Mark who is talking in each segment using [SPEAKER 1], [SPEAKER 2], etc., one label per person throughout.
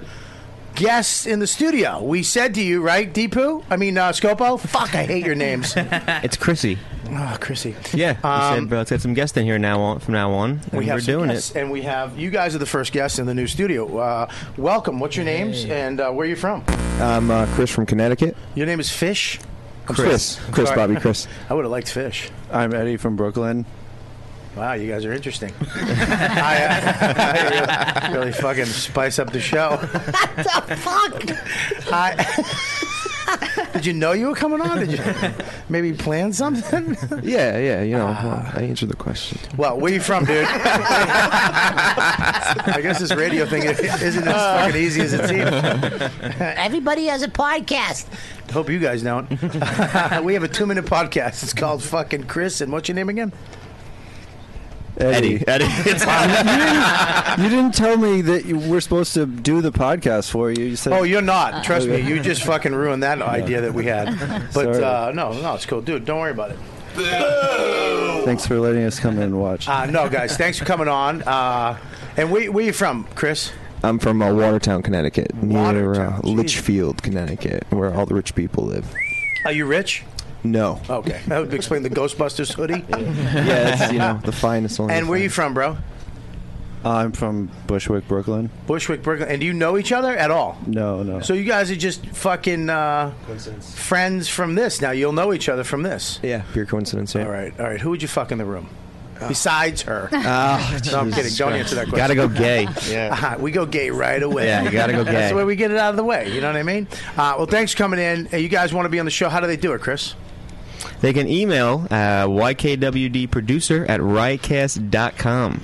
[SPEAKER 1] guests in the studio. We said to you, right, Deepu? I mean, uh, Scopo. Fuck, I hate your names.
[SPEAKER 2] It's Chrissy.
[SPEAKER 1] oh, Chrissy.
[SPEAKER 2] Yeah. we
[SPEAKER 1] Um,
[SPEAKER 2] said, "Bro, let's get some guests in here now on, from now on. And
[SPEAKER 1] We have
[SPEAKER 2] are
[SPEAKER 1] some
[SPEAKER 2] doing
[SPEAKER 1] guests,
[SPEAKER 2] it.
[SPEAKER 1] and we have you guys are the first guests in the new studio. Uh, welcome. What's your names and uh, where are you from?
[SPEAKER 3] I'm uh, Chris from Connecticut.
[SPEAKER 1] Your name is Fish. I'm
[SPEAKER 3] Chris,
[SPEAKER 1] sorry.
[SPEAKER 3] Chris,
[SPEAKER 1] Sorry.
[SPEAKER 3] Bobby, Chris.
[SPEAKER 1] I would have liked Fish.
[SPEAKER 3] I'm Eddie from Brooklyn.
[SPEAKER 1] Wow, you guys are interesting. I, uh, I really fucking spice up the show. what the fuck? I, did you know you were coming on? Did you maybe plan something? Ah.
[SPEAKER 3] Yeah, yeah, you know, well, I answered the question.
[SPEAKER 1] Well, where you from, dude? I guess this radio thing isn't as fucking easy as it seems.
[SPEAKER 4] Everybody has a podcast.
[SPEAKER 1] Hope you guys don't. we have a two minute podcast. It's called fucking Chris. And what's your name again?
[SPEAKER 3] Eddie,
[SPEAKER 2] Eddie.
[SPEAKER 3] you didn't tell me that you were supposed to do the podcast for you. You said,
[SPEAKER 1] Oh, you're not. Trust me. You just fucking ruined that idea that we had. But
[SPEAKER 3] Sorry.
[SPEAKER 1] uh, no, no, it's cool. Dude, don't worry about it.
[SPEAKER 3] thanks for letting us come in and watch."
[SPEAKER 1] Uh, no, guys, thanks for coming on. Uh, and where, where you from, Chris?
[SPEAKER 3] I'm from uh, Watertown, Connecticut, near
[SPEAKER 1] Watertown,
[SPEAKER 3] uh,
[SPEAKER 1] jeez.
[SPEAKER 3] Litchfield, Connecticut, where all the rich people live.
[SPEAKER 1] Are you rich?
[SPEAKER 3] No,
[SPEAKER 1] Okay. That would explain the Ghostbusters hoodie.
[SPEAKER 3] yeah, it's, you know, the finest one.
[SPEAKER 1] And where you from, bro?
[SPEAKER 5] I'm from Bushwick, Brooklyn.
[SPEAKER 1] Bushwick, Brooklyn. And do you know each other at all?
[SPEAKER 5] No, no.
[SPEAKER 1] So you guys are just fucking uh, friends from this. Now you'll know each other from this.
[SPEAKER 3] Yeah, pure coincidence. Yeah.
[SPEAKER 1] All right, all right. Who would you fuck in the room? Besides her.
[SPEAKER 2] Ah,
[SPEAKER 1] no, I'm kidding. Don't answer that question.
[SPEAKER 2] Gotta go gay.
[SPEAKER 1] Uh-huh. We go gay right away.
[SPEAKER 2] Yeah, you gotta go
[SPEAKER 1] That's
[SPEAKER 2] gay.
[SPEAKER 1] the way we get it out of the way. You know what I mean? Uh, well, thanks for coming in. Uh, You guys want to be on the show? How do they do it, Chris?
[SPEAKER 2] They can email uh, ykwdproducer at riotcast.com.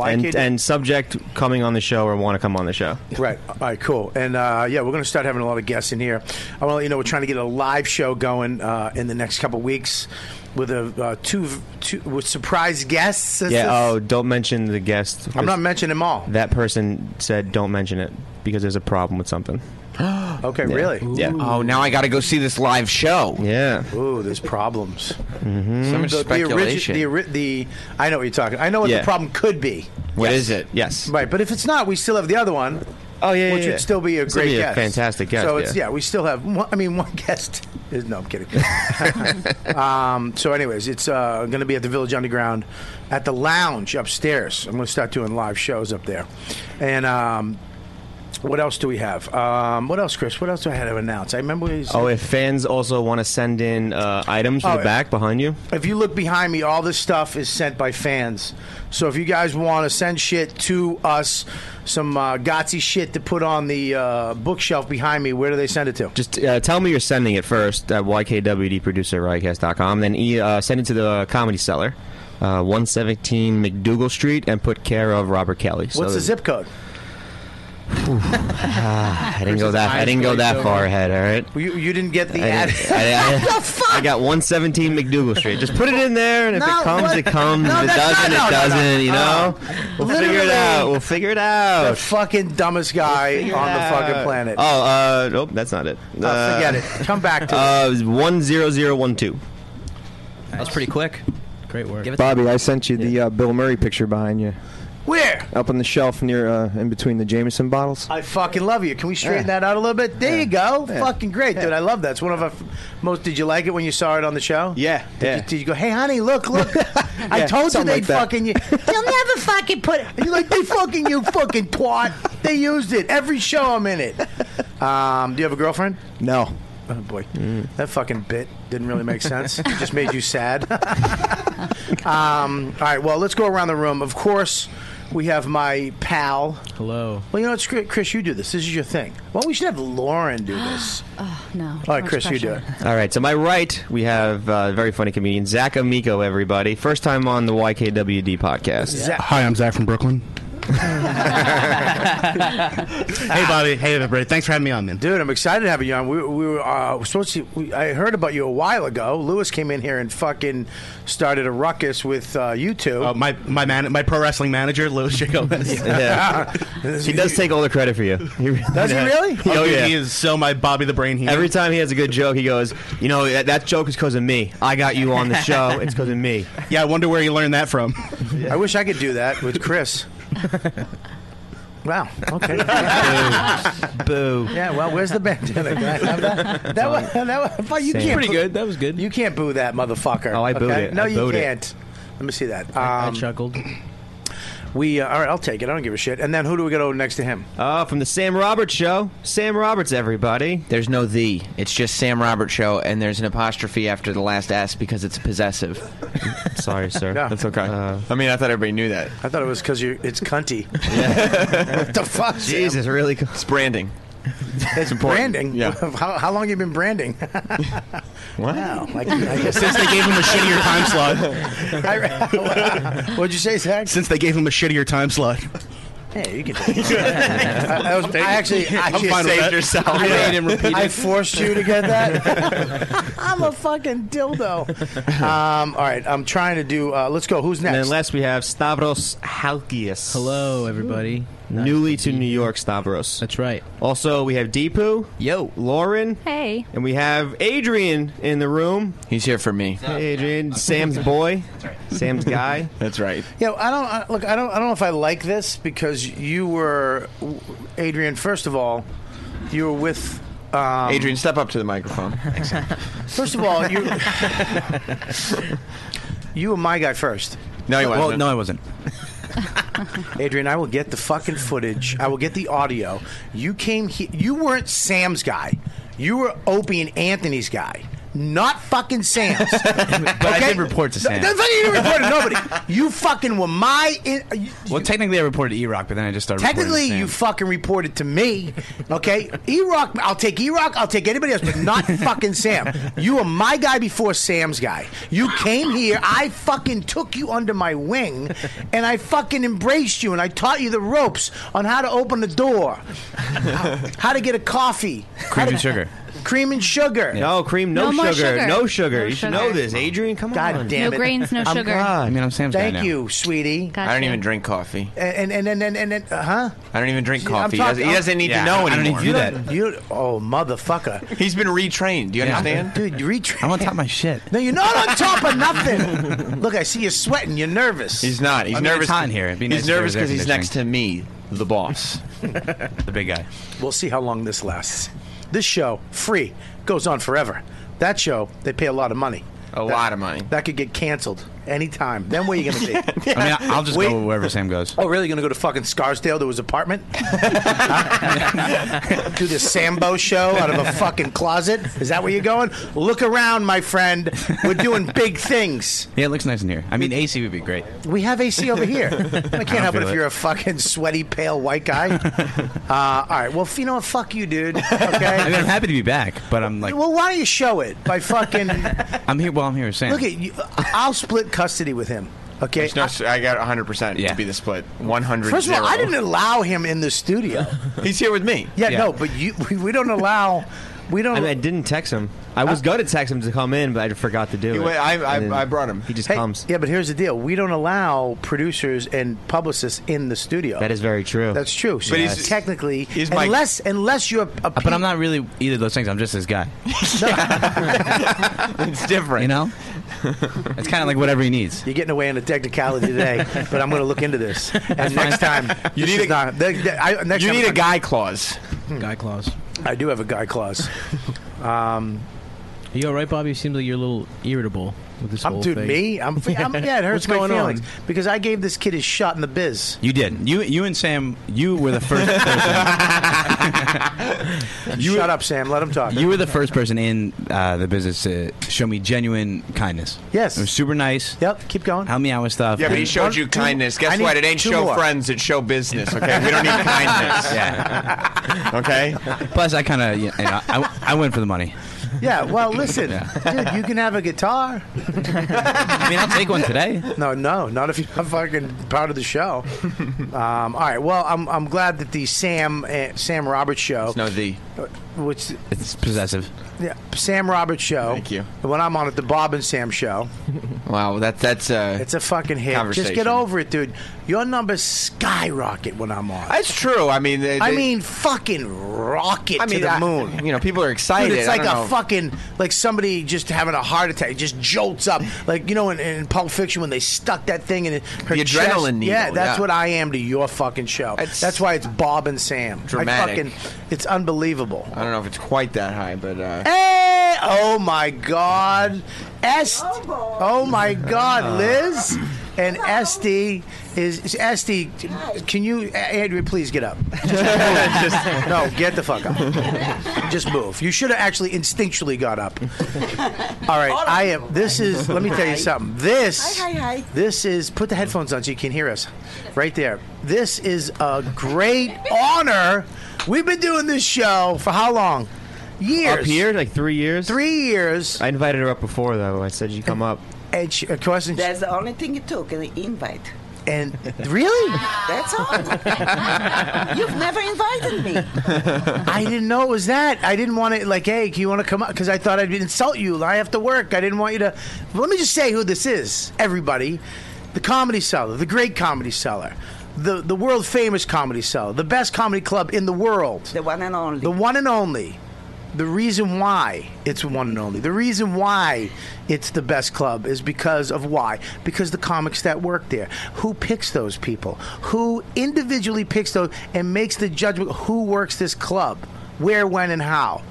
[SPEAKER 2] And,
[SPEAKER 1] YKD
[SPEAKER 2] and subject coming on the show or want to come on the show.
[SPEAKER 1] Right. All right. Cool. And uh, yeah, we're going to start having a lot of guests in here. I want to let you know we're trying to get a live show going uh, in the next couple weeks with a uh, two, two with surprise guests. Is
[SPEAKER 2] Yeah.
[SPEAKER 1] this-
[SPEAKER 2] Oh, don't mention the guest.
[SPEAKER 1] I'm not mentioning them all.
[SPEAKER 2] That person said don't mention it because there's a problem with something.
[SPEAKER 1] Okay. Really?
[SPEAKER 2] Yeah.
[SPEAKER 6] Oh, now I got to go see this live show.
[SPEAKER 2] Yeah.
[SPEAKER 1] Ooh, there's problems.
[SPEAKER 2] Mm-hmm.
[SPEAKER 6] So much
[SPEAKER 1] The, the, origi-
[SPEAKER 6] speculation.
[SPEAKER 1] the, ori- the I know what you're talking. I know what
[SPEAKER 2] Yeah.
[SPEAKER 1] the problem could be.
[SPEAKER 6] What is it?
[SPEAKER 2] Yes.
[SPEAKER 1] Right, but if it's not, we still have the other one.
[SPEAKER 2] Oh, yeah,
[SPEAKER 1] which
[SPEAKER 2] yeah, yeah.
[SPEAKER 1] would still be a
[SPEAKER 2] It's
[SPEAKER 1] great
[SPEAKER 2] gonna be a
[SPEAKER 1] guest,
[SPEAKER 2] fantastic guest,
[SPEAKER 1] So it's
[SPEAKER 2] yeah.
[SPEAKER 1] yeah, we still have. One, I mean, one guest. Is, no, I'm kidding. um, so, anyways, it's uh, going to be at the Village Underground, at the lounge upstairs. I'm going to start doing live shows up there, and. Um, what else do we have? Um, what else, Chris? What else do I have to announce? I remember. we said-
[SPEAKER 2] Oh, if fans also want to send in uh, items from
[SPEAKER 1] Oh,
[SPEAKER 2] the
[SPEAKER 1] yeah.
[SPEAKER 2] back behind you.
[SPEAKER 1] if you look behind me, all this stuff is sent by fans. So if you guys want to send shit to us, some uh, Gotsy shit to put on the uh, bookshelf behind me, where do they send it to?
[SPEAKER 2] Just uh, tell me you're sending it first at ykwdproducer.com. Then e- uh, send it to the Comedy Cellar, uh, 117 McDougal Street, and put care of Robert Kelly. So
[SPEAKER 1] What's the zip code?
[SPEAKER 2] I didn't go that. I didn't go that far ahead. All right.
[SPEAKER 1] You, you didn't get the
[SPEAKER 2] I
[SPEAKER 1] ad.
[SPEAKER 2] didn't- I- I- I got 117 McDougal Street. Just put it in there, and if
[SPEAKER 1] No,
[SPEAKER 2] it comes,
[SPEAKER 1] what-
[SPEAKER 2] it comes.
[SPEAKER 1] No,
[SPEAKER 2] if it
[SPEAKER 1] that's not-
[SPEAKER 2] doesn't,
[SPEAKER 1] no, no,
[SPEAKER 2] it doesn't.
[SPEAKER 1] no.
[SPEAKER 2] You know, we'll figure it
[SPEAKER 1] Oh. Literally.
[SPEAKER 2] out. We'll figure it
[SPEAKER 1] the
[SPEAKER 2] out.
[SPEAKER 1] fucking dumbest guy on the fucking planet.
[SPEAKER 2] Oh, uh, nope, that's not it.
[SPEAKER 1] Oh,
[SPEAKER 2] Uh,
[SPEAKER 1] forget it. Come back to it.
[SPEAKER 2] Uh, one zero zero one two.
[SPEAKER 7] That was pretty quick. Great work. Give it
[SPEAKER 3] Bobby, I sent you the uh, Bill Murray picture behind you.
[SPEAKER 1] Where?
[SPEAKER 3] Up on the shelf near, uh, in between the Jameson bottles.
[SPEAKER 1] I fucking love you. Can we straighten
[SPEAKER 3] Yeah.
[SPEAKER 1] that out a little bit? There you go.
[SPEAKER 3] Yeah.
[SPEAKER 1] Fucking great, dude. I love that. It's one of our f- most. Did you like it when you saw it on the show? Yeah. Did, You, did you go, hey, honey, look, look? I
[SPEAKER 3] Yeah,
[SPEAKER 1] told you
[SPEAKER 3] something
[SPEAKER 1] they
[SPEAKER 3] like that.
[SPEAKER 1] fucking. u- They'll never fucking put it. And you're like, they fucking, you fucking twat. They used it. Every show I'm in it. Um, do you have a girlfriend?
[SPEAKER 3] No.
[SPEAKER 1] Oh, boy. That fucking bit didn't really make sense. it just made you sad. um, all right, well, let's go around the room. Of course, we have my pal. Hello. Well, you know what, Chris- Chris, you do this. This is your thing. Well, we should have Lauren do this.
[SPEAKER 8] Oh, no.
[SPEAKER 1] All right, Chris, you do it.
[SPEAKER 9] All right, to my right, we have uh, very funny comedian Zach Amico, everybody. First time on the YKWD podcast.
[SPEAKER 10] Hi, I'm Zach from Brooklyn.
[SPEAKER 1] hey, Bobby. Hey, everybody. Thanks for having me on, man. Dude, I'm excited to have you on. We, we were uh, we're supposed to. We, I heard about you a while ago. Lewis came in here and fucking started a ruckus with uh, you two.
[SPEAKER 10] Uh, my my man, my pro wrestling manager, Louis Jacobs.
[SPEAKER 9] Yeah. he does take all the credit for you.
[SPEAKER 10] Does
[SPEAKER 9] he really?
[SPEAKER 10] Oh,
[SPEAKER 9] Oh,
[SPEAKER 10] dude,
[SPEAKER 9] yeah.
[SPEAKER 10] He is so my Bobby the Brain. Here.
[SPEAKER 9] Every time he has a good joke, he goes, "You know that, Oh, that joke is because of me. I got you on the show. It's because of me."
[SPEAKER 10] Yeah, I wonder where you learned that from.
[SPEAKER 1] I wish I could do that with Chris. Wow. Okay.
[SPEAKER 10] Boo.
[SPEAKER 1] Yeah. Well, where's the bandana? Can I have that? That was that was fuck, you
[SPEAKER 9] Same.
[SPEAKER 1] can't.
[SPEAKER 9] Pretty
[SPEAKER 1] good. That was good. You can't boo that motherfucker.
[SPEAKER 9] Oh, I booed
[SPEAKER 1] okay?
[SPEAKER 9] it.
[SPEAKER 1] No,
[SPEAKER 9] I
[SPEAKER 1] you
[SPEAKER 9] booed it.
[SPEAKER 1] can't. Let me see that. Um,
[SPEAKER 11] I chuckled.
[SPEAKER 1] We uh, all right. I'll take it. I don't give a shit. And then who do we go to next to him?
[SPEAKER 6] Oh,
[SPEAKER 9] Uh, from the Sam Roberts show, Sam Roberts, everybody.
[SPEAKER 6] There's no the. It's just Sam Roberts show, and there's an apostrophe after the last S because it's possessive.
[SPEAKER 9] Sorry, sir.
[SPEAKER 6] That's okay. I mean, I thought everybody knew that.
[SPEAKER 1] I thought it was because it's cunty. what the fuck? Sam?
[SPEAKER 9] Jesus, really? It's
[SPEAKER 6] branding.
[SPEAKER 1] It's
[SPEAKER 6] important.
[SPEAKER 1] branding.
[SPEAKER 6] Yeah.
[SPEAKER 1] How, how long you been branding? Wow. I, I guess
[SPEAKER 10] Since they gave him a shittier time slot.
[SPEAKER 1] slot. What'd you say, Zach?
[SPEAKER 10] Since they gave him a shittier time slot.
[SPEAKER 1] Hey, you can. I, I was, I actually,
[SPEAKER 10] I'm
[SPEAKER 1] actually
[SPEAKER 10] fine with Saved that. yourself.
[SPEAKER 1] I,
[SPEAKER 10] You made him repeat
[SPEAKER 1] I
[SPEAKER 10] it.
[SPEAKER 1] forced you to get that. I'm a fucking dildo. Um, all right, I'm trying to do. Uh, let's go. Who's
[SPEAKER 9] And then
[SPEAKER 1] next?
[SPEAKER 9] last we have Stavros Halkias.
[SPEAKER 11] Hello, everybody.
[SPEAKER 9] Newly to New York, Stavros. That's
[SPEAKER 11] right.
[SPEAKER 9] Also, we have Deepu. Yo. Lauren.
[SPEAKER 8] Hey.
[SPEAKER 9] And we have Adrian in the room.
[SPEAKER 6] He's here for me.
[SPEAKER 9] Hey, Adrian. Sam's boy. Sam's guy.
[SPEAKER 6] That's right.
[SPEAKER 1] Yeah, I don't I, look. I don't. I don't know if I like this because you were, Adrian. First of all, you were with. Um,
[SPEAKER 6] Adrian, step up to the microphone.
[SPEAKER 1] First of all, you. you were my guy first.
[SPEAKER 6] No, he wasn't.
[SPEAKER 1] Well,
[SPEAKER 10] no, I wasn't.
[SPEAKER 1] Adrian, I will get the fucking footage. I will get the audio. You came here. You weren't Sam's guy. You were Opie and Anthony's guy. Not fucking Sam's. but
[SPEAKER 10] I did report to Sam.
[SPEAKER 1] That's not you didn't report to nobody. You fucking were my. In, you-
[SPEAKER 12] Well, technically, I reported to E Rock, but then I just started. reporting to
[SPEAKER 1] technically,
[SPEAKER 12] Sam.
[SPEAKER 1] you fucking reported to me. Okay, E Rock. I'll take E Rock. I'll take anybody else, but not fucking Sam. You were my guy before Sam's guy. You came here. I fucking took you under my wing, and I fucking embraced you, and I taught you the ropes on how to open the door, how to get a coffee,
[SPEAKER 12] cream and sugar.
[SPEAKER 1] cream and sugar.
[SPEAKER 9] No cream, no,
[SPEAKER 1] No more
[SPEAKER 9] sugar,
[SPEAKER 1] sugar.
[SPEAKER 9] no sugar.
[SPEAKER 1] No
[SPEAKER 9] you should
[SPEAKER 1] sugar.
[SPEAKER 9] know this, Adrian. Come
[SPEAKER 1] God
[SPEAKER 9] on.
[SPEAKER 1] damn No it. grains, no
[SPEAKER 9] I'm
[SPEAKER 1] sugar.
[SPEAKER 9] God.
[SPEAKER 6] I mean, I'm Sam's guy
[SPEAKER 1] Thank
[SPEAKER 6] now.
[SPEAKER 1] you, sweetie.
[SPEAKER 6] I don't even drink coffee.
[SPEAKER 1] And and and and and, and uh, huh?
[SPEAKER 6] I don't even drink
[SPEAKER 1] I'm
[SPEAKER 6] coffee.
[SPEAKER 1] talking-
[SPEAKER 6] he, doesn't, he doesn't need
[SPEAKER 1] Yeah,
[SPEAKER 6] to know
[SPEAKER 1] I don't
[SPEAKER 6] anymore.
[SPEAKER 1] need to do that. You, oh, motherfucker.
[SPEAKER 6] He's been retrained. Do you
[SPEAKER 1] Yeah.
[SPEAKER 6] understand?
[SPEAKER 1] Dude, retrained.
[SPEAKER 6] I'm on top of my shit.
[SPEAKER 1] No, you're not on top of nothing. Look, I see you sweating. You're nervous.
[SPEAKER 6] He's not. He's
[SPEAKER 12] I mean,
[SPEAKER 6] nervous.
[SPEAKER 12] it's hot in here. It'd be nice
[SPEAKER 6] he's
[SPEAKER 12] if there
[SPEAKER 6] nervous
[SPEAKER 12] was air
[SPEAKER 6] because he's
[SPEAKER 12] conditioning.
[SPEAKER 6] next to me, the boss.
[SPEAKER 12] the big guy.
[SPEAKER 1] We'll see how long this lasts. This show, free, goes on forever. That show, they pay a lot of money.
[SPEAKER 6] A lot of money.
[SPEAKER 1] That could get canceled anytime. Then where are you going to be?
[SPEAKER 12] I mean, I- I'll just
[SPEAKER 1] Wait.
[SPEAKER 12] go wherever Sam goes.
[SPEAKER 1] Oh, really? Going to go to fucking Scarsdale to his apartment? Do the Sambo show out of a fucking closet? Is that where you're going? Look around, my friend. We're doing big things.
[SPEAKER 12] Yeah, it looks nice in here. I mean, AC would be great.
[SPEAKER 1] We have AC over here. I
[SPEAKER 12] I don't
[SPEAKER 1] can't help it
[SPEAKER 12] feel
[SPEAKER 1] if
[SPEAKER 12] it.
[SPEAKER 1] you're a fucking sweaty, pale white guy. Uh, all right. Well, f- you know what? Fuck you, dude. Okay.
[SPEAKER 12] I mean, I'm happy to be back, but I'm like,
[SPEAKER 1] well, why don't you show it by fucking?
[SPEAKER 12] I'm here. Well, I'm here with Sam.
[SPEAKER 1] Look at you. I'll split custody with him. Okay.
[SPEAKER 6] There's no, I, got 100 percent to be the split. 100.
[SPEAKER 1] First of all, I didn't allow him in the studio.
[SPEAKER 6] He's here with me.
[SPEAKER 1] Yeah,
[SPEAKER 6] Yeah.
[SPEAKER 1] no, but you, we, we don't allow We don't. Uh,
[SPEAKER 9] I, mean, I didn't text him. I was going to text him to come in, but I forgot to do it.
[SPEAKER 1] Wait, I- I-
[SPEAKER 9] And then
[SPEAKER 1] I
[SPEAKER 10] brought him.
[SPEAKER 9] He just
[SPEAKER 1] Hey,
[SPEAKER 9] comes.
[SPEAKER 1] Yeah, but here's the deal: we don't allow producers and publicists in the studio.
[SPEAKER 9] That is very true.
[SPEAKER 1] That's true. So
[SPEAKER 12] But
[SPEAKER 1] uh,
[SPEAKER 12] he's-
[SPEAKER 1] technically,
[SPEAKER 12] he's my-
[SPEAKER 1] unless unless you're a
[SPEAKER 12] uh, But I'm not really either of those things. I'm just this guy. it's different, you know. It's kind of like whatever he needs.
[SPEAKER 1] You're getting away on a technicality today, but I'm going to look into this. And next time,
[SPEAKER 6] You
[SPEAKER 1] this
[SPEAKER 6] need
[SPEAKER 1] is
[SPEAKER 6] a-
[SPEAKER 1] not- the- the- I- next
[SPEAKER 6] you
[SPEAKER 1] time-
[SPEAKER 6] need a guy clause.
[SPEAKER 8] Guy claws.
[SPEAKER 1] I do have a guy clause. Um,
[SPEAKER 8] Are you all right, Bobby? You seem like you're a little irritable with this
[SPEAKER 1] I'm
[SPEAKER 8] whole
[SPEAKER 1] dude,
[SPEAKER 8] thing.
[SPEAKER 1] me. I'm, I'm yeah. It hurts
[SPEAKER 8] What's
[SPEAKER 1] my
[SPEAKER 8] going on?
[SPEAKER 1] feelings because I gave this kid his shot in the biz.
[SPEAKER 12] You did. You you and Sam. You were the first. person.
[SPEAKER 1] Shut up, Sam. Let him talk.
[SPEAKER 12] You were the first person in uh, the business to show me genuine kindness.
[SPEAKER 1] Yes,
[SPEAKER 12] it was super nice.
[SPEAKER 1] Yep, keep going.
[SPEAKER 12] Help me out with stuff.
[SPEAKER 6] Yeah, but he
[SPEAKER 12] And-
[SPEAKER 6] showed you kindness. Guess what? It ain't show friends; it's show business. Okay, we don't need kindness.
[SPEAKER 12] Yeah. okay. Plus, I kind of you know, I, I went for the money.
[SPEAKER 1] Yeah. Well, listen,
[SPEAKER 12] Yeah.
[SPEAKER 1] dude. You can have a guitar.
[SPEAKER 12] I mean, I'll take one today.
[SPEAKER 1] No, no, not if you're not fucking part of the show. Um, all right. Well, I'm, I'm glad that the Sam uh, Sam Roberts show. uh,
[SPEAKER 6] It's no the.
[SPEAKER 1] Which
[SPEAKER 12] it's possessive.
[SPEAKER 1] Yeah, Sam Roberts show.
[SPEAKER 6] Thank you.
[SPEAKER 1] When I'm on it, the Bob and Sam show.
[SPEAKER 6] Wow, that that's uh,
[SPEAKER 1] It's a fucking hit. Just get
[SPEAKER 6] Conversation.
[SPEAKER 1] over it, dude. Your numbers skyrocket when I'm on.
[SPEAKER 6] That's true. I mean, they,
[SPEAKER 1] I
[SPEAKER 6] they-
[SPEAKER 1] mean, fucking rocket
[SPEAKER 6] I mean,
[SPEAKER 1] to the
[SPEAKER 6] I-
[SPEAKER 1] moon.
[SPEAKER 6] You know, people are excited.
[SPEAKER 1] Dude, it's
[SPEAKER 6] I
[SPEAKER 1] like
[SPEAKER 6] don't
[SPEAKER 1] a
[SPEAKER 6] know.
[SPEAKER 1] fucking like somebody just having a heart attack. It just jolts up, like you know, in, in Pulp Fiction when they stuck that thing in her
[SPEAKER 6] The
[SPEAKER 1] chest.
[SPEAKER 6] adrenaline needle,
[SPEAKER 1] Yeah, that's
[SPEAKER 6] yeah.
[SPEAKER 1] what I am to your fucking show. that's why it's Bob and Sam. I
[SPEAKER 6] Dramatic.
[SPEAKER 1] fucking, it's unbelievable.
[SPEAKER 6] I don't know if it's quite that high, but uh,
[SPEAKER 1] Hey! Oh my God, Est! Oh my God, Liz and Esty is, is Esty. Can you, Andrea? Please get up. Just move. no, get the fuck up. Just move. You should have actually instinctually got up. All right, I am. This is. Let me tell you something. This.
[SPEAKER 11] Hi, hi, hi.
[SPEAKER 1] This is. Put the headphones on so you can hear us. Right there. This is a great honor. We've been doing this show for how long? Years.
[SPEAKER 9] Up here, like three years.
[SPEAKER 1] Three years.
[SPEAKER 9] I invited her up before, though. I said you come up.
[SPEAKER 1] And she, of course, and she-
[SPEAKER 11] That's the only thing you took, an invite.
[SPEAKER 1] and really,
[SPEAKER 11] That's all. You've never invited me.
[SPEAKER 1] I didn't know it was that. I didn't want to like, hey, do you want to come up? Because I thought I'd insult you. I have to work. I didn't want you to. Let me just say who this is, everybody: the Comedy Cellar, the great Comedy Cellar, the the world famous Comedy Cellar, the best comedy club in the world, the
[SPEAKER 11] one and only,
[SPEAKER 1] the one and only. The reason why it's one and only, the reason why it's the best club is because of why? Because the comics that work there. Who picks those people? Who individually picks those and makes the judgment who works this club? Where, when, and how?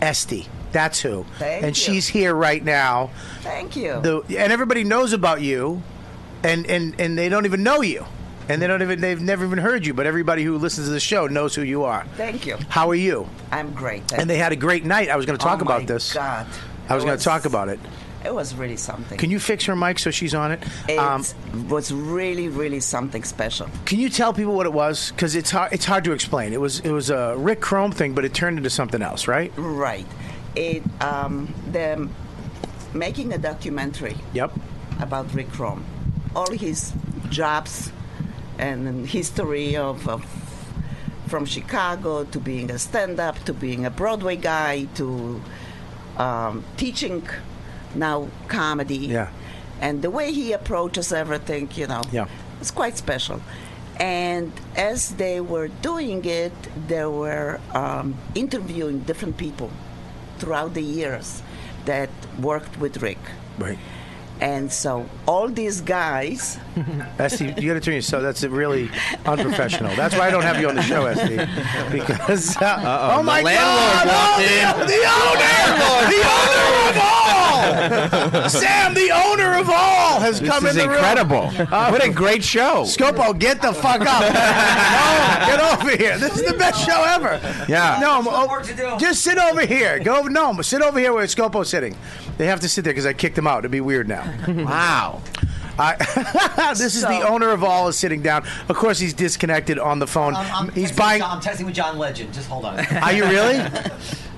[SPEAKER 1] Esty. That's who.
[SPEAKER 11] Thank
[SPEAKER 1] and
[SPEAKER 11] you.
[SPEAKER 1] she's here right now.
[SPEAKER 11] Thank you.
[SPEAKER 1] The, and everybody knows about you, and, and, and they don't even know you. And they don't even, they've never even heard you, but everybody who listens to the show knows who you are.
[SPEAKER 11] Thank you.
[SPEAKER 1] How are you?
[SPEAKER 11] I'm great.
[SPEAKER 1] And they had a great night. I was going to talk
[SPEAKER 11] Oh,
[SPEAKER 1] about
[SPEAKER 11] my
[SPEAKER 1] this.
[SPEAKER 11] God.
[SPEAKER 1] I was
[SPEAKER 11] It
[SPEAKER 1] going to
[SPEAKER 11] was-
[SPEAKER 1] talk about it.
[SPEAKER 11] It was really something.
[SPEAKER 1] Can you fix her mic so she's on it? Um,
[SPEAKER 11] It was really, really something special.
[SPEAKER 1] Can you tell people what it was? Because it's hard, it's hard to explain. It was it was a Rick Chrome thing, but it turned into something else, right?
[SPEAKER 11] Right. It um, the making a documentary.
[SPEAKER 1] Yep.
[SPEAKER 11] About Rick Rom, all his jobs and history of, of from Chicago to being a stand-up to being a Broadway guy to um, teaching now comedy. Yeah. And the way he approaches everything, you know.
[SPEAKER 1] Yeah.
[SPEAKER 11] It's quite special. And as they were doing it, they were um, interviewing different people throughout the years that worked with Rick.
[SPEAKER 1] Right.
[SPEAKER 11] And so all these guys.
[SPEAKER 1] Esty, you got to turn your so that's really unprofessional. That's why I don't have you on the show, Esty, because uh, oh my god, oh, the, the owner, the owner of all, Sam, the owner of all, has
[SPEAKER 6] This
[SPEAKER 1] come
[SPEAKER 6] is
[SPEAKER 1] in the
[SPEAKER 6] incredible.
[SPEAKER 1] room. Uh,
[SPEAKER 6] What a great show!
[SPEAKER 1] Scopo, get the fuck up! no, get over here. This is the best show ever.
[SPEAKER 6] Yeah.
[SPEAKER 1] No, I'm- oh, just sit over here. Go over. No, sit over here where Scopo's sitting. They have to sit there because I kicked him out. It'd be weird now.
[SPEAKER 6] Wow.
[SPEAKER 1] I, this is the owner of all is sitting down. Of course, he's disconnected on the phone.
[SPEAKER 13] Um, I'm, I'm
[SPEAKER 1] he's
[SPEAKER 13] texting
[SPEAKER 1] buying.
[SPEAKER 13] John, I'm texting with John Legend. Just hold on.
[SPEAKER 1] Are you really?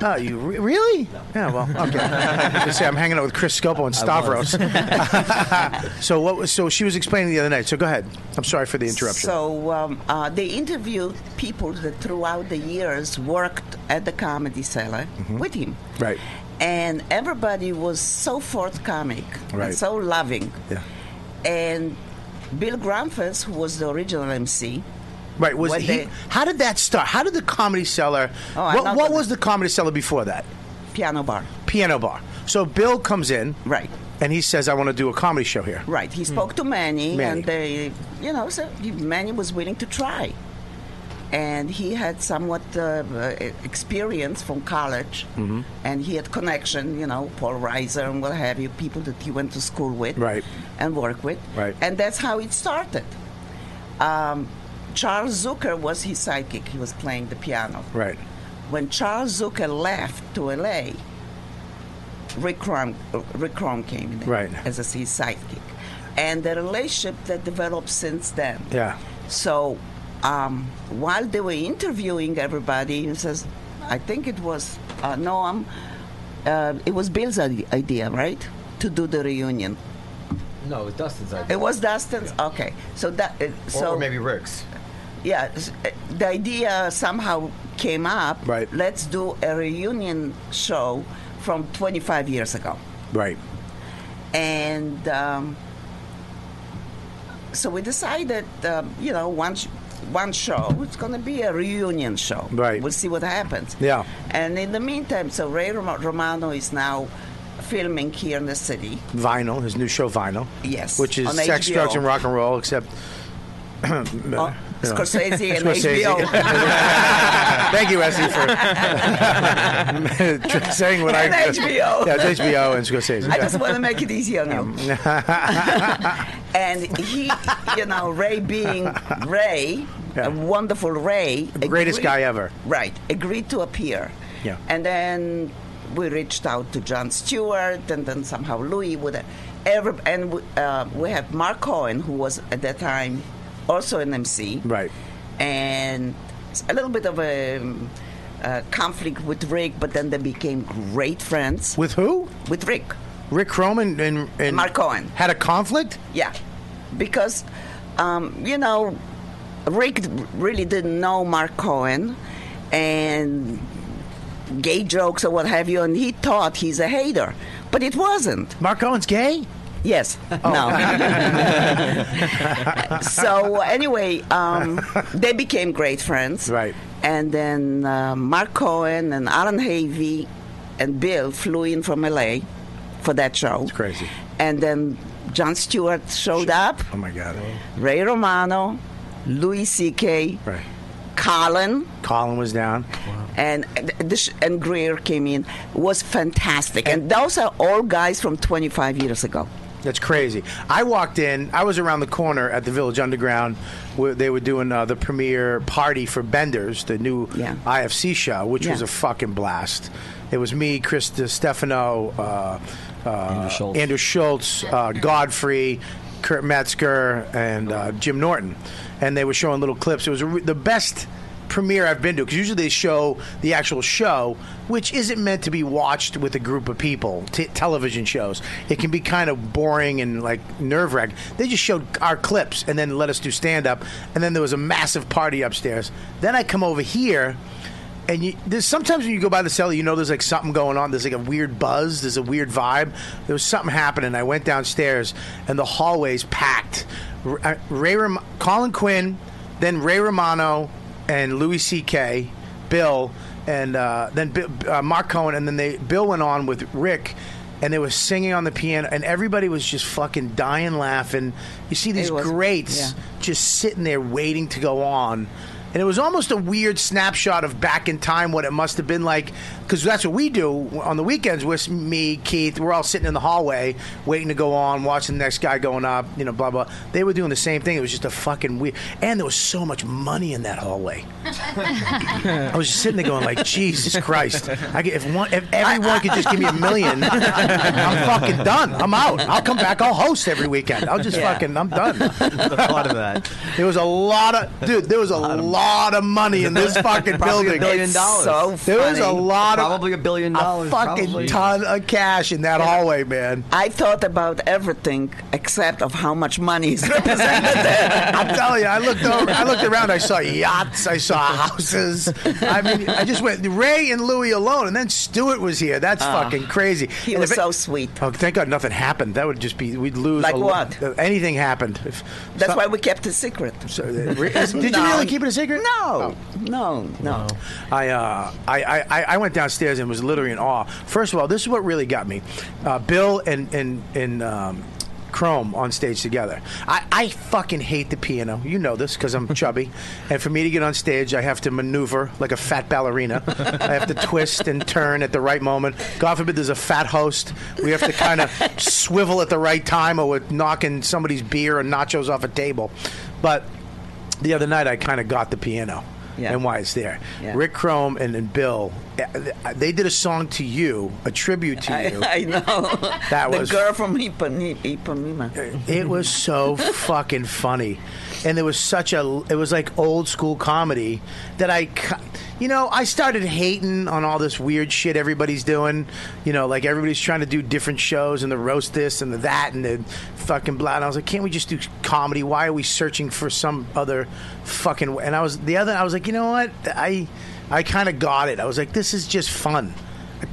[SPEAKER 1] Oh, you re- really? Yeah. Well, okay. Just say I'm hanging out with Chris Scopo and Stavros. so what? Was, so she was explaining the other night. So go ahead. I'm sorry for the interruption.
[SPEAKER 11] So um, uh, they interviewed people that throughout the years worked at the Comedy Cellar with him.
[SPEAKER 1] Mm-hmm. right.
[SPEAKER 11] And everybody was so forthcoming
[SPEAKER 1] Right.
[SPEAKER 11] and so loving.
[SPEAKER 1] Yeah.
[SPEAKER 11] And Bill Grumfus, who was the original MC,
[SPEAKER 1] Right. Was
[SPEAKER 11] when
[SPEAKER 1] he?
[SPEAKER 11] they-
[SPEAKER 1] how did that start? How did the comedy cellar?
[SPEAKER 11] Oh, I
[SPEAKER 1] what
[SPEAKER 11] love
[SPEAKER 1] what was the comedy cellar before that?
[SPEAKER 11] Piano bar.
[SPEAKER 1] Piano bar. So Bill comes in.
[SPEAKER 11] Right.
[SPEAKER 1] And he says, "I want to do a comedy show here." Hmm.
[SPEAKER 11] Right. He spoke to Manny,
[SPEAKER 1] Manny.
[SPEAKER 11] and they, you know, so he, Manny was willing to try. And he had somewhat uh, uh, experience from college,
[SPEAKER 1] Mm-hmm.
[SPEAKER 2] Mhm.
[SPEAKER 11] and he had connection, you know, Paul Reiser and what have you, people that he went to school with right. and work with.
[SPEAKER 1] Right.
[SPEAKER 11] And that's how it started. Um, Charles Zucker was his sidekick. He was playing the piano.
[SPEAKER 1] Right.
[SPEAKER 11] When Charles Zucker left to L.A., Rick Crom, Rick Crom came in
[SPEAKER 1] Right.
[SPEAKER 11] as a his sidekick, and the relationship that developed since then.
[SPEAKER 1] Yeah.
[SPEAKER 11] So um, while they were interviewing everybody, he says, "I think it was uh, Noam. Uh, it was Bill's i- idea, right, to do the reunion.
[SPEAKER 13] No, it's Dustin's idea.
[SPEAKER 11] It was Dustin's. Okay, so that uh,
[SPEAKER 13] Or,
[SPEAKER 11] so
[SPEAKER 13] or maybe Rick's.
[SPEAKER 11] yeah, s- uh, the idea somehow came up. Right. Let's do a reunion show from 25 years ago.
[SPEAKER 1] Right.
[SPEAKER 11] And um, so we decided, um, you know, one, sh- one show, it's going to be a reunion show. Right. We'll see what happens.
[SPEAKER 1] Yeah.
[SPEAKER 11] And in the meantime, so Ray Rom- Romano is now filming here in the city.
[SPEAKER 1] Vinyl, his new show, Vinyl.
[SPEAKER 11] Yes,
[SPEAKER 1] Which is
[SPEAKER 11] on
[SPEAKER 1] sex,
[SPEAKER 11] HBO.
[SPEAKER 1] drugs, and rock and roll, except. uh,
[SPEAKER 11] Oh, Scorsese and
[SPEAKER 1] Scorsese. Thank you, Essie, for saying what
[SPEAKER 11] And
[SPEAKER 1] I.
[SPEAKER 11] HBO.
[SPEAKER 1] Yeah, it's HBO and Scorsese.
[SPEAKER 11] I just want to make it easy on you. and he, you know, Ray being Ray, a wonderful Ray,
[SPEAKER 1] greatest
[SPEAKER 11] agreed-
[SPEAKER 1] guy ever.
[SPEAKER 11] Right, agreed to appear.
[SPEAKER 1] Yeah.
[SPEAKER 11] And then we reached out to John Stewart, and then somehow Louis would. Every, and we, uh, we have Mark Cohen, who was at that time also an MC.
[SPEAKER 1] Right.
[SPEAKER 11] And it's a little bit of a. um, uh, conflict with Rick, but then they became great friends.
[SPEAKER 1] With who?
[SPEAKER 11] With Rick.
[SPEAKER 1] Rick Croman and, and
[SPEAKER 11] Mark Cohen
[SPEAKER 1] had a conflict.
[SPEAKER 11] Yeah, because um, you know Rick really didn't know Mark Cohen and gay jokes or what have you, and he thought he's a hater, but it wasn't.
[SPEAKER 1] Mark Cohen's gay. Oh.
[SPEAKER 11] Yes. No. so anyway, um, they became great friends. Right. And then uh, Mark Cohen and Alan Havey and Bill flew in from LA for that show. It's
[SPEAKER 1] crazy.
[SPEAKER 11] And then John Stewart showed up.
[SPEAKER 1] Oh my God.
[SPEAKER 11] Ray Romano, Louis C.K.
[SPEAKER 1] Right.
[SPEAKER 11] Colin.
[SPEAKER 1] Colin was down.
[SPEAKER 11] And and the sh- and Greer came in was fantastic, and those are all guys from 25 years ago.
[SPEAKER 1] That's crazy. I walked in. I was around the corner at the Village Underground, where they were doing uh, the premiere party for Benders, the new IFC show, which was
[SPEAKER 11] Yeah.
[SPEAKER 1] a fucking blast. It was me, Chris Stefano, uh, uh, Andrew Schultz, uh, Godfrey, Kurt Metzger, and uh, Jim Norton, and they were showing little clips. It was a re- the best premiere I've been to because usually they show the actual show, which isn't meant to be watched with a group of people. T- television shows it can be kind of boring and like nerve wracking. They just showed our clips and then let us do stand up, and then there was a massive party upstairs. Then I come over here. And you, there's sometimes when you go by the cellar, you know there's like something going on. There's like a weird buzz. There's a weird vibe. There was something happening. I went downstairs, and the hallways packed. R- uh, Ray, Ram- Colin Quinn, then Ray Romano, and Louis C.K., Bill, and uh, then Bi- uh, Mark Cohen, and then they Bill went on with Rick. And they were singing on the piano, and everybody was just fucking dying laughing. You see these
[SPEAKER 11] It was-
[SPEAKER 1] greats
[SPEAKER 11] yeah.
[SPEAKER 1] just sitting there waiting to go on. And it was almost a weird snapshot of back in time what it must have been like, because that's what we do on the weekends with me, Keith. We're all sitting in the hallway waiting to go on, watching the next guy going up, you know, blah, blah. They were doing the same thing. It was just a fucking weird. And there was so much money in that hallway. I was just sitting there going like, Jesus Christ! I get, if one, if everyone could just give me a million, I'm fucking done. I'm out. I'll come back. I'll host every weekend. I'll just
[SPEAKER 2] Yeah.
[SPEAKER 1] fucking. I'm done.
[SPEAKER 2] the thought of that.
[SPEAKER 1] There was a lot of dude. There was a lot of, money in this fucking
[SPEAKER 2] Probably a
[SPEAKER 1] building.
[SPEAKER 2] billion It's dollars. so
[SPEAKER 1] there was a
[SPEAKER 2] funny.
[SPEAKER 1] lot of
[SPEAKER 2] Probably a billion dollars,
[SPEAKER 1] A fucking
[SPEAKER 2] probably.
[SPEAKER 1] ton of cash in that hallway, man.
[SPEAKER 11] I thought about everything except of how much money is represented there.
[SPEAKER 1] I'm telling you, I looked over, I looked around. I saw yachts. I saw houses. I mean, I just went Ray and Louis alone, and then Stewart was here. That's
[SPEAKER 11] Ah.
[SPEAKER 1] fucking crazy.
[SPEAKER 11] He
[SPEAKER 1] And
[SPEAKER 11] was
[SPEAKER 1] if it-
[SPEAKER 11] so sweet.
[SPEAKER 1] Oh, thank God nothing happened. That would just be we'd lose.
[SPEAKER 11] Like
[SPEAKER 1] a lot. Anything happened. If, uh,
[SPEAKER 11] That's why we kept it secret.
[SPEAKER 1] Did you really keep it a secret? Oh.
[SPEAKER 11] No, no, no.
[SPEAKER 1] I, uh, I, I, I- I went downstairs and was literally in awe. First of all, this is what really got me. Uh, Bill and and and um, Chrome on stage together. I, I fucking hate the piano. You know this because I'm chubby, and for me to get on stage, I have to maneuver like a fat ballerina. I have to twist and turn at the right moment. God forbid there's a fat host. We have to kind of swivel at the right time, or we're knocking somebody's beer or nachos off a table. But the other night, I kind of got the piano. And why it's there.
[SPEAKER 11] Yeah.
[SPEAKER 1] Rick Chrome and, and Bill, eh, they did a song to you, a tribute to
[SPEAKER 11] I,
[SPEAKER 1] you.
[SPEAKER 11] I know.
[SPEAKER 1] That
[SPEAKER 11] the
[SPEAKER 1] was-
[SPEAKER 11] girl from Ipan- Ipanema.
[SPEAKER 1] It was so fucking funny, and there was such a. It was like old school comedy that I, cu- you know, I started hating on all this weird shit everybody's doing. You know, like everybody's trying to do different shows and the roast this and the that and the fucking blah. And I was like, can't we just do comedy? Why are we searching for some other fucking? And I was the other. I was like, you know what? I, I kind of got it. I was like, this is just fun.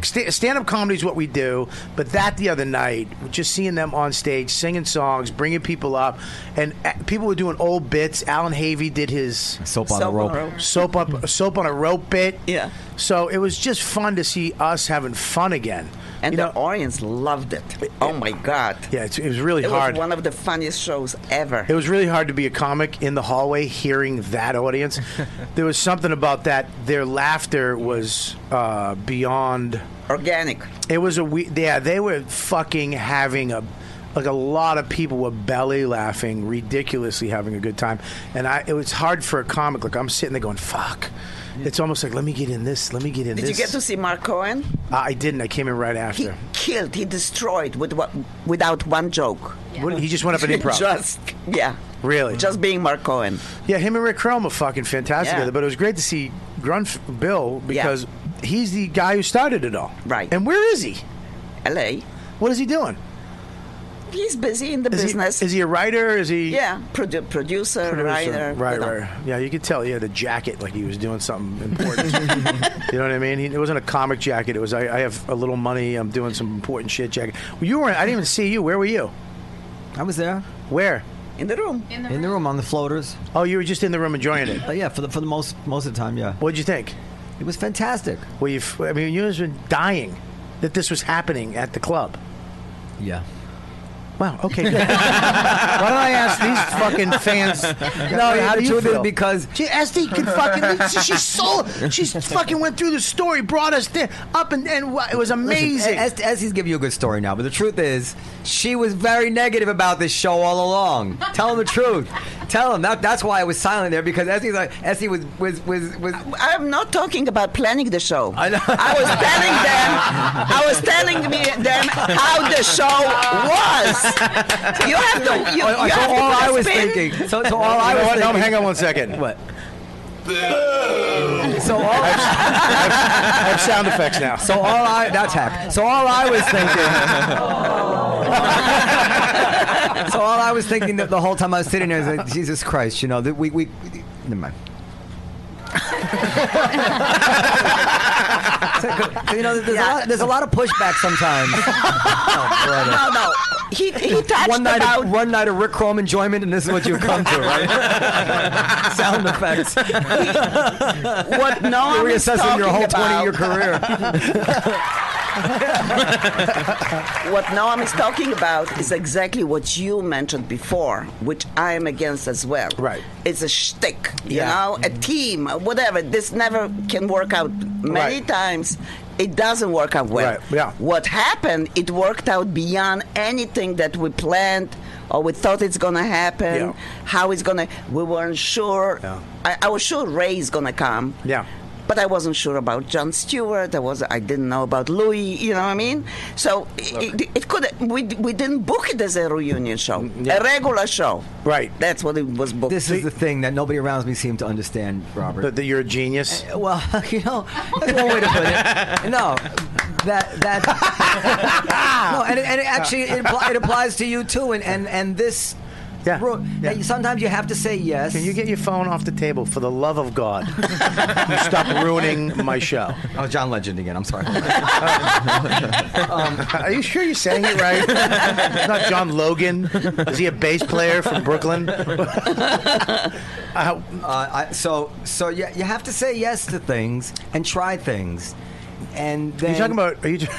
[SPEAKER 1] Stand up comedy is what we do, but that the other night, just seeing them on stage singing songs, bringing people up, and uh, people were doing old bits. Alan Havey did his
[SPEAKER 13] Soap on a Soap rope. on a rope.
[SPEAKER 1] soap up, soap on a rope bit.
[SPEAKER 11] Yeah.
[SPEAKER 1] So it was just fun to see us having fun again.
[SPEAKER 11] And the audience loved it. Oh my god!
[SPEAKER 1] Yeah, it's, it was really
[SPEAKER 11] it
[SPEAKER 1] hard.
[SPEAKER 11] was one of the funniest shows ever.
[SPEAKER 1] It was really hard to be a comic in the hallway hearing that audience. there was something about that. Their laughter was uh, beyond
[SPEAKER 11] organic.
[SPEAKER 1] It was a we- yeah. They were fucking having a like a lot of people were belly laughing, ridiculously having a good time. And I it was hard for a comic. Like I'm sitting there going fuck. It's almost like let me get in this. Let me get in
[SPEAKER 11] Did you
[SPEAKER 1] this.
[SPEAKER 11] get to see Mark Cohen?
[SPEAKER 1] I I didn't. I came in right after.
[SPEAKER 11] Killed. He destroyed with what, without one joke.
[SPEAKER 1] What- he just went up and improv.
[SPEAKER 11] just yeah.
[SPEAKER 1] Really?
[SPEAKER 11] Just being Mark Cohen.
[SPEAKER 1] Yeah, him and Rick Chrome are fucking fantastic
[SPEAKER 11] Yeah.
[SPEAKER 1] together. But it was great to see Grunf Bill because he's the guy who started it all. Right. And where is he?
[SPEAKER 11] L.A.
[SPEAKER 1] What is he doing?
[SPEAKER 11] He's busy in the
[SPEAKER 1] Is he-
[SPEAKER 11] business.
[SPEAKER 1] is he a writer? Is he?
[SPEAKER 11] Yeah, produ- producer, writer.
[SPEAKER 1] Right,
[SPEAKER 11] you know.
[SPEAKER 1] right. Yeah, you could tell he had a jacket like he was doing something important. you know what I mean? He, it wasn't a comic jacket. It was I, I have a little money. I'm doing some important shit jacket. Well, you were. I didn't even see you. Where were you?
[SPEAKER 13] I was there.
[SPEAKER 1] Where?
[SPEAKER 11] In the room.
[SPEAKER 13] In the room, on the floaters.
[SPEAKER 1] Oh, you were just in the room enjoying it.
[SPEAKER 13] Uh, yeah, for the for the most most of the time. Yeah.
[SPEAKER 1] What'd you think?
[SPEAKER 13] It was fantastic.
[SPEAKER 1] Well, you. I mean, you have been dying that this was happening at the club.
[SPEAKER 13] Yeah.
[SPEAKER 1] Wow. Okay. Good. Why don't I ask these fucking fans?
[SPEAKER 13] No,
[SPEAKER 1] how do you
[SPEAKER 13] the truth is
[SPEAKER 1] feel?
[SPEAKER 13] because-
[SPEAKER 1] she, SD could fucking. She, she sold. She fucking went through the story, brought us there, up, and and wa- it was amazing.
[SPEAKER 13] Listen, Es- Essie's giving you a good story now, but the truth is, she was very negative about this show all along. Tell him the truth. Tell him that. That's why I was silent there because Essie's like Essie was was was. was
[SPEAKER 11] I'm not talking about planning the show. I, know. I was telling them, I was telling me them how the show was. You have to, you,
[SPEAKER 13] Oh,
[SPEAKER 11] you
[SPEAKER 13] so
[SPEAKER 11] have
[SPEAKER 13] all
[SPEAKER 11] to
[SPEAKER 13] I was
[SPEAKER 11] spin.
[SPEAKER 13] thinking. So, so all I was
[SPEAKER 1] what? No,
[SPEAKER 13] thinking.
[SPEAKER 1] hang on one second. What?
[SPEAKER 13] So all I,
[SPEAKER 1] have sound effects now.
[SPEAKER 13] So all I that's hack. So all I was thinking. so all I was thinking that the whole time I was sitting there is like, Jesus Christ, you know that we we. Never mind. you know, there's, a lot, there's a lot of pushback sometimes. Oh, brother.
[SPEAKER 11] No, no. He, he touched
[SPEAKER 13] one night,
[SPEAKER 11] about
[SPEAKER 13] of, one night of Rick Chrome enjoyment, and this is what you come to, right? Sound effects.
[SPEAKER 11] what no
[SPEAKER 13] You're
[SPEAKER 11] one is
[SPEAKER 13] reassessing your
[SPEAKER 11] talking
[SPEAKER 13] whole
[SPEAKER 11] about.
[SPEAKER 13] twenty-year career.
[SPEAKER 11] what Noam is talking about is exactly what you mentioned before, which I am against as well. Right. It's a shtick, you
[SPEAKER 4] Yeah.
[SPEAKER 11] know, a team, whatever. This never can work out. Many
[SPEAKER 4] Right.
[SPEAKER 11] times, it doesn't work out well.
[SPEAKER 4] Right, yeah.
[SPEAKER 11] What happened? It worked out beyond anything that we planned or we thought it's gonna happen. How it's gonna? We weren't sure. I, I was sure Ray's gonna come.
[SPEAKER 1] Yeah.
[SPEAKER 11] But I wasn't sure about John Stewart. I was I didn't know about Louis. You know what I mean? So it, it, it could we we didn't book it as a reunion show,
[SPEAKER 1] Mm,
[SPEAKER 11] a regular show.
[SPEAKER 1] Right.
[SPEAKER 11] That's what it was booked.
[SPEAKER 13] This is the thing that nobody around me seemed to understand, Robert. Uh,
[SPEAKER 1] That, that you're a genius.
[SPEAKER 13] well, oh, you know, that's one way to put it. No, that that. no, and it, and it actually it, appli- it applies to you too, and and and this.
[SPEAKER 1] Yeah.
[SPEAKER 13] ro- that you- Sometimes you have to say yes.
[SPEAKER 1] Can you get your phone off the table for the love of God? You Stop ruining my show.
[SPEAKER 13] Oh, John Legend again. I'm sorry.
[SPEAKER 1] Um, Are you sure you're saying it right? It's not John Logan. Is he a bass player from Brooklyn?
[SPEAKER 13] uh, I, so so you, you have to say yes to things and try things. And then,
[SPEAKER 1] you talking about? Are you?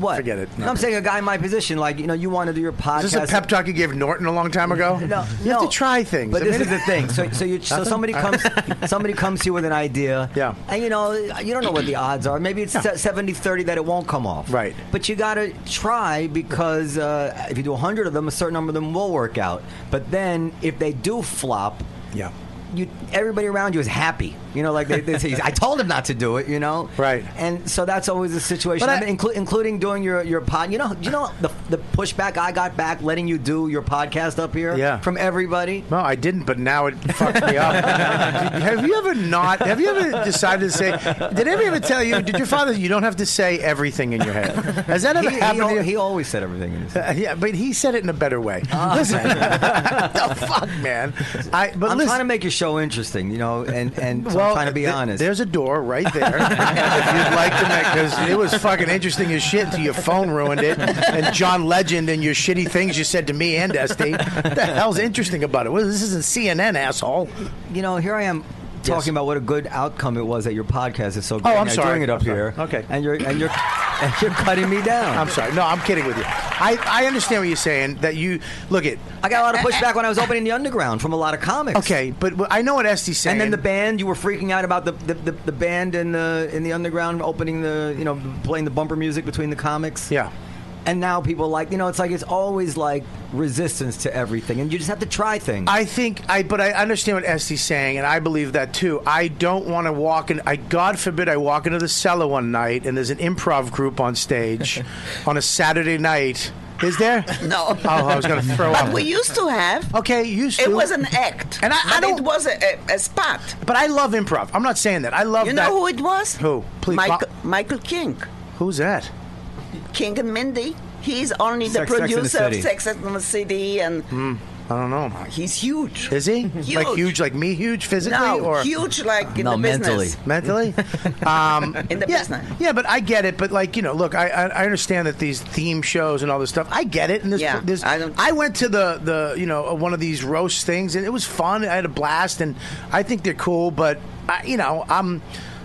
[SPEAKER 1] What? Forget it.
[SPEAKER 13] No, I'm saying a guy in my position, like you know, you want to do your podcast.
[SPEAKER 1] Is this a pep talk you gave Norton a long time ago?
[SPEAKER 13] No,
[SPEAKER 1] you have to try things.
[SPEAKER 13] But
[SPEAKER 1] I
[SPEAKER 13] this
[SPEAKER 1] mean-
[SPEAKER 13] is the thing. So, so you, so
[SPEAKER 1] Nothing?
[SPEAKER 13] somebody
[SPEAKER 1] All right.
[SPEAKER 13] comes, somebody comes to you with an idea. Yeah. And you know, you don't know what the odds are. Maybe it's 70-30 that it won't come off. Right. But you got to try because uh, if you do hundred of them, a certain number of them will work out. But then if they do flop,
[SPEAKER 1] yeah.
[SPEAKER 13] You, everybody around you is happy. You know, like they, they say, I told him not to do it. You know, right? And so that's always the situation,
[SPEAKER 1] But
[SPEAKER 13] I mean, inclu- including doing your your pod. You know, you know the the pushback I got back letting you do your podcast up here.
[SPEAKER 1] Yeah.
[SPEAKER 13] from everybody.
[SPEAKER 1] No, I didn't. But now it fucked me up. have you ever not? Have you ever decided to say? Did anybody ever tell you? Did your father? You don't have to say everything in your head. Has that ever
[SPEAKER 13] He- he
[SPEAKER 1] happened?
[SPEAKER 13] al-
[SPEAKER 1] to you?
[SPEAKER 13] he always said everything in his
[SPEAKER 1] head. yeah, but he said it in a better way. Listen, the fuck, man. I, but
[SPEAKER 13] I'm
[SPEAKER 1] listen,
[SPEAKER 13] trying to make your show interesting, you know, and and so
[SPEAKER 1] Well,
[SPEAKER 13] I'm trying to be
[SPEAKER 1] th-
[SPEAKER 13] honest.
[SPEAKER 1] There's a door right there. if you'd like to make, because it was fucking interesting as shit until your phone ruined it, and John Legend and your shitty things you said to me and Esty. What the hell's interesting about it? Well, this isn't CNN, asshole.
[SPEAKER 13] You know, here I am talking about what a good outcome it was that your podcast is so
[SPEAKER 1] Oh,
[SPEAKER 13] great.
[SPEAKER 1] I'm
[SPEAKER 13] now,
[SPEAKER 1] sorry.
[SPEAKER 13] doing it up
[SPEAKER 1] I'm
[SPEAKER 13] here.
[SPEAKER 1] sorry. Okay.
[SPEAKER 13] And you're and you're and you're cutting me down.
[SPEAKER 1] I'm sorry. No, I'm kidding with you. I, I understand what you're saying. That you look it.
[SPEAKER 13] I got a lot of pushback when I was opening the underground from a lot of comics.
[SPEAKER 1] Okay, but but I know what Esty's saying.
[SPEAKER 13] And then the band, you were freaking out about the, the, the, the band in the in the underground opening the you know playing the bumper music between the comics.
[SPEAKER 1] Yeah.
[SPEAKER 13] And now people like you know it's like it's always like resistance to everything, and you just have to try things.
[SPEAKER 1] I think I, but I understand what Esty's saying, and I believe that too. I don't want to walk in. I God forbid I walk into the cellar one night and there's an improv group on stage on a Saturday night. Is there?
[SPEAKER 11] No.
[SPEAKER 1] Oh, I was going to throw
[SPEAKER 11] but
[SPEAKER 1] up.
[SPEAKER 11] we used to have.
[SPEAKER 1] Okay, used
[SPEAKER 11] It
[SPEAKER 1] to.
[SPEAKER 11] was an act,
[SPEAKER 1] And I-
[SPEAKER 11] but
[SPEAKER 1] I don't-
[SPEAKER 11] it was a, a, a spot.
[SPEAKER 1] But I love improv. I'm not saying that. I love.
[SPEAKER 11] You know
[SPEAKER 1] that.
[SPEAKER 11] who it was?
[SPEAKER 1] Who? Please.
[SPEAKER 11] Michael,
[SPEAKER 1] Bob-
[SPEAKER 11] Michael King.
[SPEAKER 1] Who's that?
[SPEAKER 11] King and Mindy. He's only the
[SPEAKER 1] Sex- Sex and the
[SPEAKER 11] producer
[SPEAKER 1] City.
[SPEAKER 11] of Sex and the City, and
[SPEAKER 1] Hmm. I don't know.
[SPEAKER 11] Uh, He's huge.
[SPEAKER 1] Is he?
[SPEAKER 11] Huge.
[SPEAKER 1] Like huge, like me, huge physically,
[SPEAKER 11] no,
[SPEAKER 1] or
[SPEAKER 11] huge like in the business.
[SPEAKER 1] Mentally? Um,
[SPEAKER 11] In the
[SPEAKER 1] yeah,
[SPEAKER 11] business.
[SPEAKER 1] Yeah, but I get it. But like you know, look, I, I I understand that these theme shows and all this stuff. I get it. And this,
[SPEAKER 11] Yeah,
[SPEAKER 1] this I, went to the the you know uh, one of these roast things and it was fun. I had a blast, and I think they're cool. But I, you know, I'm.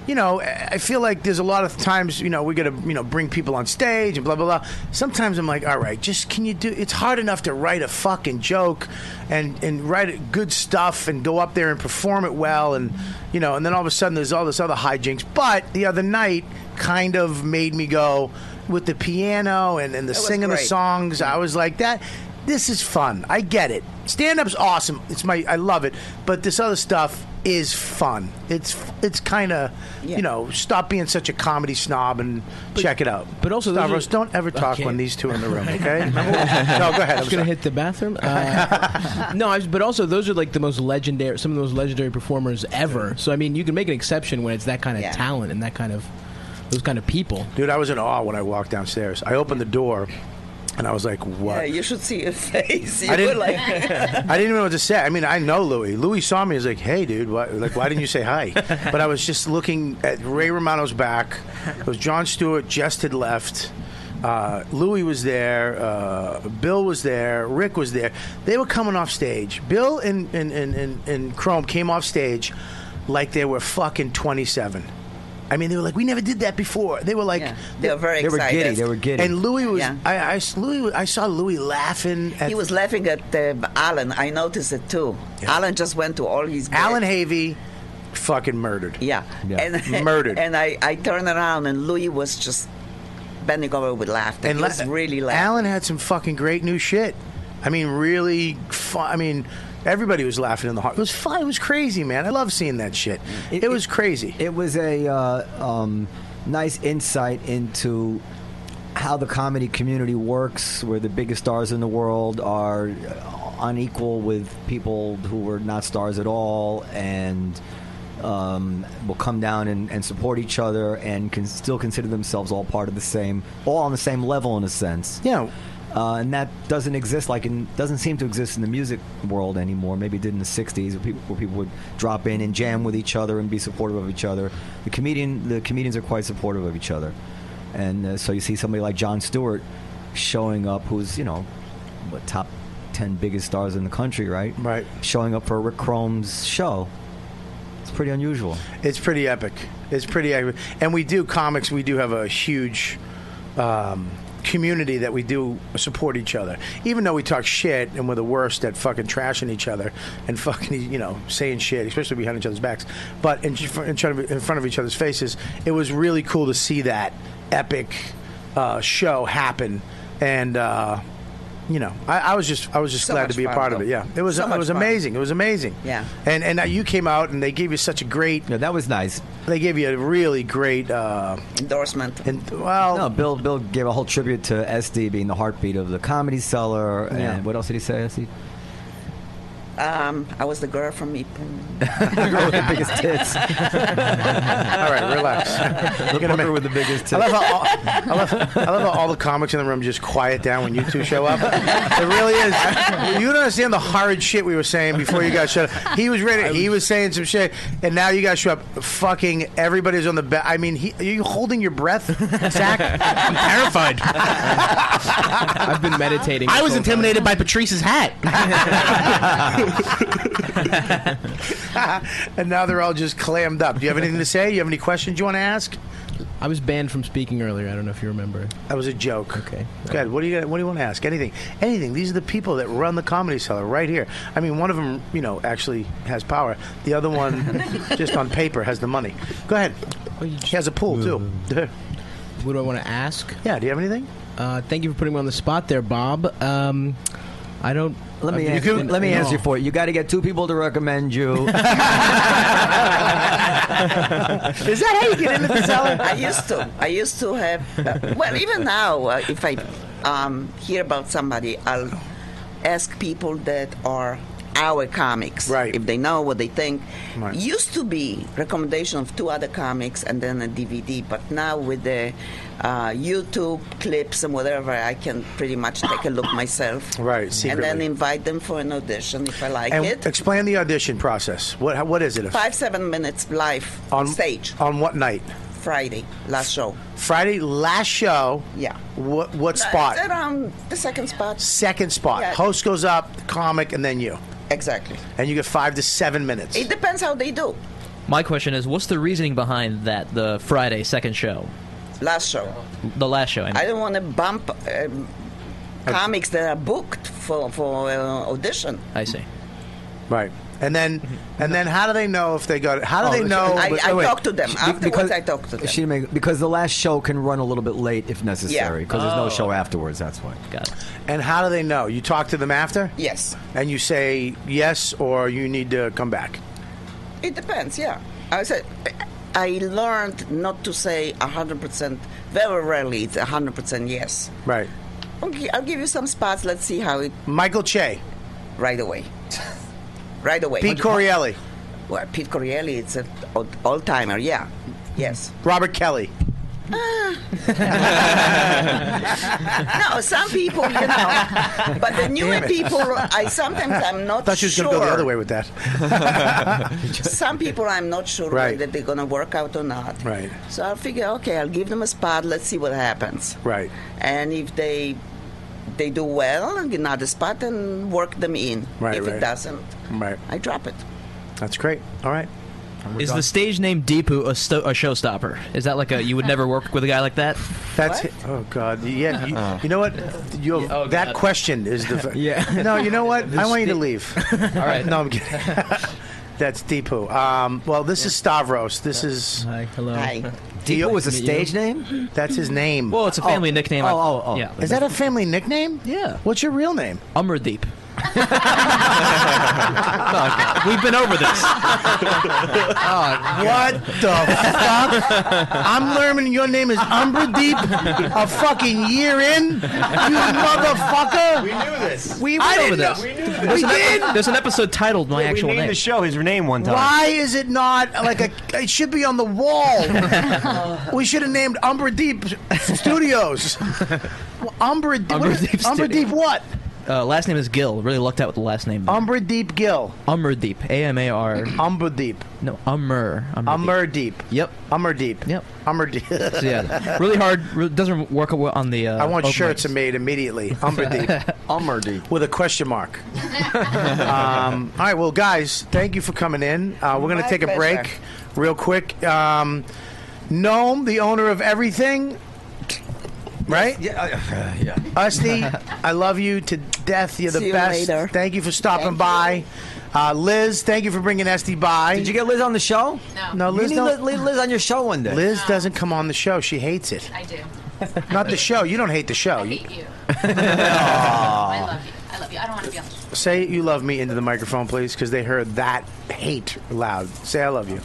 [SPEAKER 1] You know, I feel like there's a lot of times, you know, we got to, you know, bring people on stage and blah, blah, blah. Sometimes I'm like, all right, just can you do, it's hard enough to write a fucking joke and, and write good stuff and go up there and perform it well. And, you know, and then all of a sudden there's all this other hijinks. But the other night kind of made me go with the piano and, and the singing the
[SPEAKER 11] great.
[SPEAKER 1] songs. I was like, that, this is fun. I get it. Stand up's awesome. It's my, I love it. But this other stuff is fun. It's, it's kind of, you know, stop being such a comedy snob and check it out. But
[SPEAKER 8] also those
[SPEAKER 1] Stavros,
[SPEAKER 8] are-
[SPEAKER 1] don't ever
[SPEAKER 8] I
[SPEAKER 1] talk
[SPEAKER 8] can't.
[SPEAKER 1] when these two are in the room, okay?
[SPEAKER 8] Remember-
[SPEAKER 1] no, go ahead.
[SPEAKER 8] I
[SPEAKER 1] I'm
[SPEAKER 8] was going to
[SPEAKER 1] sorry.
[SPEAKER 8] hit the bathroom. Uh, no, I was, but also those are like the most legendary, some of the most legendary performers ever. So I mean, you can make an exception when it's that kind of talent and that kind of those kind of people.
[SPEAKER 1] Dude, I was in awe when I walked downstairs. I opened the door and I was like, what?
[SPEAKER 11] Yeah, uh, you should see his face. You
[SPEAKER 1] I didn't-
[SPEAKER 11] were like,
[SPEAKER 1] I didn't even know what to say. I mean, I know Louis. Louis saw me. He was like, "Hey, dude, why, like, why didn't you say hi?" But I was just looking at Ray Romano's back. It was John Stewart just had left. Uh, Louis was there. Uh, Bill was there. Rick was there. They were coming off stage. Bill and and, and, and and Chrome came off stage like they were fucking twenty-seven. I mean, they were like, "We never did that before." They were like,
[SPEAKER 11] They were very They were giddy. excited. They were giddy.
[SPEAKER 1] And Louis was.
[SPEAKER 11] Yeah.
[SPEAKER 1] I, I s- Louis. was- I saw Louis laughing. At
[SPEAKER 11] he was laughing at uh, Alan. I noticed it too. Alan just went to all his.
[SPEAKER 1] Alan Havey fucking murdered.
[SPEAKER 11] Yeah. And,
[SPEAKER 1] murdered.
[SPEAKER 11] And I, I turned around and Louis was just bending over with laughter.
[SPEAKER 1] And
[SPEAKER 11] he
[SPEAKER 1] la-
[SPEAKER 11] was really laughing.
[SPEAKER 1] Alan had some fucking great new shit. I mean, really. Fu- I mean, Everybody was laughing in the heart. It was fun. It was crazy, man. I love seeing that shit. It, was crazy.
[SPEAKER 13] It was a uh, um, nice insight into how the comedy community works, where the biggest stars in the world are unequal with people who were not stars at all, and um, will come down and, and support each other, and can still consider themselves all part of the same, all on the same level in a sense.
[SPEAKER 1] Yeah.
[SPEAKER 13] Uh, and that doesn't exist like in doesn't seem to exist in the music world anymore. Maybe it did in the '60s, where people, where people would drop in and jam with each other and be supportive of each other. The comedian, the comedians are quite supportive of each other, and uh, so you see somebody like John Stewart showing up, who's you know, what top ten biggest stars in the country, right?
[SPEAKER 1] Right.
[SPEAKER 13] Showing up for Rick Chrome's show. It's pretty unusual.
[SPEAKER 1] It's pretty epic. It's pretty epic. And we do comics. We do have a huge um, community that we do support each other. Even though we talk shit and we're the worst at fucking trashing each other and fucking you know saying shit, especially behind each other's backs, but in, in front of in front of each other's faces, it was really cool to see that epic uh, show happen. And uh, you know, I, I was just I was just
[SPEAKER 11] So
[SPEAKER 1] glad to
[SPEAKER 11] much
[SPEAKER 1] be a
[SPEAKER 11] fun,
[SPEAKER 1] part of
[SPEAKER 11] though.
[SPEAKER 1] it. Yeah, it was
[SPEAKER 11] So
[SPEAKER 1] it
[SPEAKER 11] much
[SPEAKER 1] was
[SPEAKER 11] fun.
[SPEAKER 1] amazing. It was amazing.
[SPEAKER 11] Yeah.
[SPEAKER 1] And and uh, you came out and they gave you such a great.
[SPEAKER 13] Yeah, that was nice.
[SPEAKER 1] They gave you a really great uh,
[SPEAKER 11] endorsement.
[SPEAKER 1] And well,
[SPEAKER 13] No, Bill. Bill gave a whole tribute to SD being the heartbeat of the comedy cellar.
[SPEAKER 11] Yeah.
[SPEAKER 13] And what else did he say? SD?
[SPEAKER 11] Um, I was the girl from Meat
[SPEAKER 13] the biggest tits.
[SPEAKER 1] All right, relax.
[SPEAKER 13] The fucker with the biggest tits.
[SPEAKER 1] I love, how all, I, love, I love how all the comics in the room just quiet down when you two show up. It really is. You don't understand the horrid shit we were saying before you guys showed up. He was ready. He was saying some shit, and now you guys show up. Fucking everybody's on the bed. I mean, he, are you holding your breath, Zach? I'm
[SPEAKER 10] terrified.
[SPEAKER 8] I've been meditating.
[SPEAKER 10] I was intimidated by Patrice's hat.
[SPEAKER 1] and now they're all just clammed up. Do you have anything to say? You have any questions you want to ask?
[SPEAKER 8] I was banned from speaking earlier. I don't know if you remember.
[SPEAKER 1] That was a joke. Okay. Good. What do you What do you want to ask? Anything? Anything? These are the people that run the comedy cellar right here. I mean, one of them, you know, actually has power. The other one, just on paper, has the money. Go ahead.
[SPEAKER 8] Oh,
[SPEAKER 1] He has a pool too.
[SPEAKER 8] What do I want to ask?
[SPEAKER 1] Yeah. Do you have anything?
[SPEAKER 8] Uh, thank you for putting me on the spot there, Bob. Um, I don't.
[SPEAKER 13] Let me
[SPEAKER 8] I-
[SPEAKER 13] ask, Uh, let me
[SPEAKER 8] No.
[SPEAKER 13] answer for it. You got to get two people to recommend you.
[SPEAKER 11] Is that how you get into the cellar? I used to. I used to have. uh, well, even now, uh, if I um, hear about somebody, I'll ask people that are our comics, right? If they know what they think.
[SPEAKER 1] Right.
[SPEAKER 11] Used to be recommendation of two other comics and then a DVD, but now with the uh, YouTube clips and whatever, I can pretty much take a look myself,
[SPEAKER 1] right?
[SPEAKER 11] And then
[SPEAKER 1] secretly.
[SPEAKER 11] invite them for an audition if I like
[SPEAKER 1] and
[SPEAKER 11] it.
[SPEAKER 1] explain the audition process. What how- What is it?
[SPEAKER 11] Five seven minutes live
[SPEAKER 1] on
[SPEAKER 11] stage
[SPEAKER 1] On what night?
[SPEAKER 11] Friday last show.
[SPEAKER 1] Friday last show.
[SPEAKER 11] Yeah.
[SPEAKER 1] What What
[SPEAKER 11] No,
[SPEAKER 1] spot?
[SPEAKER 11] It's around um, the second spot.
[SPEAKER 1] Second spot.
[SPEAKER 11] Yeah.
[SPEAKER 1] Host goes up, the comic, and then you.
[SPEAKER 11] Exactly.
[SPEAKER 1] And you get five to seven minutes.
[SPEAKER 11] It depends how they do.
[SPEAKER 14] My question is, what's the reasoning behind that? The Friday second show,
[SPEAKER 11] Last show.
[SPEAKER 14] the last show. I mean.
[SPEAKER 11] I don't want to bump um, comics that are booked for for uh, audition.
[SPEAKER 14] I see.
[SPEAKER 1] Right. And then, and then, how do they know if they got? How do
[SPEAKER 13] Oh,
[SPEAKER 1] they
[SPEAKER 13] she-
[SPEAKER 1] know?
[SPEAKER 11] I,
[SPEAKER 1] but-
[SPEAKER 11] I
[SPEAKER 1] oh, wait.
[SPEAKER 11] talk to them. Afterwards, I talk to them.
[SPEAKER 13] She may, because the last show can run a little bit late if necessary
[SPEAKER 1] Yeah.
[SPEAKER 13] because there's no
[SPEAKER 1] Oh.
[SPEAKER 13] show afterwards. That's why.
[SPEAKER 14] Got it.
[SPEAKER 1] And how do they know? You talk to them after?
[SPEAKER 11] Yes.
[SPEAKER 1] And you say yes or you need to come back.
[SPEAKER 11] It depends. Yeah. I said. I learned not to say 100%, very rarely it's 100% yes.
[SPEAKER 1] Right.
[SPEAKER 11] Okay, I'll give you some spots. Let's see how it.
[SPEAKER 1] Michael Che.
[SPEAKER 11] Right away. right away.
[SPEAKER 1] Pete Corielli.
[SPEAKER 11] Well, Pete Corielli, it's an all timer, yeah. Yes. Ah.
[SPEAKER 1] Robert Kelly.
[SPEAKER 11] no, some people, you know. But the newer
[SPEAKER 1] Damn it.
[SPEAKER 11] people, I sometimes I'm not
[SPEAKER 1] Thought she was
[SPEAKER 11] sure.
[SPEAKER 1] going to go the other way with that.
[SPEAKER 11] Some people I'm not sure
[SPEAKER 1] Right.
[SPEAKER 11] whether they're going to work out or not.
[SPEAKER 1] Right.
[SPEAKER 11] So I'll figure, okay, I'll give them a spot. Let's see what happens.
[SPEAKER 1] Right.
[SPEAKER 11] And if they they do well, I'll get another spot and work them in.
[SPEAKER 1] Right,
[SPEAKER 11] if
[SPEAKER 1] right.
[SPEAKER 11] it doesn't,
[SPEAKER 1] Right.
[SPEAKER 11] I drop it.
[SPEAKER 1] That's great. All right. We're
[SPEAKER 14] Is
[SPEAKER 1] done.
[SPEAKER 14] the stage name Deepu a, sto- a showstopper? Is that like a you would never work with a guy like that? Uh-huh.
[SPEAKER 1] That's oh god. Yeah, you, you know what? You have, that question is the
[SPEAKER 14] Oh, Yeah.
[SPEAKER 1] No, you know what?
[SPEAKER 14] The
[SPEAKER 1] I want you to
[SPEAKER 14] sti-
[SPEAKER 1] leave.
[SPEAKER 14] All right.
[SPEAKER 1] No, I'm kidding. That's Deepu. Um, well, this is Stavros. This is Hi.
[SPEAKER 14] Hello.
[SPEAKER 11] Hi.
[SPEAKER 1] Deepu
[SPEAKER 13] was a stage name.
[SPEAKER 1] That's his name. Oh.
[SPEAKER 14] Well, it's a family nickname. I- yeah.
[SPEAKER 1] Is that a family nickname? Yeah. What's your real name?
[SPEAKER 14] Umradeep. We've been over this. Oh,
[SPEAKER 1] what the fuck? I'm learning your name is Umbra Deep a fucking year in? You motherfucker! We knew this. We
[SPEAKER 14] I
[SPEAKER 1] went
[SPEAKER 14] didn't
[SPEAKER 1] over
[SPEAKER 14] know.
[SPEAKER 1] this.
[SPEAKER 14] There's,
[SPEAKER 1] We
[SPEAKER 14] an epi-
[SPEAKER 1] did?
[SPEAKER 14] there's an episode titled My
[SPEAKER 1] Yeah, we
[SPEAKER 14] Actual
[SPEAKER 1] named
[SPEAKER 14] Name.
[SPEAKER 1] the
[SPEAKER 14] show his name one
[SPEAKER 1] Why is it not like a? It should be on the wall. we should have named Umbra Deep Studios. Well, Umbra, Deep-
[SPEAKER 14] Umbra
[SPEAKER 1] what is-
[SPEAKER 14] Deep
[SPEAKER 1] Umbra
[SPEAKER 14] Studio.
[SPEAKER 1] Deep what?
[SPEAKER 14] Uh, last name is Gill. Really lucked out with the last name.
[SPEAKER 1] Umbra Deep Gill.
[SPEAKER 14] Ummer Deep. A M A R.
[SPEAKER 1] Umber Deep.
[SPEAKER 14] No, Ummer.
[SPEAKER 1] Ummer Deep.
[SPEAKER 14] Yep.
[SPEAKER 1] Ummer Deep.
[SPEAKER 14] Yep.
[SPEAKER 1] Umber Deep.
[SPEAKER 14] So, yeah, really hard. re- doesn't work a- on the. Uh,
[SPEAKER 1] I want
[SPEAKER 14] open
[SPEAKER 1] shirts
[SPEAKER 14] mics.
[SPEAKER 1] made immediately. Umbra Deep. Umbra Deep. With a question mark. um, all right, well, guys, thank you for coming in. Uh, we're going to
[SPEAKER 11] My
[SPEAKER 1] take a
[SPEAKER 11] pleasure.
[SPEAKER 1] break real quick. Um, Gnome, the owner of everything, right?
[SPEAKER 2] Yeah. yeah.
[SPEAKER 1] Usty, I love you to death. You're the
[SPEAKER 2] See you
[SPEAKER 1] best.
[SPEAKER 2] later.
[SPEAKER 1] Thank you for stopping by. Uh, Liz, thank you for bringing Esty by. Did you
[SPEAKER 13] get Liz on the show?
[SPEAKER 1] No. No,
[SPEAKER 13] You
[SPEAKER 1] Liz,
[SPEAKER 13] need
[SPEAKER 1] don't-
[SPEAKER 13] Liz- Liz on your show one day.
[SPEAKER 1] Liz doesn't come on the show. She hates it.
[SPEAKER 15] I do.
[SPEAKER 1] Not the show. You don't hate the show.
[SPEAKER 15] I
[SPEAKER 1] You-
[SPEAKER 15] hate you.
[SPEAKER 1] Aw.
[SPEAKER 15] I love you. I love you. I don't want to be on the show.
[SPEAKER 1] Say you love me into the microphone, please, because they heard that hate loud. Say I love you.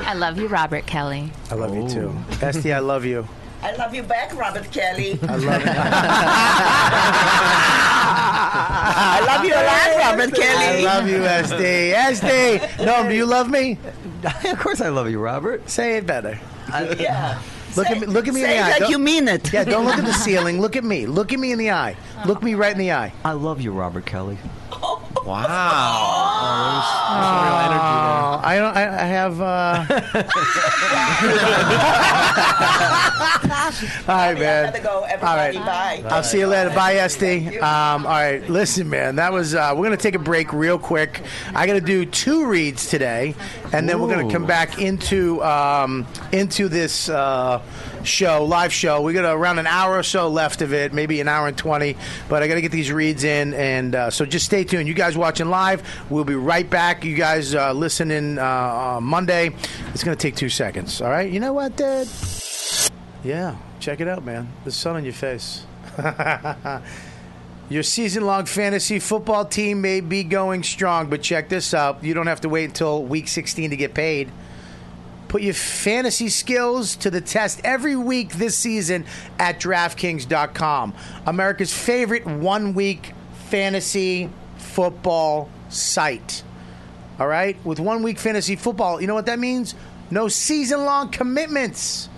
[SPEAKER 15] I love you, Robert Kelly.
[SPEAKER 1] I love you too.
[SPEAKER 13] Oh.
[SPEAKER 1] Esty, I love you.
[SPEAKER 11] I love you back, Robert Kelly. I
[SPEAKER 1] love you.
[SPEAKER 11] I love you a lot, Robert
[SPEAKER 1] I
[SPEAKER 11] Kelly.
[SPEAKER 1] love you, Esty. Esty! No, do you love me?
[SPEAKER 13] of course I love you, Robert.
[SPEAKER 1] Say it better.
[SPEAKER 11] yeah.
[SPEAKER 1] Look at me. Look at me in
[SPEAKER 11] say
[SPEAKER 1] the
[SPEAKER 11] it
[SPEAKER 1] eye.
[SPEAKER 11] like
[SPEAKER 1] Don't-
[SPEAKER 11] you mean it.
[SPEAKER 1] Yeah, don't look at the ceiling. Look at me. Look at me in the eye. Look me right in the eye.
[SPEAKER 13] I love you, Robert Kelly.
[SPEAKER 1] Wow. I don't. I, I have. Uh... all right,
[SPEAKER 11] I
[SPEAKER 1] man.
[SPEAKER 11] gotta go.
[SPEAKER 1] All
[SPEAKER 11] Everybody,
[SPEAKER 1] right.
[SPEAKER 11] bye.
[SPEAKER 1] I'll see you later. Bye, Esty. Um, all right. Listen, man, that was. Uh, we're gonna take a break real quick. I gotta do two reads today, and then we're gonna come back into um, into this uh, show, live show. We got around an hour or so left of it, maybe an hour and twenty. But I gotta get these reads in, and uh, so just stay tuned. You guys watching live, we'll be right back. You guys uh, listening uh, on Monday. It's gonna take two seconds. All right. You know what, Dad? Yeah, check it out, man. The sun on your face. your season long fantasy football team may be going strong, but check this out. You don't have to wait until week 16 to get paid. Put your fantasy skills to the test every week this season at DraftKings.com. America's favorite one week fantasy football site. All right? With one week fantasy football, you know what that means? No season long commitments.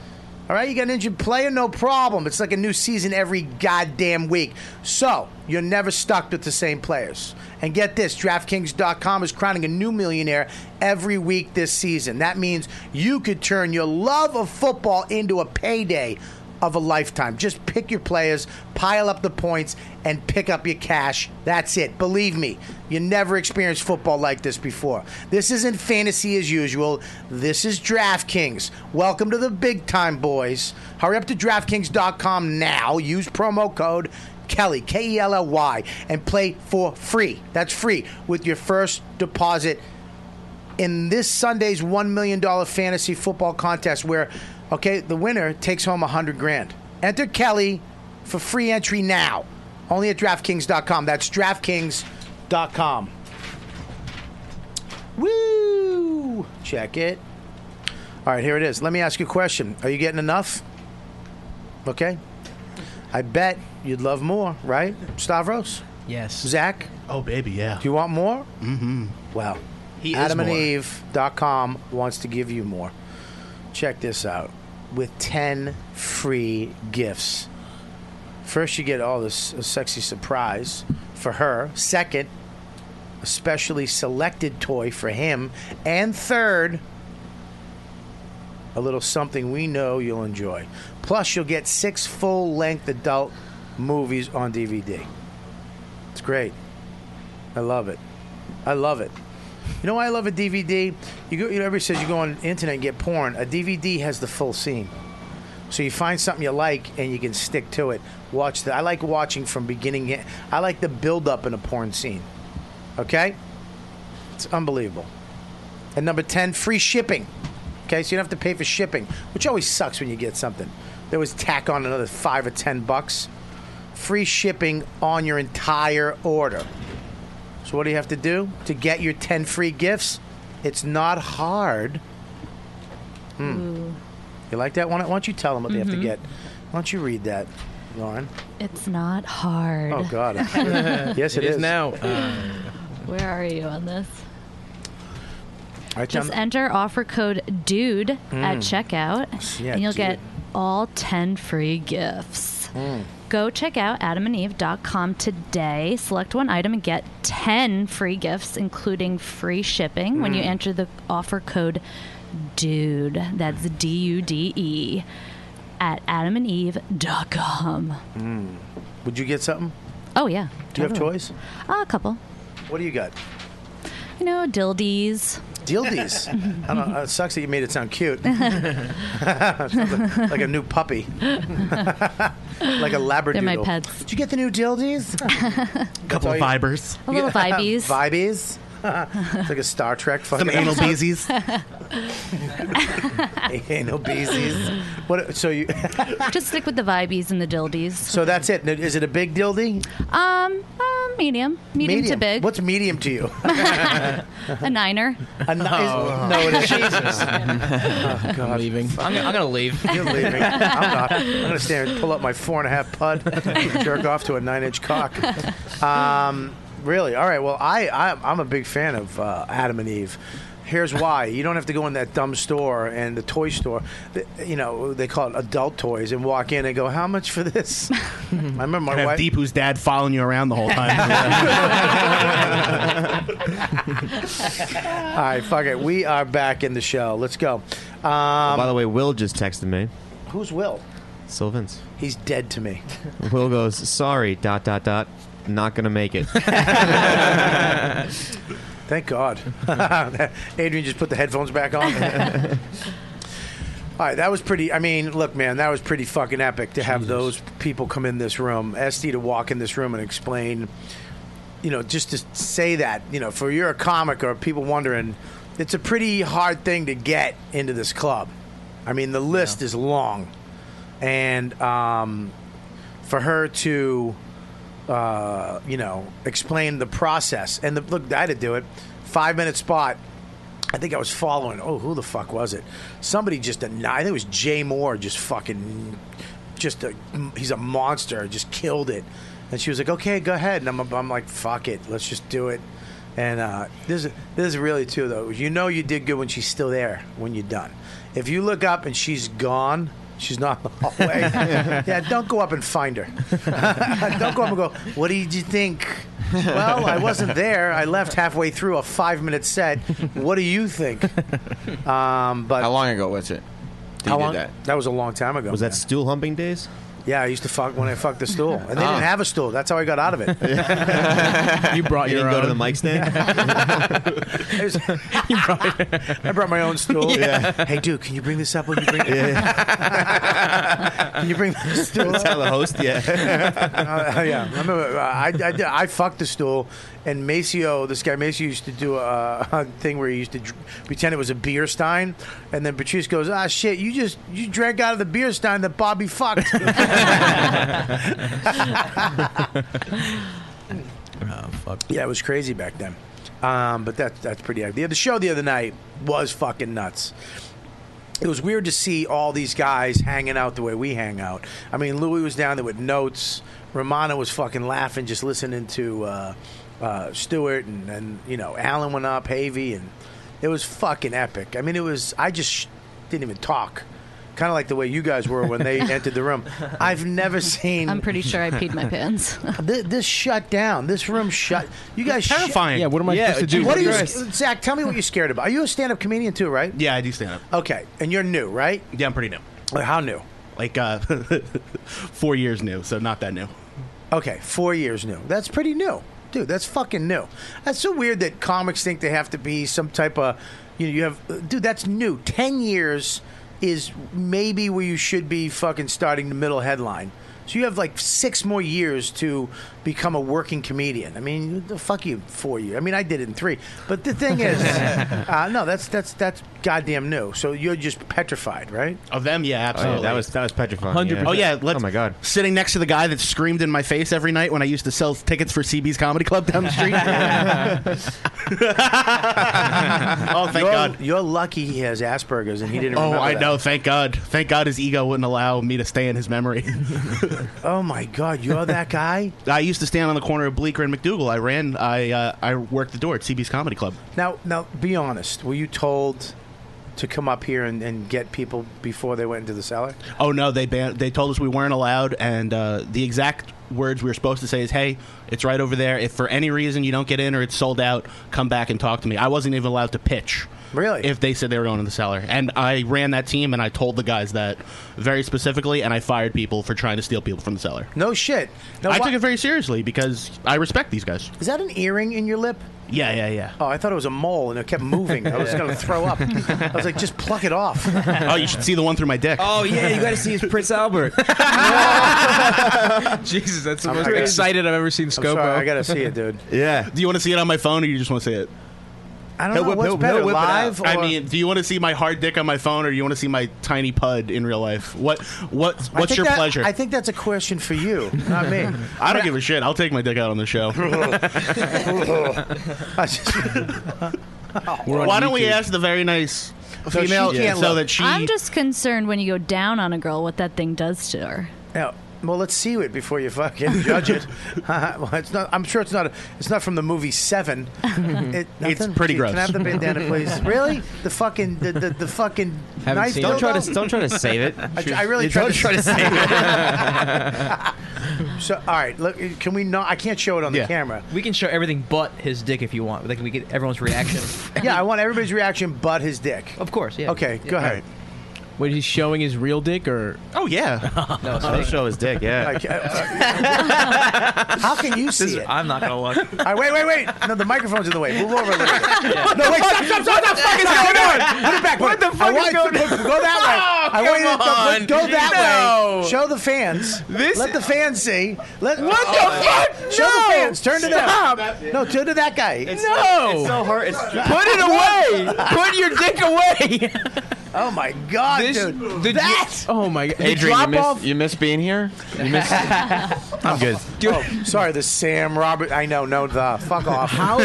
[SPEAKER 1] All right? You got an injured player, no problem. It's like a new season every goddamn week. So, you're never stuck with the same players. And get this DraftKings.com is crowning a new millionaire every week this season. That means you could turn your love of football into a payday of a lifetime. Just pick your players, pile up the points, and pick up your cash. That's it. Believe me, you never experienced football like this before. This isn't fantasy as usual. This is DraftKings. Welcome to the big time, boys. Hurry up to DraftKings.com now. Use promo code Kelly, K E L L Y, and play for free. That's free with your first deposit in this Sunday's $1 million fantasy football contest where, okay, the winner takes home 100 grand. Enter Kelly for free entry now. Only at DraftKings.com. That's DraftKings.com. Woo! Check it. All right, here it is. Let me ask you a question. Are you getting enough? Okay. I bet you'd love more, right? Stavros?
[SPEAKER 10] Yes.
[SPEAKER 1] Zach?
[SPEAKER 10] Oh, baby, yeah.
[SPEAKER 1] Do you want more? Mm-hmm. Well,
[SPEAKER 10] He is more.
[SPEAKER 1] AdamandEve.com wants to give you more. Check this out. With 10 free gifts. First, you get all this uh, sexy surprise for her. Second, a specially selected toy for him. And third, a little something we know you'll enjoy. Plus, you'll get six full length adult movies on DVD. It's great. I love it. I love it. You know why I love a DVD? You go, you know, everybody says you go on the internet and get porn. A DVD has the full scene. So you find something you like and you can stick to it. Watch that. I like watching from beginning. e- I like the build up in a porn scene. Okay? It's unbelievable. And number 10, free shipping. Okay, so you don't have to pay for shipping, which always sucks when you get something. There was tack on another five or ten bucks. free shipping on your entire order. So what do you have to do to get your 10 free gifts? It's not hard. Hmm. You like that one? Why don't you tell them what they have
[SPEAKER 15] Mhm.
[SPEAKER 1] to get? Why don't you read that, Lauren?
[SPEAKER 15] It's not hard.
[SPEAKER 1] Oh God! yes,
[SPEAKER 8] It is now.
[SPEAKER 15] Where are you on this?
[SPEAKER 1] I
[SPEAKER 15] Just enter offer code DUDE at
[SPEAKER 1] Mm.
[SPEAKER 15] checkout,
[SPEAKER 1] Yeah,
[SPEAKER 15] and you'll
[SPEAKER 1] dude. Hmm.
[SPEAKER 15] get all 10 free gifts. Go check out adamandeve.com today. Select one item and get 10 free gifts, including free shipping, when you
[SPEAKER 1] Hmm.
[SPEAKER 7] Mm.
[SPEAKER 15] enter the offer code DUDE. That's D U D E at adamandeve.com.
[SPEAKER 1] Mm. Would you get something?
[SPEAKER 15] Oh, yeah.
[SPEAKER 1] Do you have
[SPEAKER 15] totally.
[SPEAKER 1] toys?
[SPEAKER 15] Uh, a couple.
[SPEAKER 1] What do you got?
[SPEAKER 15] You know, dildies.
[SPEAKER 1] Dildies. I don't know. It sucks that you made it sound cute. Sounds like, like a new puppy, like a labradoodle.
[SPEAKER 15] They're my pets.
[SPEAKER 1] Did you get the new dildies?
[SPEAKER 10] Couple of vibers.
[SPEAKER 15] A little vibies.
[SPEAKER 1] vibies. it's like a Star Trek fucking
[SPEAKER 10] Some anal beesies.
[SPEAKER 1] anal beesies. What? So you?
[SPEAKER 15] Just stick with the vibies and the dildies.
[SPEAKER 1] So that's it. Now, Is it a big dildy?
[SPEAKER 15] Um, uh, medium, medium, to big,
[SPEAKER 1] What's medium to you?
[SPEAKER 15] a niner.
[SPEAKER 1] A ni-
[SPEAKER 15] Oh.
[SPEAKER 1] No, it is.
[SPEAKER 15] Jesus.
[SPEAKER 1] Oh, God. I'm leaving.
[SPEAKER 14] I'm gonna, I'm gonna leave.
[SPEAKER 1] You're leaving. I'm not. I'm gonna stand and pull up my four and a half pud, and jerk off to a nine inch cock. Um, really? All right. Well, I, I I'm a big fan of uh, Adam and Eve. Here's why. You don't have to go in that dumb store and the toy store. th- You know, they call it adult toys and walk in and go, how much for this? I remember my
[SPEAKER 10] Gonna
[SPEAKER 1] wife.
[SPEAKER 10] have Deepu's dad following you around the whole time.
[SPEAKER 1] All right, fuck it. We are back in the show. Let's go. Um,
[SPEAKER 9] By the way, Will just texted me.
[SPEAKER 1] who's Will?
[SPEAKER 9] Sylvan's.
[SPEAKER 1] He's dead to me.
[SPEAKER 9] Will goes, sorry, dot, dot, dot. Not going to make it.
[SPEAKER 1] Thank God. Adrian just put the headphones back on. All right, that was pretty. I mean, look, man, that was pretty fucking epic to have those people come in this room, SD to walk in this room and explain, you know, just to say that, you know, for you're a comic or people wondering, it's a pretty hard thing to get into this club. I mean, the list is long, and um, for her to, uh, you know, explain the process and the look, I had to do it. Five minute spot. I think I was following. Oh, who the fuck was it? Somebody just anni- I think it was Jay Moore. Just fucking, just a, he's a monster. Just killed it. And she was like, "Okay, go ahead." And I'm, I'm like, "Fuck it, let's just do it." And uh, this, is- this is really too though. You know, you did good when she's still there when you're done. If you look up and she's gone, she's not in the hallway. yeah, don't go up and find her. don't go up and go. What did you think? Well, I wasn't there. I left halfway through a five-minute set. What do you think? Um, but how long ago was it?
[SPEAKER 9] that you did that?
[SPEAKER 1] was a long time ago.
[SPEAKER 9] Was that stool humping days?
[SPEAKER 1] Yeah, I used to fuck when I fucked the stool, and they
[SPEAKER 9] Oh.
[SPEAKER 2] Ah.
[SPEAKER 1] didn't have a stool. That's how I got out of it.
[SPEAKER 9] you brought you
[SPEAKER 1] your
[SPEAKER 9] didn't go to
[SPEAKER 1] own?
[SPEAKER 9] the mic stand?
[SPEAKER 1] I brought my own stool.
[SPEAKER 9] Yeah.
[SPEAKER 1] Hey, dude, can you bring this up when you bring? can you bring the stool?
[SPEAKER 9] Tell the host, yeah.
[SPEAKER 1] Uh, yeah, I remember uh, I, I, did- I fucked the stool, and Maceo, this guy Maceo used to do a, a thing where he used to dr- pretend it was a beer stein, and then Patrice goes, "Ah, shit, you just you drank out of the beer stein that Bobby fucked." Yeah, it was crazy back then. Um, but that that's pretty. The the show the other night was fucking nuts. It was weird to see all these guys hanging out the way we hang out. I mean, Louis was down there with notes. Romano was fucking laughing just listening to uh, uh, Stewart, and, and you know, Alan went up, Havy, and it was fucking epic. I mean, it was. I just sh- didn't even talk. Kind of like the way you guys were when they entered the room. I've never seen.
[SPEAKER 15] I'm pretty sure I peed my pants.
[SPEAKER 1] This, this shut down. This room shut. You guys shut-
[SPEAKER 10] terrifying. Yeah, what am I supposed to do?
[SPEAKER 1] What are you,
[SPEAKER 10] Christ.
[SPEAKER 1] Zach? Tell me what you're scared about. Are you a stand-up comedian too? Right?
[SPEAKER 10] yeah, I do stand up.
[SPEAKER 1] Okay, and you're new, right?
[SPEAKER 10] Yeah, I'm pretty new.
[SPEAKER 1] How new?
[SPEAKER 10] Like uh, four years new, so not that new.
[SPEAKER 1] Okay, four years new. That's pretty new, dude. That's fucking new. That's so weird that comics think they have to be some type of. You know, you have, dude. That's new. Ten years is maybe where you should be fucking starting the middle headline. So you have like six more years to become a working comedian. I mean, the fuck you, four years. I mean, I did it in three. But the thing is, uh, no, that's that's that's goddamn knew. So you're just petrified, right?
[SPEAKER 10] Of them, Oh, yeah, absolutely.
[SPEAKER 9] Oh, that was- that was petrifying, 100%. yeah.
[SPEAKER 10] Oh yeah, let's,
[SPEAKER 9] Oh, my God.
[SPEAKER 10] Sitting next to the guy that screamed in my face every night when I used to sell tickets for CB's Comedy Club down the street. oh, thank
[SPEAKER 1] you're,
[SPEAKER 10] God.
[SPEAKER 1] You're lucky he has Asperger's and he didn't.
[SPEAKER 10] oh,
[SPEAKER 1] remember
[SPEAKER 10] I
[SPEAKER 1] that.
[SPEAKER 10] know. Thank God. Thank God his ego wouldn't allow me to stay in his memory.
[SPEAKER 1] oh my God, you're that guy.
[SPEAKER 10] I used to stand on the corner of Bleecker and McDougal. I ran. I uh, I worked the door at CB's Comedy Club.
[SPEAKER 1] Now, now, be honest. Were you told to come up here and, and get people before they went into the cellar?
[SPEAKER 10] Oh no, they banned. They told us we weren't allowed, and uh, the exact words we were supposed to say is, "Hey, it's right over there. If for any reason you don't get in or it's sold out, come back and talk to me." I wasn't even allowed to pitch.
[SPEAKER 1] Really?
[SPEAKER 10] If they said they were going to the cellar, and I ran that team, and I told the guys that very specifically, and I fired people for trying to steal people from the cellar.
[SPEAKER 1] No shit. Now,
[SPEAKER 10] I
[SPEAKER 1] wha-
[SPEAKER 10] took it very seriously because I respect these guys.
[SPEAKER 1] Is that an earring in your lip?
[SPEAKER 10] Yeah, yeah, yeah.
[SPEAKER 1] Oh, I thought it was a mole and it kept moving. I was going to throw up. I was like, just pluck it off.
[SPEAKER 10] oh, you should see the one through my dick.
[SPEAKER 12] Oh yeah, you got to see his Prince Albert.
[SPEAKER 8] Jesus, that's the
[SPEAKER 10] I'm
[SPEAKER 8] most
[SPEAKER 10] sorry.
[SPEAKER 8] excited I've ever seen Scopo.
[SPEAKER 10] sorry, I
[SPEAKER 1] gotta see it, dude.
[SPEAKER 10] Yeah. Do you want to see it on my phone, or you just want to see it?
[SPEAKER 1] I don't know what's better, live. Or,
[SPEAKER 10] I mean, do you want to see my hard dick on my phone, or do you want to see my tiny pud in real life? What what
[SPEAKER 1] I
[SPEAKER 10] what's
[SPEAKER 1] think
[SPEAKER 10] your
[SPEAKER 1] that-
[SPEAKER 10] pleasure?
[SPEAKER 1] I think that's a question for you, not me.
[SPEAKER 10] I don't give a shit. I'll take my dick out on the show.
[SPEAKER 1] I just-
[SPEAKER 10] Why don't we
[SPEAKER 1] YouTube.
[SPEAKER 10] ask the very nice
[SPEAKER 1] So she
[SPEAKER 10] female
[SPEAKER 1] can't
[SPEAKER 10] so
[SPEAKER 1] look.
[SPEAKER 10] that she?
[SPEAKER 15] I'm just concerned when you go down on a girl, what that thing does to her.
[SPEAKER 1] Now, well, let's see it before you fucking judge it. well, it's not. I'm sure it's not. it's not from the movie Seven. It-
[SPEAKER 10] It's
[SPEAKER 1] nothing?
[SPEAKER 10] pretty
[SPEAKER 1] Can I have the
[SPEAKER 10] gross.
[SPEAKER 1] bandana, please? really? The fucking the the, the fucking
[SPEAKER 9] Haven't
[SPEAKER 1] knife.
[SPEAKER 9] seen it. Don't try
[SPEAKER 1] dildo?
[SPEAKER 9] to- don't try to save it.
[SPEAKER 1] I, I really
[SPEAKER 9] You
[SPEAKER 1] tried
[SPEAKER 9] don't try to save
[SPEAKER 1] it. so, all right. Look, can we not? I can't show it on the camera.
[SPEAKER 14] We can show everything but his dick if you want. Like we get everyone's reaction.
[SPEAKER 1] Yeah, I want everybody's reaction, but his dick. Of
[SPEAKER 14] course. Yeah.
[SPEAKER 1] Okay.
[SPEAKER 14] Yeah.
[SPEAKER 1] Go ahead.
[SPEAKER 8] Wait, he's showing his real dick or?
[SPEAKER 10] Oh yeah.
[SPEAKER 8] no,
[SPEAKER 9] I'll show his dick. Yeah.
[SPEAKER 1] uh, How can you see it?
[SPEAKER 14] I'm not gonna look.
[SPEAKER 1] All right, wait, wait, wait. No, the microphone's in the way. Move over a little bit. No, wait,
[SPEAKER 2] What the-
[SPEAKER 1] stop, stop,
[SPEAKER 2] what
[SPEAKER 1] stop,
[SPEAKER 2] the
[SPEAKER 1] stop,
[SPEAKER 2] fuck is
[SPEAKER 1] stop,
[SPEAKER 2] going
[SPEAKER 1] stop.
[SPEAKER 2] on?
[SPEAKER 1] Put it back.
[SPEAKER 2] What the fuck
[SPEAKER 1] I
[SPEAKER 2] is
[SPEAKER 1] want
[SPEAKER 2] going
[SPEAKER 1] to
[SPEAKER 2] on?
[SPEAKER 1] Go that way.
[SPEAKER 2] Oh,
[SPEAKER 1] I want you
[SPEAKER 2] come
[SPEAKER 1] to
[SPEAKER 2] on.
[SPEAKER 1] go that
[SPEAKER 2] No.
[SPEAKER 1] way. Show the fans.
[SPEAKER 2] This-
[SPEAKER 1] Let the fans see. Let,
[SPEAKER 2] What the Oh, fuck?
[SPEAKER 1] Show
[SPEAKER 2] No.
[SPEAKER 1] the fans. Turn to them.
[SPEAKER 2] Stop.
[SPEAKER 1] No, turn to that guy.
[SPEAKER 2] No. it's so hard. It's- Put it away. Put
[SPEAKER 1] your dick away. Oh my God,
[SPEAKER 8] This-
[SPEAKER 1] dude!
[SPEAKER 8] the-
[SPEAKER 1] that
[SPEAKER 8] Oh my god.
[SPEAKER 6] Adrian, you
[SPEAKER 8] drop
[SPEAKER 6] miss,
[SPEAKER 8] off.
[SPEAKER 6] you miss being here. You miss.
[SPEAKER 1] I'm good. Oh, sorry, the Sam Robert. I know, no, the fuck off. How,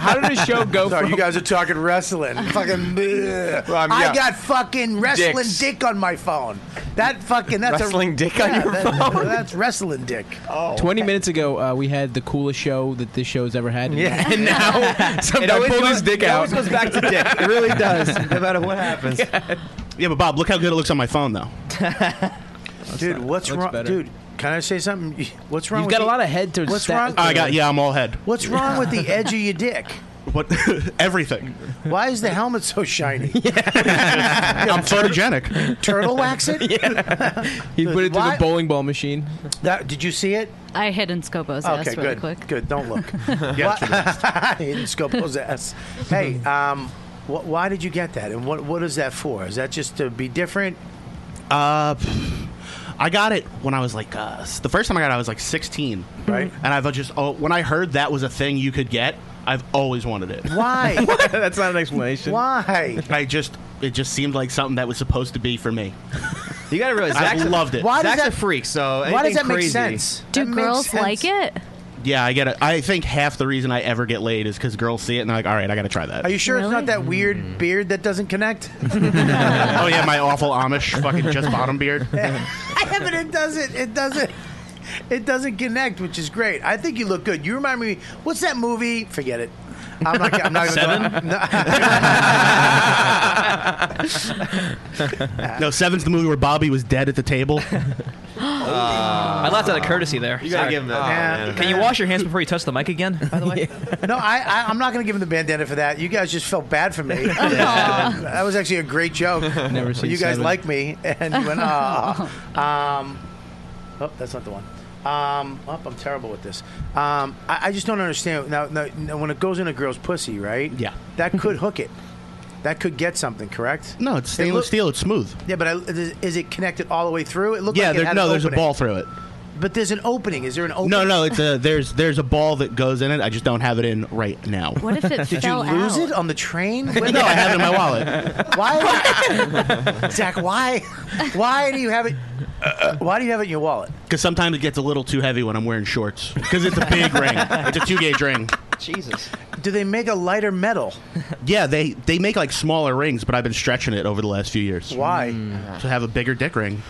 [SPEAKER 8] how did the show go?
[SPEAKER 1] Sorry, you guys are talking wrestling. Fucking. bleh.
[SPEAKER 2] Well, I'm-
[SPEAKER 1] I
[SPEAKER 2] yeah.
[SPEAKER 1] got fucking wrestling
[SPEAKER 2] Dicks.
[SPEAKER 1] dick on my phone. That fucking. That's
[SPEAKER 2] Wrestling
[SPEAKER 1] a,
[SPEAKER 2] dick on
[SPEAKER 1] Yeah,
[SPEAKER 2] your
[SPEAKER 1] that-
[SPEAKER 2] phone?
[SPEAKER 1] That's wrestling dick. Oh.
[SPEAKER 8] 20 minutes ago, uh, we had the coolest show that this show's ever had.
[SPEAKER 1] Yeah.
[SPEAKER 8] And now, some guy pulled his dick out.
[SPEAKER 9] It really does, no matter what happens.
[SPEAKER 10] Yeah, but Bob, look how good it looks on my phone, though.
[SPEAKER 1] dude, what's
[SPEAKER 10] looks
[SPEAKER 1] wrong?
[SPEAKER 10] better.
[SPEAKER 1] Dude, can I say something? What's wrong?
[SPEAKER 8] You've
[SPEAKER 1] with
[SPEAKER 8] got a
[SPEAKER 1] the-
[SPEAKER 8] lot of head to
[SPEAKER 1] What's
[SPEAKER 8] stat-
[SPEAKER 1] wrong?
[SPEAKER 10] I got yeah, I'm all head.
[SPEAKER 1] What's wrong with the edge of your dick?
[SPEAKER 10] What? Everything.
[SPEAKER 1] Why is the helmet so shiny?
[SPEAKER 10] I'm photogenic.
[SPEAKER 1] Turtle wax it?
[SPEAKER 8] He put it through the
[SPEAKER 1] Why-
[SPEAKER 8] bowling ball machine.
[SPEAKER 1] That, did you see it?
[SPEAKER 15] I hid in Scopo's ass
[SPEAKER 1] okay,
[SPEAKER 15] really
[SPEAKER 1] good.
[SPEAKER 15] quick.
[SPEAKER 1] Good. Don't look. Why- Hidden Scopo's ass. Hey, um, wh- why did you get that, and what what is that for? Is that just to be different?
[SPEAKER 10] Uh, pff, I got it when I was like uh, s- the first time I got it, I was like 16,
[SPEAKER 1] right?
[SPEAKER 10] And I've just oh, when I heard that was a thing you could get, I've always wanted it.
[SPEAKER 1] Why?
[SPEAKER 10] That's not an explanation.
[SPEAKER 1] Why?
[SPEAKER 10] I just it just seemed like something that was supposed to be for me.
[SPEAKER 9] You gotta realize
[SPEAKER 10] I
[SPEAKER 9] Zach's a-
[SPEAKER 10] loved it.
[SPEAKER 9] Why does Zach's a that- freak, so
[SPEAKER 1] why does anything that make crazy- sense?
[SPEAKER 15] Do girls like it?
[SPEAKER 10] Yeah, I get it. I think half the reason I ever get laid is because girls see it and they're like, "All right, I got to try that."
[SPEAKER 1] Are you sure it's not that weird beard that doesn't connect?
[SPEAKER 10] oh yeah, my awful Amish fucking just bottom beard.
[SPEAKER 1] yeah, but it doesn't. It doesn't. It doesn't connect, which is great. I think you look good. You remind me. What's that movie? Forget it. I'm not. I'm not
[SPEAKER 10] Seven? no, Seven's the movie where Bobby was dead at the table.
[SPEAKER 14] I laughed out of courtesy there.
[SPEAKER 10] You gotta give him that. Oh,
[SPEAKER 1] Yeah. man.
[SPEAKER 14] Can you wash your hands before you touch the mic again? By the way,
[SPEAKER 1] No, I, I, I'm not going to give him the bandana for that. You guys just felt bad for me. That was actually a great joke.
[SPEAKER 8] Never seen
[SPEAKER 1] you guys
[SPEAKER 8] Seven.
[SPEAKER 1] like me, and you went, oh. Um, oh, that's not the one. Um, oh, I'm terrible with this. Um, I, I just don't understand. Now, now, now, when it goes in a girl's pussy, right? Yeah. That could hook it. That could get something, correct?
[SPEAKER 10] No, it's
[SPEAKER 1] It
[SPEAKER 10] stainless
[SPEAKER 1] look-
[SPEAKER 10] steel. It's smooth.
[SPEAKER 1] Yeah, but I, is it connected all the way through? It looked
[SPEAKER 10] yeah,
[SPEAKER 1] like it
[SPEAKER 10] there,
[SPEAKER 1] had
[SPEAKER 10] no,
[SPEAKER 1] an
[SPEAKER 10] there's a
[SPEAKER 1] opening.
[SPEAKER 10] ball through it.
[SPEAKER 1] but there's an opening. Is there an opening?
[SPEAKER 10] No, no, it's a there's there's a ball that goes in it. I just don't have it in right now.
[SPEAKER 1] What if it Did you lose it on the train? no,
[SPEAKER 10] I have it in my wallet.
[SPEAKER 1] Why, Zach? Why, why do you have it? uh, Why do you have it in your wallet?
[SPEAKER 10] Because sometimes it gets a little too heavy when I'm wearing shorts. Because it's a big ring. It's a two gauge ring.
[SPEAKER 1] Jesus. Do they make a lighter metal?
[SPEAKER 10] Yeah, they they make like smaller rings, but I've been stretching it over the last few years.
[SPEAKER 1] Why?
[SPEAKER 10] To have a bigger dick ring.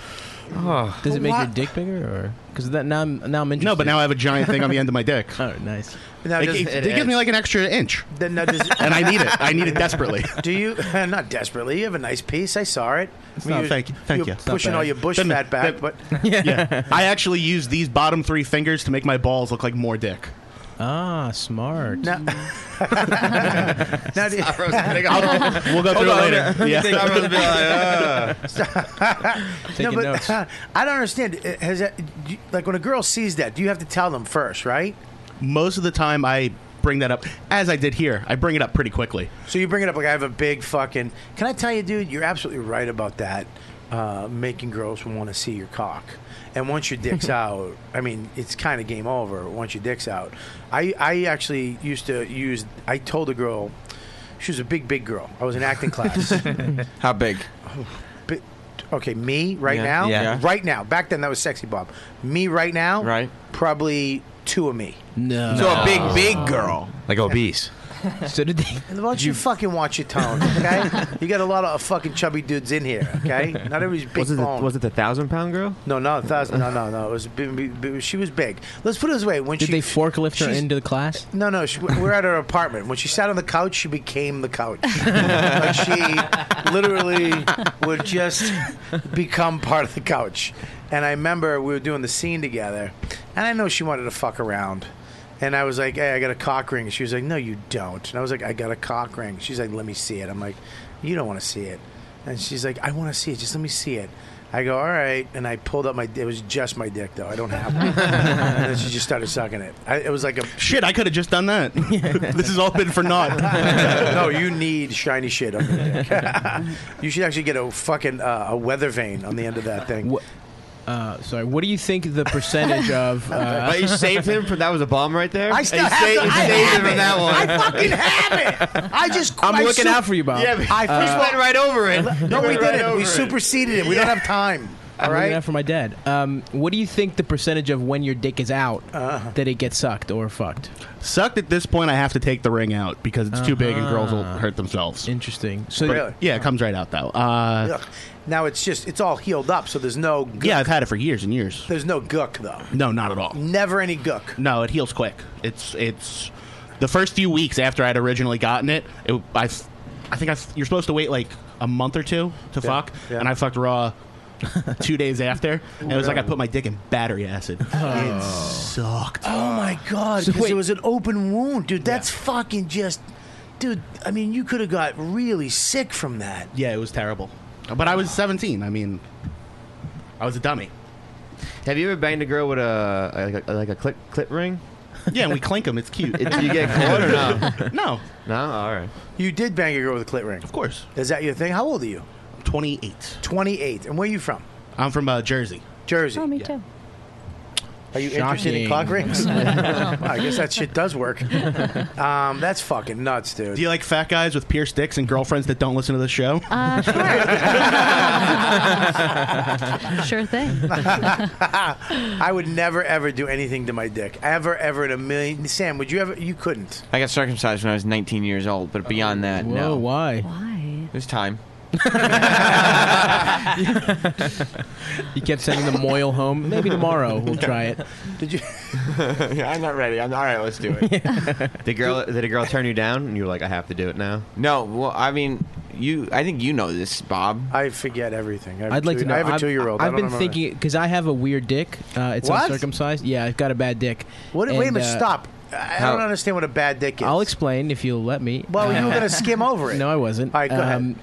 [SPEAKER 8] Does it make
[SPEAKER 10] Why-
[SPEAKER 8] your dick bigger, or because Ah. that now I'm now I'm interested.
[SPEAKER 10] No, but now I have a giant thing on the end of my dick.
[SPEAKER 8] Oh, nice.
[SPEAKER 10] It- it- it gives me like an extra inch.
[SPEAKER 1] Then now does,
[SPEAKER 10] And I need it. I need it desperately.
[SPEAKER 1] Do you? Not desperately. You have a nice piece. I saw it. I
[SPEAKER 10] No, thank you. Thank you.
[SPEAKER 1] You're pushing all your bush
[SPEAKER 10] Then-
[SPEAKER 1] fat back,
[SPEAKER 10] then-
[SPEAKER 1] but
[SPEAKER 10] yeah. I actually use these bottom three fingers to make my balls look like more dick.
[SPEAKER 8] Ah, smart.
[SPEAKER 1] now do you-
[SPEAKER 10] I'll- we'll go through it later. Yeah.
[SPEAKER 1] no,
[SPEAKER 8] Taking
[SPEAKER 1] "Ah." but
[SPEAKER 8] notes.
[SPEAKER 1] I don't understand. Uh, Has that, do you- like when a girl sees that, do you have to tell them first, right?
[SPEAKER 10] Most of the time, I bring that up as I did here. I bring it up pretty quickly.
[SPEAKER 1] So you bring it up like I have a big fucking. Can I tell you, dude? You're absolutely right about that. Uh, making girls want to see your cock, and once your dick's out, I mean, it's kind of game over. Once your dick's out, I I actually used to use. I told a girl, she was a big big girl. I was in acting class.
[SPEAKER 6] How big?
[SPEAKER 1] Bi- okay, me right
[SPEAKER 6] Yeah.
[SPEAKER 1] now,
[SPEAKER 6] Yeah.
[SPEAKER 1] right now. Back then, that was sexy, Bob. Me right now, right? Probably two of me.
[SPEAKER 8] No.
[SPEAKER 6] So a big, big girl.
[SPEAKER 12] Like obese.
[SPEAKER 8] so did they?
[SPEAKER 1] Why don't you, fucking watch your tone, okay? you got a lot of fucking chubby dudes in here, okay? Not everybody's big
[SPEAKER 9] Was it, the,
[SPEAKER 1] boned.
[SPEAKER 9] was it the thousand pound girl?
[SPEAKER 1] no, no, a thousand, no, no, no. It was b- b- b- she was big. Let's put it this way: when
[SPEAKER 8] Did
[SPEAKER 1] she
[SPEAKER 8] they forklift her
[SPEAKER 1] she's-
[SPEAKER 8] into the class?
[SPEAKER 1] no, no, she, we're at her apartment. When she sat on the couch, she became the couch. like she literally would just become part of the couch. And I remember we were doing the scene together, and I know she wanted to fuck around. And I was like, "Hey, I got a cock ring." She was like, "No, you don't." And I was like, "I got a cock ring." She's like, "Let me see it." I'm like, "You don't want to see it." And she's like, "I want to see it. Just let me see it." I go, "All right." And I pulled up my. It was just my dick, though. I don't have one. and then she just started sucking it. I, it was like a
[SPEAKER 10] Shit, I could have just done that. this has all been for naught.
[SPEAKER 1] no, you need shiny shit on your dick. you should actually get a fucking uh, a weather vane on the end of that thing.
[SPEAKER 8] Uh, sorry. What do you think the percentage of? Uh,
[SPEAKER 9] But you saved him from that was a bomb right there.
[SPEAKER 1] I still
[SPEAKER 9] You
[SPEAKER 1] have
[SPEAKER 9] saved-
[SPEAKER 1] the-
[SPEAKER 9] you
[SPEAKER 1] I
[SPEAKER 9] saved
[SPEAKER 1] have
[SPEAKER 9] him
[SPEAKER 1] it.
[SPEAKER 9] from that one.
[SPEAKER 1] I fucking have it. I just.
[SPEAKER 8] I'm
[SPEAKER 1] I
[SPEAKER 8] looking out for you, Bob.
[SPEAKER 1] Yeah, but- I first went
[SPEAKER 9] right over it.
[SPEAKER 1] No, we
[SPEAKER 8] went right
[SPEAKER 1] didn't.
[SPEAKER 8] over
[SPEAKER 1] we
[SPEAKER 8] it.
[SPEAKER 1] superseded it. We don't have time.
[SPEAKER 8] I'm
[SPEAKER 1] All
[SPEAKER 8] looking
[SPEAKER 1] right.
[SPEAKER 8] out for my dad. Um, what do you think the percentage of when your dick is out that it gets sucked or fucked?
[SPEAKER 10] Sucked at this point, I have to take the ring out because it's too big and girls will
[SPEAKER 8] Uh-huh.
[SPEAKER 10] hurt themselves.
[SPEAKER 8] Interesting. So
[SPEAKER 1] Really?
[SPEAKER 10] yeah, it comes right out though. Uh,
[SPEAKER 1] Ugh. Now it's just it's all healed up, so there's no gook.
[SPEAKER 10] yeah, I've had it for years and years.
[SPEAKER 1] There's no gook though.
[SPEAKER 10] No, not at all.
[SPEAKER 1] Never any gook.
[SPEAKER 10] No, it heals quick. It's it's the first few weeks after I'd originally gotten it. it I f- I think I f- you're supposed to wait like a month or two to fuck,
[SPEAKER 1] yeah.
[SPEAKER 10] and I fucked raw two days after, and it was like I put my dick in battery acid. It sucked.
[SPEAKER 1] Oh my god!
[SPEAKER 8] So
[SPEAKER 1] Because
[SPEAKER 8] wait-
[SPEAKER 1] it was an open wound, dude. That's fucking just, dude. I mean, you could have got really sick from that.
[SPEAKER 10] Yeah, it was terrible. But I was 17. I mean, I was a dummy.
[SPEAKER 9] Have you ever banged a girl with a like a, like a clip clip ring?
[SPEAKER 10] Yeah, and we clink them. It's cute.
[SPEAKER 9] It- you get caught or no?
[SPEAKER 10] no,
[SPEAKER 9] No, all right.
[SPEAKER 1] You did bang a girl with a clit ring.
[SPEAKER 10] of course.
[SPEAKER 1] Is that your thing? How old are you?
[SPEAKER 10] 28.
[SPEAKER 1] 28. And where are you from?
[SPEAKER 10] I'm from uh, Jersey.
[SPEAKER 1] Jersey.
[SPEAKER 15] Oh, me
[SPEAKER 10] Yeah.
[SPEAKER 15] too.
[SPEAKER 1] Are you interested in
[SPEAKER 8] Shocking.
[SPEAKER 1] cock rings? Wow, I guess that shit does work. Um, that's fucking nuts, dude.
[SPEAKER 10] Do you like fat guys with pierced dicks and girlfriends that don't listen to the show?
[SPEAKER 15] Uh, sure. sure thing.
[SPEAKER 1] I would never ever do anything to my dick. Ever, ever in a million. Sam, would you ever? You couldn't.
[SPEAKER 6] I got circumcised when I was 19 years old, but beyond that,
[SPEAKER 8] Whoa,
[SPEAKER 6] no.
[SPEAKER 8] why?
[SPEAKER 15] Why?
[SPEAKER 6] There's time.
[SPEAKER 8] You kept sending the Moyle home. Maybe tomorrow we'll try it.
[SPEAKER 1] Did you?
[SPEAKER 9] yeah, I'm not ready. I'm all right. Let's do it. the girl did a girl turn you down, and you were like, I have to do it now.
[SPEAKER 6] No, well, I mean, you. I think you know this, Bob.
[SPEAKER 1] I forget everything. I have
[SPEAKER 8] I'd
[SPEAKER 1] a
[SPEAKER 8] like
[SPEAKER 1] two-
[SPEAKER 8] to know.
[SPEAKER 1] I have a
[SPEAKER 8] I've-
[SPEAKER 1] two-year-old. I
[SPEAKER 8] I've
[SPEAKER 1] don't
[SPEAKER 8] been
[SPEAKER 1] remember.
[SPEAKER 8] thinking because I have a weird dick. Uh, it's
[SPEAKER 1] What?
[SPEAKER 8] uncircumcised. Yeah, I've got a bad dick.
[SPEAKER 1] What,
[SPEAKER 8] And,
[SPEAKER 1] wait a minute.
[SPEAKER 8] uh,
[SPEAKER 1] stop. I I
[SPEAKER 8] how-
[SPEAKER 1] don't understand what a bad dick is.
[SPEAKER 8] I'll explain if you'll let me.
[SPEAKER 1] well, you
[SPEAKER 8] Uh,
[SPEAKER 1] were gonna skim over it.
[SPEAKER 8] No, I wasn't. Um,
[SPEAKER 1] All right, go ahead.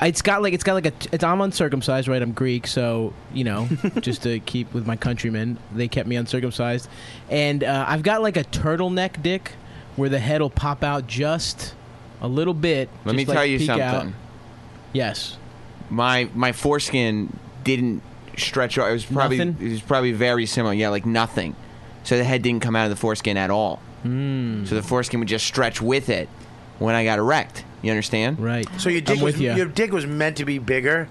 [SPEAKER 8] It's got like it's got like a. It's, I'm uncircumcised, right? I'm Greek, so you know, just to keep with my countrymen, they kept me uncircumcised, and uh, I've got like a turtleneck dick, where the head will pop out just a little bit.
[SPEAKER 6] Let me
[SPEAKER 8] just, like,
[SPEAKER 6] tell you
[SPEAKER 8] peek
[SPEAKER 6] something.
[SPEAKER 8] out. Yes.
[SPEAKER 6] My my foreskin didn't stretch. It was probably
[SPEAKER 8] Nothing?
[SPEAKER 6] it was probably very similar. Yeah, like nothing. So the head didn't come out of the foreskin at all.
[SPEAKER 8] Hmm.
[SPEAKER 6] So the foreskin would just stretch with it when I got erect. You understand?
[SPEAKER 8] Right.
[SPEAKER 1] So your dick was, your dick was meant to be bigger.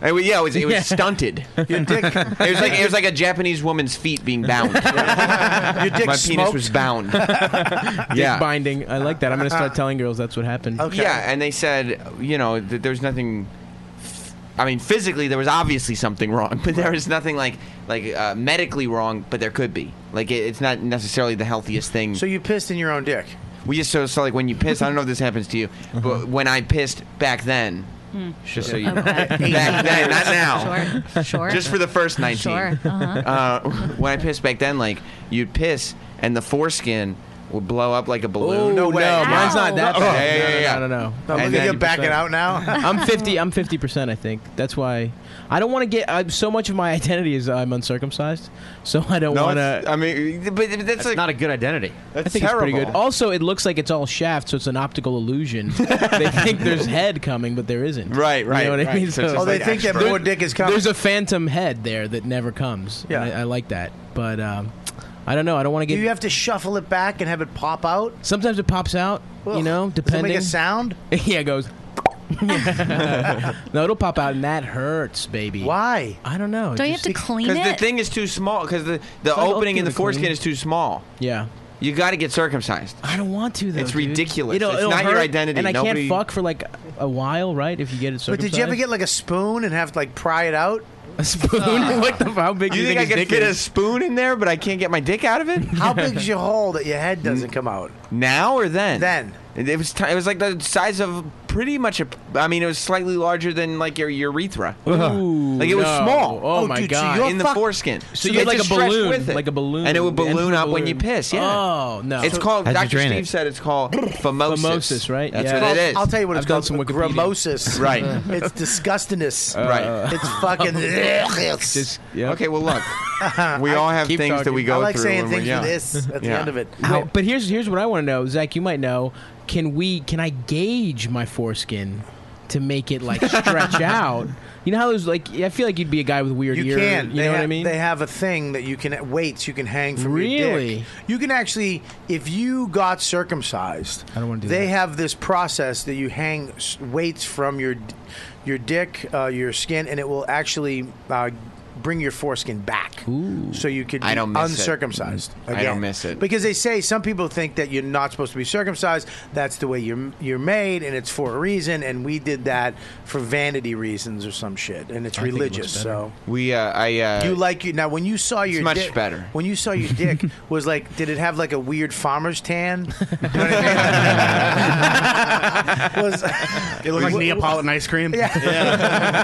[SPEAKER 6] yeah, it was, it was
[SPEAKER 1] Yeah.
[SPEAKER 6] stunted.
[SPEAKER 1] Your dick. it
[SPEAKER 6] was like it was like a Japanese woman's feet being bound.
[SPEAKER 8] Your
[SPEAKER 6] My penis was bound.
[SPEAKER 8] Dick binding. I like that. I'm going to start telling girls that's what happened.
[SPEAKER 6] Yeah, and they said, you know, th- there was nothing. I mean, physically there was obviously something wrong, but there was nothing like like uh, medically wrong, but there could be. Like it, it's not necessarily the healthiest thing. So
[SPEAKER 1] you pissed in your own dick.
[SPEAKER 6] We just so, so like when you piss. I don't know if this happens to you, but when I pissed back then,
[SPEAKER 15] Mm-hmm. Hmm.
[SPEAKER 6] just so you know,
[SPEAKER 15] Okay.
[SPEAKER 6] back then, not now.
[SPEAKER 15] Sure, sure.
[SPEAKER 6] Just for the first 19.
[SPEAKER 15] Sure, uh-huh.
[SPEAKER 6] Uh, when I pissed back then, like, you'd piss and the foreskin would blow up like a
[SPEAKER 8] Ooh,
[SPEAKER 6] balloon.
[SPEAKER 8] no, mine's not that
[SPEAKER 6] Oh,
[SPEAKER 8] bad.
[SPEAKER 6] Yeah, yeah, yeah, yeah.
[SPEAKER 8] No, no, no. no.
[SPEAKER 6] And then-
[SPEAKER 8] I'm 50. I'm 50 percent. I think that's why I don't want to get. I, so much of my identity is I'm uncircumcised, so I don't
[SPEAKER 6] No,
[SPEAKER 8] want
[SPEAKER 6] it's- I mean, but that's, like, not a good identity.
[SPEAKER 8] I
[SPEAKER 6] That's
[SPEAKER 8] think it's pretty good. Also, it looks like it's all shaft, so it's an optical illusion. they think there's head coming, but there isn't.
[SPEAKER 6] Right, right,
[SPEAKER 8] You know what I
[SPEAKER 6] right.
[SPEAKER 8] mean?
[SPEAKER 6] So it's just Oh, they like think that extra. more dick is coming.
[SPEAKER 8] There's a phantom head there that never comes. Yeah, I, I like that, but um, I don't know. I don't want to
[SPEAKER 1] Do
[SPEAKER 8] get.
[SPEAKER 1] you have to shuffle it back and have it pop out?
[SPEAKER 8] Sometimes it pops out. you know,
[SPEAKER 1] Does it
[SPEAKER 8] depending.
[SPEAKER 1] make a sound?
[SPEAKER 8] yeah, it goes. no, it'll pop out, and that hurts, baby.
[SPEAKER 1] Why?
[SPEAKER 8] I don't know.
[SPEAKER 15] Don't you have to clean
[SPEAKER 6] Because the
[SPEAKER 15] it?
[SPEAKER 6] thing is too small. Because the,
[SPEAKER 8] It's
[SPEAKER 6] the
[SPEAKER 8] not
[SPEAKER 6] opening in
[SPEAKER 8] open
[SPEAKER 6] the
[SPEAKER 8] to
[SPEAKER 6] foreskin
[SPEAKER 8] clean.
[SPEAKER 6] is too small.
[SPEAKER 8] Yeah.
[SPEAKER 6] You got to get circumcised.
[SPEAKER 8] I don't want to though.
[SPEAKER 6] It's
[SPEAKER 8] dude.
[SPEAKER 6] ridiculous.
[SPEAKER 8] It'll-
[SPEAKER 6] It's
[SPEAKER 8] it'll
[SPEAKER 6] not your
[SPEAKER 8] hurt,
[SPEAKER 6] identity.
[SPEAKER 8] and I can't
[SPEAKER 6] Nobody-
[SPEAKER 8] fuck for like a while, right? If you get it
[SPEAKER 1] But
[SPEAKER 8] circumcised.
[SPEAKER 1] did you ever get like a spoon and have to like pry it out?
[SPEAKER 8] A spoon? what the? How big? do
[SPEAKER 6] You
[SPEAKER 8] you
[SPEAKER 6] think I
[SPEAKER 8] his
[SPEAKER 6] could
[SPEAKER 8] dick
[SPEAKER 6] fit a
[SPEAKER 8] is?
[SPEAKER 6] spoon in there, but I can't get my dick out of it?
[SPEAKER 1] How big's your hole that your head doesn't come out?
[SPEAKER 6] Now or then?
[SPEAKER 1] Then.
[SPEAKER 6] It it was t- it was like the size of pretty much a. I mean, it was slightly larger than like your urethra. like it was
[SPEAKER 8] no.
[SPEAKER 6] small.
[SPEAKER 8] Oh, my god!
[SPEAKER 6] in the foreskin.
[SPEAKER 8] So
[SPEAKER 6] It
[SPEAKER 8] you had like a
[SPEAKER 6] just stretched
[SPEAKER 8] balloon,
[SPEAKER 6] with it.
[SPEAKER 8] like a balloon,
[SPEAKER 6] and it would
[SPEAKER 8] the end of
[SPEAKER 6] balloon
[SPEAKER 8] the
[SPEAKER 6] up when you
[SPEAKER 8] balloon.
[SPEAKER 6] piss. Yeah.
[SPEAKER 8] Oh no!
[SPEAKER 6] It's called.
[SPEAKER 8] How'd you
[SPEAKER 6] Dr.
[SPEAKER 8] drain
[SPEAKER 6] Steve
[SPEAKER 8] it?
[SPEAKER 6] said it's called phimosis.
[SPEAKER 8] Phimosis, right?
[SPEAKER 6] That's
[SPEAKER 8] Yeah.
[SPEAKER 6] what it
[SPEAKER 8] Well,
[SPEAKER 6] is.
[SPEAKER 1] I'll tell you what it's
[SPEAKER 8] I've done
[SPEAKER 1] called.
[SPEAKER 8] some Wikipedia.
[SPEAKER 1] Gramosis.
[SPEAKER 6] Right.
[SPEAKER 1] it's disgustingness.
[SPEAKER 6] Right.
[SPEAKER 1] It's fucking.
[SPEAKER 6] Just- Okay, well, look. We all have things that we go
[SPEAKER 1] I like
[SPEAKER 6] through
[SPEAKER 1] saying
[SPEAKER 6] when we're
[SPEAKER 1] things
[SPEAKER 6] young.
[SPEAKER 1] with this at the
[SPEAKER 6] Yeah.
[SPEAKER 1] end of it.
[SPEAKER 8] How- but here's here's what I want to know, Zach. You might know. Can we? Can I gauge my foreskin to make it like stretch out? You know how there's like I feel like you'd be a guy with weird
[SPEAKER 1] You
[SPEAKER 8] ear.
[SPEAKER 1] can.
[SPEAKER 8] You
[SPEAKER 1] they
[SPEAKER 8] know what
[SPEAKER 1] ha-
[SPEAKER 8] I mean?
[SPEAKER 1] They have a thing that you can weights you can hang from your
[SPEAKER 8] Really?
[SPEAKER 1] dick. You can actually, if you got circumcised, I don't want
[SPEAKER 8] do
[SPEAKER 1] They have this process that you hang s- weights from your d- your dick, uh, your skin, and it will actually. Uh, Bring your foreskin back, so you could be
[SPEAKER 6] I don't miss it.
[SPEAKER 1] uncircumcised.
[SPEAKER 6] I
[SPEAKER 1] again.
[SPEAKER 6] don't miss it.
[SPEAKER 1] because they say some people think that you're not supposed to be circumcised. That's the way you're you're made, and it's for a reason. And we did that for vanity reasons or some shit, and it's
[SPEAKER 6] I think it looks
[SPEAKER 1] religious.
[SPEAKER 6] better.
[SPEAKER 1] so
[SPEAKER 6] We, uh, I, uh,
[SPEAKER 1] you like you now when you saw your
[SPEAKER 6] much
[SPEAKER 1] dick,
[SPEAKER 6] better.
[SPEAKER 1] when you saw your dick was like did it have like a weird farmer's tan was
[SPEAKER 10] It looked like Neapolitan ice cream.
[SPEAKER 1] Yeah.
[SPEAKER 6] Yeah.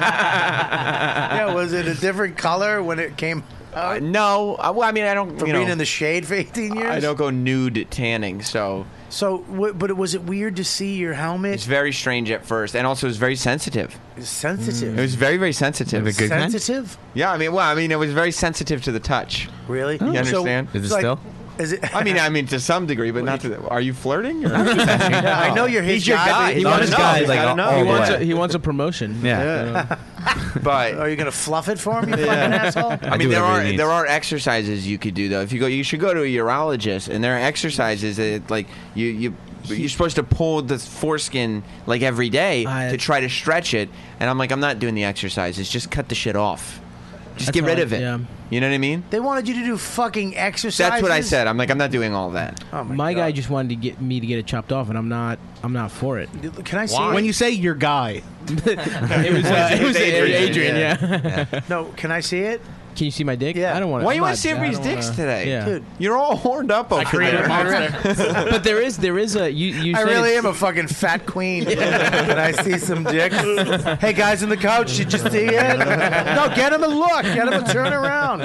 [SPEAKER 1] yeah was it a different color when it came
[SPEAKER 6] Uh, no, I, well, I mean, I don't.
[SPEAKER 1] from
[SPEAKER 6] you
[SPEAKER 1] being
[SPEAKER 6] know,
[SPEAKER 1] in the shade for 18 years
[SPEAKER 6] I don't go nude tanning, so
[SPEAKER 1] so wh- but was it weird to see your helmet
[SPEAKER 6] it's very strange at first, and also it's very sensitive.
[SPEAKER 1] sensitive
[SPEAKER 6] It was very, very sensitive.
[SPEAKER 1] sensitive
[SPEAKER 6] Yeah, I mean, well, I mean, it was very sensitive to the touch.
[SPEAKER 1] really
[SPEAKER 6] You understand?
[SPEAKER 1] so, like, is it
[SPEAKER 6] I mean, I mean, to some degree, but not to. The, are you flirting? Or?
[SPEAKER 1] I know you're his
[SPEAKER 6] He's your guy.
[SPEAKER 1] but
[SPEAKER 6] He
[SPEAKER 1] you
[SPEAKER 6] wants
[SPEAKER 1] don't know.
[SPEAKER 6] guys, like, all-
[SPEAKER 8] he
[SPEAKER 6] all
[SPEAKER 8] wants
[SPEAKER 6] the
[SPEAKER 8] a,
[SPEAKER 6] way.
[SPEAKER 8] he wants a promotion.
[SPEAKER 6] Yeah. but
[SPEAKER 1] are you gonna fluff it for him you fucking asshole
[SPEAKER 6] I, mean, there are there are exercises you could do though. If you go, you should go to a urologist, and there are exercises that like you you. You're supposed to pull the foreskin like every day to try to stretch it, and I'm like, I'm not doing the exercises. Just cut the shit off. Just
[SPEAKER 1] That's
[SPEAKER 6] get rid
[SPEAKER 1] all I-
[SPEAKER 6] of it.
[SPEAKER 1] yeah.
[SPEAKER 6] You know what I mean?
[SPEAKER 1] they wanted you to do fucking exercises
[SPEAKER 6] That's what I said. I'm like, I'm not doing all that.
[SPEAKER 1] Oh
[SPEAKER 8] my guy just wanted to get me to get it chopped off, and I'm not. I'm not for it.
[SPEAKER 1] Can I
[SPEAKER 8] see it?
[SPEAKER 10] When you say your guy,
[SPEAKER 8] It was, uh, it was Adrian. yeah.
[SPEAKER 1] no, can I see it?
[SPEAKER 8] Can you see my dick? Yeah. I don't want.
[SPEAKER 6] Why you want to see everybody's dicks today,
[SPEAKER 8] Yeah.
[SPEAKER 6] dude? You're all horned up over there.
[SPEAKER 8] but there is there is a you. you
[SPEAKER 1] I
[SPEAKER 8] said
[SPEAKER 1] really
[SPEAKER 8] it's-
[SPEAKER 1] am a fucking fat queen. Can I see some dicks? Hey guys in the couch, did you see it? No, get him a look. Get him a turn around.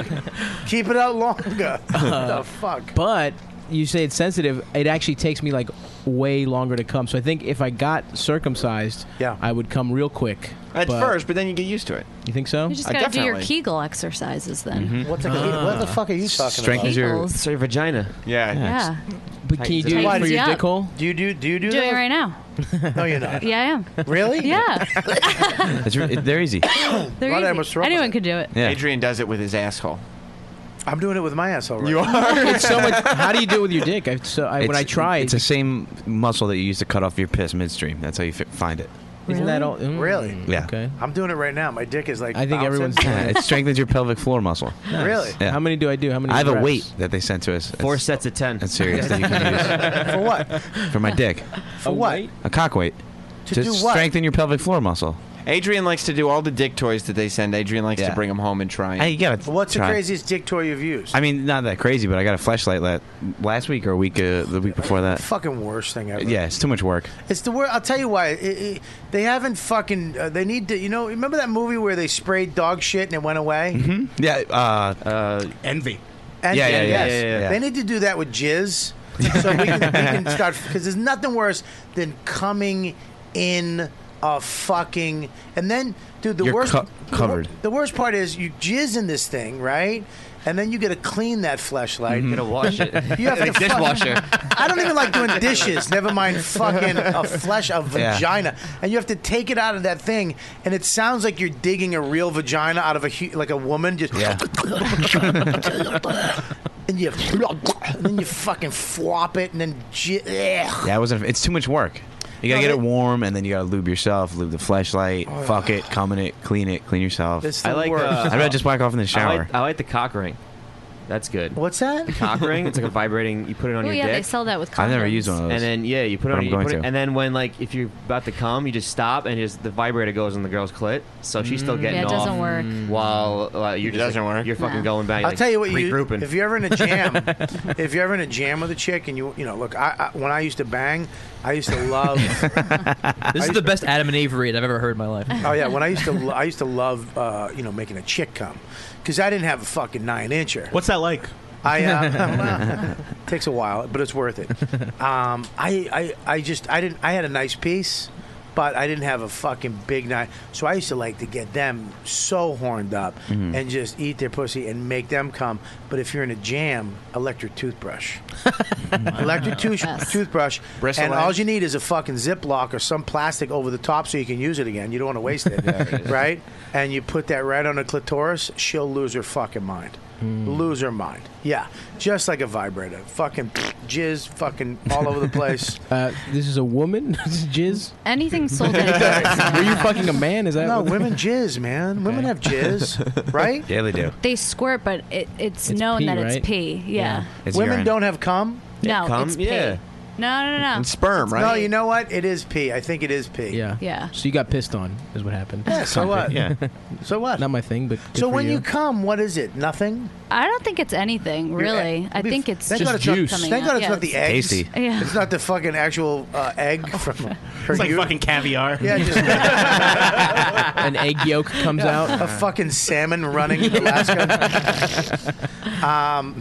[SPEAKER 1] Keep it out longer. What the fuck?
[SPEAKER 8] Uh-huh. But you say it's sensitive. It actually takes me like way longer to come. So I think if I got circumcised, yeah. I would come real quick.
[SPEAKER 6] At
[SPEAKER 8] But-
[SPEAKER 6] first, but then you get used to it.
[SPEAKER 8] you think so?
[SPEAKER 15] You just gotta do your Kegel exercises then.
[SPEAKER 6] Mhm.
[SPEAKER 1] Mm-hmm.
[SPEAKER 8] Oh,
[SPEAKER 1] What's a Kegel? What the fuck are you talking
[SPEAKER 15] Strengthens your- Kegels.
[SPEAKER 9] your vagina.
[SPEAKER 6] Yeah.
[SPEAKER 15] Yeah.
[SPEAKER 8] But can you do it for your
[SPEAKER 15] Tightens you
[SPEAKER 8] dick
[SPEAKER 15] up.
[SPEAKER 8] hole?
[SPEAKER 1] Do you do? Do you do?
[SPEAKER 15] Doing it right now.
[SPEAKER 1] No, you're not.
[SPEAKER 15] Yeah, I am.
[SPEAKER 1] Really?
[SPEAKER 15] Yeah.
[SPEAKER 9] It's re- it- they're easy.
[SPEAKER 15] They're
[SPEAKER 1] Why did I must
[SPEAKER 15] easy.
[SPEAKER 1] rub
[SPEAKER 15] Anyone can do it.
[SPEAKER 6] Adrian does it with his asshole.
[SPEAKER 1] I'm doing it with my asshole. Right
[SPEAKER 6] You
[SPEAKER 1] now.
[SPEAKER 8] it's so much. How do you do it with your dick? I, so I, Uh, when I tried,
[SPEAKER 12] it's the same muscle that you use to cut off your piss midstream. That's how you fi- find it.
[SPEAKER 8] Isn't that all? mm,
[SPEAKER 1] Really?
[SPEAKER 12] Yeah.
[SPEAKER 1] I'm doing it right now. My dick is like.
[SPEAKER 8] I think
[SPEAKER 1] bouncing.
[SPEAKER 8] everyone's
[SPEAKER 12] Yeah, it strengthens your pelvic floor muscle.
[SPEAKER 1] Nice. Really?
[SPEAKER 12] Yeah.
[SPEAKER 8] How many do I do? How many?
[SPEAKER 12] I have a
[SPEAKER 8] reps?
[SPEAKER 12] weight that they sent to us. Four
[SPEAKER 9] sets of ten.
[SPEAKER 12] That's serious. that you can use
[SPEAKER 1] For what?
[SPEAKER 12] for my dick.
[SPEAKER 1] For what?
[SPEAKER 12] A cock weight.
[SPEAKER 1] To
[SPEAKER 12] to
[SPEAKER 1] do what?
[SPEAKER 12] strengthen your pelvic floor muscle.
[SPEAKER 6] Adrian likes to do all the dick toys that they send. Adrian likes to
[SPEAKER 12] Yeah.
[SPEAKER 6] bring them home and try. 'em.
[SPEAKER 12] Hey, you gotta
[SPEAKER 1] What's
[SPEAKER 12] try.
[SPEAKER 1] the craziest dick toy you've used?
[SPEAKER 12] I mean, not that crazy, but I got a flashlight la- last week or a week uh, the week before that.
[SPEAKER 1] Fucking worst thing ever.
[SPEAKER 12] Yeah, it's too much work.
[SPEAKER 1] It's the word. I'll tell you why. It, it, they haven't fucking. Uh, they need to. You know. Remember that movie where they sprayed dog shit and it went away? Mm-hmm.
[SPEAKER 12] Yeah. Uh, uh,
[SPEAKER 10] Envy.
[SPEAKER 1] And
[SPEAKER 12] Yeah, yeah, yeah,
[SPEAKER 1] yes.
[SPEAKER 12] yeah, yeah, yeah.
[SPEAKER 1] They need to do that with jizz, so we can, we can start. Because there's nothing worse than coming in a fucking and then, dude, the
[SPEAKER 12] You're
[SPEAKER 1] worst
[SPEAKER 12] co-
[SPEAKER 1] the wor-
[SPEAKER 12] covered.
[SPEAKER 1] The, worst part is you jizz in this thing, right? And then you got to clean that fleshlight.
[SPEAKER 2] You gotta wash it.
[SPEAKER 1] You have
[SPEAKER 2] Like
[SPEAKER 1] to fuck-
[SPEAKER 2] dishwasher.
[SPEAKER 1] I don't even like doing dishes. Never mind fucking a flesh, a
[SPEAKER 2] Yeah.
[SPEAKER 1] vagina, and you have to take it out of that thing. And it sounds like you're digging a real vagina out of a hu- like a woman. Just and you and then you fucking flop it and then j- ugh.
[SPEAKER 12] Yeah, it wasn't. It's too much work. You gotta get
[SPEAKER 1] No, they- Oh,
[SPEAKER 12] it warm, and then you gotta lube yourself, lube the flashlight, fuck it, cum in it, clean it, clean yourself.
[SPEAKER 1] This
[SPEAKER 2] I like.
[SPEAKER 12] uh,
[SPEAKER 2] uh,
[SPEAKER 12] I'd rather just whack off in the
[SPEAKER 2] I
[SPEAKER 12] shower.
[SPEAKER 2] like, I like the cock ring. That's good.
[SPEAKER 1] What's that?
[SPEAKER 2] The cock ring. It's like a vibrating. You put it on
[SPEAKER 15] Oh
[SPEAKER 2] your
[SPEAKER 15] yeah,
[SPEAKER 2] dick.
[SPEAKER 15] they sell that with. Condoms.
[SPEAKER 12] I've never used one of those.
[SPEAKER 2] And then yeah, you put it
[SPEAKER 12] But
[SPEAKER 2] on.
[SPEAKER 12] I'm
[SPEAKER 2] You
[SPEAKER 12] going
[SPEAKER 2] put it,
[SPEAKER 12] to.
[SPEAKER 2] and then when like if you're about to come, you just stop and just the vibrator goes on the girl's clit, so she's still
[SPEAKER 15] Mm.
[SPEAKER 2] getting
[SPEAKER 15] Yeah, it
[SPEAKER 2] off.
[SPEAKER 15] doesn't work.
[SPEAKER 2] While uh, you're
[SPEAKER 6] It
[SPEAKER 2] just,
[SPEAKER 6] doesn't
[SPEAKER 2] like,
[SPEAKER 6] work.
[SPEAKER 2] You're fucking
[SPEAKER 15] No.
[SPEAKER 2] going back.
[SPEAKER 1] I'll
[SPEAKER 2] like,
[SPEAKER 1] tell you what you
[SPEAKER 2] regrouping.
[SPEAKER 1] if you're ever in a jam, if you're ever in a jam with a chick and you you know look I, I when I used to bang, I used to love.
[SPEAKER 14] This is
[SPEAKER 1] I-
[SPEAKER 14] the best Adam and Eve read I've ever heard in my life.
[SPEAKER 1] Oh yeah, when I used to lo- I used to love uh, you know making a chick come because I didn't have a fucking nine incher.
[SPEAKER 10] What's that like?
[SPEAKER 1] I uh, well, takes a while, but it's worth it. Um, I, I I just I didn't I had a nice piece, but I didn't have a fucking big night. So I used to like to get them so horned up
[SPEAKER 2] Mhm.
[SPEAKER 1] and just eat their pussy and make them come. But if you're in a jam, electric toothbrush, electric tooth- toothbrush,
[SPEAKER 6] Bristle
[SPEAKER 1] and
[SPEAKER 6] edge.
[SPEAKER 1] all you need is a fucking Ziploc or some plastic over the top so you can use it again. You don't want to waste it, right? And you put that right on a clitoris, she'll lose her fucking mind. Lose her mind. Yeah, just like a vibrator. Fucking jizz, fucking all over the place.
[SPEAKER 8] Uh, this is a woman. this is jizz.
[SPEAKER 15] Anything sold at
[SPEAKER 8] Were you fucking a man? Is that
[SPEAKER 1] No,
[SPEAKER 8] what-
[SPEAKER 1] women jizz, man. Women have jizz, right?
[SPEAKER 12] Yeah, they do.
[SPEAKER 15] They squirt, but it, it's,
[SPEAKER 12] It's
[SPEAKER 15] known
[SPEAKER 12] pee,
[SPEAKER 15] that
[SPEAKER 12] right?
[SPEAKER 15] it's pee. Yeah.
[SPEAKER 12] It's
[SPEAKER 1] Women
[SPEAKER 12] urine.
[SPEAKER 1] don't have cum.
[SPEAKER 15] No, it's pee. No, no, no. It's
[SPEAKER 1] No,
[SPEAKER 15] pee.
[SPEAKER 1] you know what? It is pee. I think it is pee.
[SPEAKER 8] Yeah.
[SPEAKER 15] Yeah.
[SPEAKER 8] So you got pissed on, is what happened.
[SPEAKER 1] Yeah, so what? Yeah.
[SPEAKER 8] so
[SPEAKER 1] what?
[SPEAKER 8] Not my thing, but good
[SPEAKER 1] So
[SPEAKER 8] for
[SPEAKER 1] when
[SPEAKER 8] you.
[SPEAKER 1] you come, what is it? Nothing.
[SPEAKER 15] I don't think it's anything really. I think it's
[SPEAKER 1] Thank
[SPEAKER 15] just
[SPEAKER 1] God it's not-
[SPEAKER 15] juice.
[SPEAKER 1] Thank God it's not the eggs.
[SPEAKER 15] Tasty. Yeah.
[SPEAKER 1] It's not the fucking actual uh, egg from her.
[SPEAKER 10] It's like
[SPEAKER 1] uterus.
[SPEAKER 10] fucking caviar.
[SPEAKER 1] Yeah, just
[SPEAKER 8] an egg yolk comes out.
[SPEAKER 1] A fucking salmon running in Alaska. um,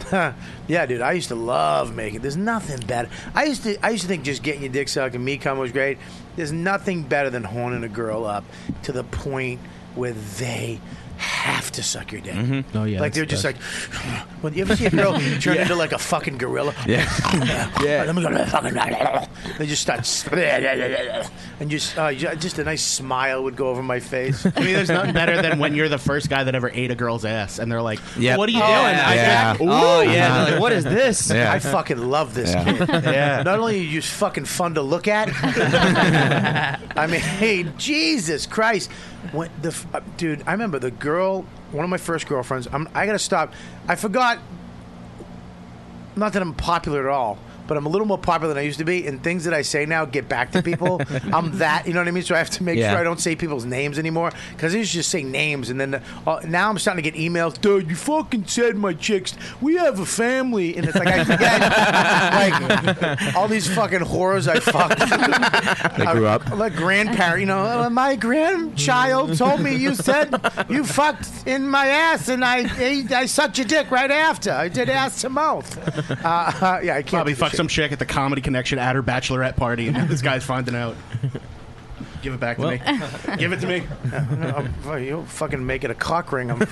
[SPEAKER 1] yeah, dude, I used to love making. There's nothing better. I used to, I used to think just getting your dick sucked and me cum was great. There's nothing better than horning a girl up to the point where they have to suck your dick.
[SPEAKER 12] Mm-hmm.
[SPEAKER 8] Oh yeah.
[SPEAKER 1] like
[SPEAKER 8] that's
[SPEAKER 1] they're just
[SPEAKER 8] best.
[SPEAKER 1] like, when you ever see a girl turn into like a fucking gorilla?
[SPEAKER 8] Yeah.
[SPEAKER 1] yeah. Let me go. Fucking. They just start and just uh, ju- just a nice smile would go over my face.
[SPEAKER 10] I mean, there's nothing better than when you're the first guy that ever ate a girl's ass, and they're like,
[SPEAKER 12] Yep.
[SPEAKER 10] "What are you
[SPEAKER 12] Oh,
[SPEAKER 10] doing?"
[SPEAKER 12] yeah. Yeah.
[SPEAKER 10] Ooh,
[SPEAKER 12] Oh, yeah. They're like,
[SPEAKER 10] what is this?
[SPEAKER 12] Yeah.
[SPEAKER 1] I fucking love this
[SPEAKER 12] Yeah.
[SPEAKER 1] kid.
[SPEAKER 12] Yeah.
[SPEAKER 1] Not only are you just fucking fun to look at, I mean, hey, Jesus Christ. When the f- uh, dude, I remember the girl, one of my first girlfriends. I'm, I gotta stop. I forgot. Not that I'm popular at all, but I'm a little more popular than I used to be. And things that I say now get back to people. I'm that, you know what I mean. So I have to make
[SPEAKER 12] Yeah.
[SPEAKER 1] sure I don't say people's names anymore because I used to just say names. And then the, uh, now I'm starting to get emails, dude. You fucking said my chicks. We have a family, and it's like I forget, like all these fucking horrors I fucked.
[SPEAKER 12] They grew up.
[SPEAKER 1] Like grandparent, you know, "Uh, my grandchild told me you said you fucked in my ass, and I ate- I sucked your dick right after. I did ass to mouth. Uh, uh, yeah, I can't do
[SPEAKER 10] Probably
[SPEAKER 1] this
[SPEAKER 10] fucked
[SPEAKER 1] shit.
[SPEAKER 10] some chick at the Comedy Connection at her bachelorette party, and this guy's finding out. Give it back to
[SPEAKER 1] Well-
[SPEAKER 10] me. Give it to me.
[SPEAKER 1] you Oh, fucking make it a cock ring. I'm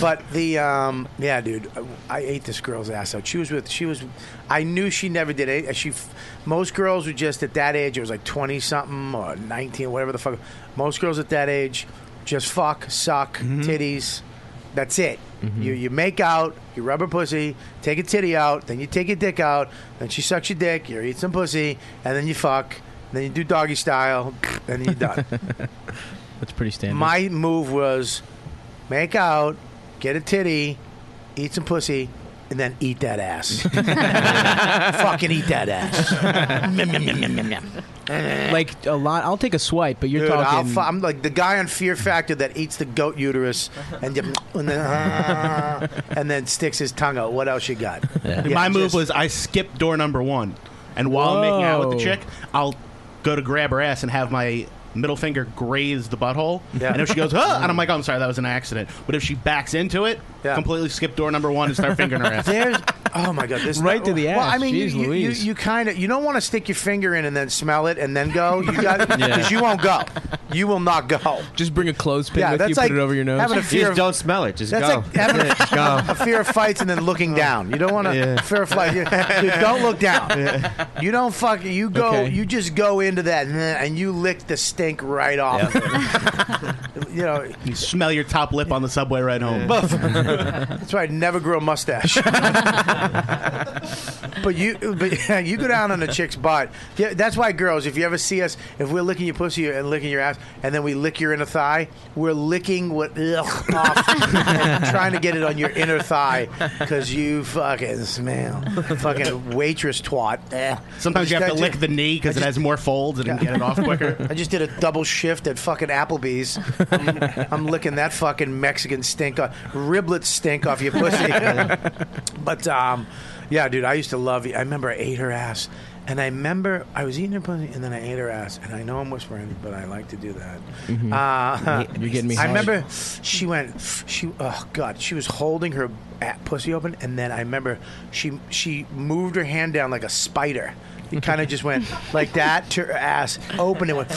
[SPEAKER 1] but the um, yeah, dude, I ate this girl's ass out. She was with she was. I knew she never did it. She f- most girls were just at that age. It was like twenty something or nineteen, whatever the fuck. Most girls at that age just fuck, suck, titties. That's it. You you make out, you rub her pussy, take a titty out, then you take your dick out, then she sucks your dick, you eat some pussy, and then you fuck, then you do doggy style, then you're done.
[SPEAKER 8] That's pretty standard.
[SPEAKER 1] My move was make out, get a titty, eat some pussy, and then eat that ass. Fucking eat that ass. Yum, yum, yum, yum, yum, yum.
[SPEAKER 8] like a lot. I'll take a swipe, but you're
[SPEAKER 1] Dude, I'll
[SPEAKER 8] talking.
[SPEAKER 1] fu- I'm like the guy on Fear Factor that eats the goat uterus and, then- and then ah, and then sticks his tongue out. What else you got? Yeah,
[SPEAKER 10] My move
[SPEAKER 1] just-
[SPEAKER 10] was I skip door number one, and while I'm making out with
[SPEAKER 1] Whoa.
[SPEAKER 10] the chick, I'll go to grab her ass and have my middle finger graze the butthole.
[SPEAKER 1] Yeah.
[SPEAKER 10] And if she goes, huh, and I'm like, oh, I'm sorry, that was an accident. But if she backs into it, completely skip door number one and start fingering her ass.
[SPEAKER 1] There's, oh my god, this
[SPEAKER 10] Right to the
[SPEAKER 1] Well,
[SPEAKER 10] ass.
[SPEAKER 1] I mean, you-
[SPEAKER 10] Jeez
[SPEAKER 1] you, you, you,
[SPEAKER 10] Louise.
[SPEAKER 1] kind of you don't want to stick your finger in and then smell it and then go. You got because
[SPEAKER 8] Yeah.
[SPEAKER 1] you won't go. You will not go.
[SPEAKER 8] Just bring a clothespin
[SPEAKER 1] Yeah,
[SPEAKER 8] with
[SPEAKER 1] that's
[SPEAKER 8] you,
[SPEAKER 1] like
[SPEAKER 8] put it over your nose.
[SPEAKER 1] having a You fear just of- don't
[SPEAKER 8] smell it. Just
[SPEAKER 1] That's like having a, a fear of fights and then looking down. You don't want to fear of flight. You, you don't look down. You don't fuck. You go.
[SPEAKER 8] Okay.
[SPEAKER 1] You just go into that and then- and you lick the stink right off. you know,
[SPEAKER 10] you smell your top lip on the subway right home.
[SPEAKER 1] That's why I never grew a mustache. but you, but you go down on a chick's butt. Yeah, that's why girls. If you ever see us, if we're licking your pussy and licking your ass, and then we lick your inner thigh, we're licking what ugh, off, and trying to get it on your inner thigh because you fucking smell, fucking waitress twat. Eh.
[SPEAKER 10] Sometimes you
[SPEAKER 1] Just
[SPEAKER 10] have to
[SPEAKER 1] got
[SPEAKER 10] lick the knee because it has more folds and it can get it off quicker.
[SPEAKER 1] I just did a double shift at fucking Applebee's. I'm, I'm licking that fucking Mexican stink off, riblet stink off your pussy. but um, yeah, dude, I used to love you. I remember I ate her ass, and I remember I was eating her pussy, and then I ate her ass. And I know I'm whispering, but I like to do that.
[SPEAKER 8] Mhm.
[SPEAKER 1] Uh,
[SPEAKER 8] You're getting me
[SPEAKER 1] I
[SPEAKER 8] hard.
[SPEAKER 1] remember she went. She oh god, she was holding her at pussy open, and then I remember she she moved her hand down like a spider. It kind of just went like that to her ass, open and went.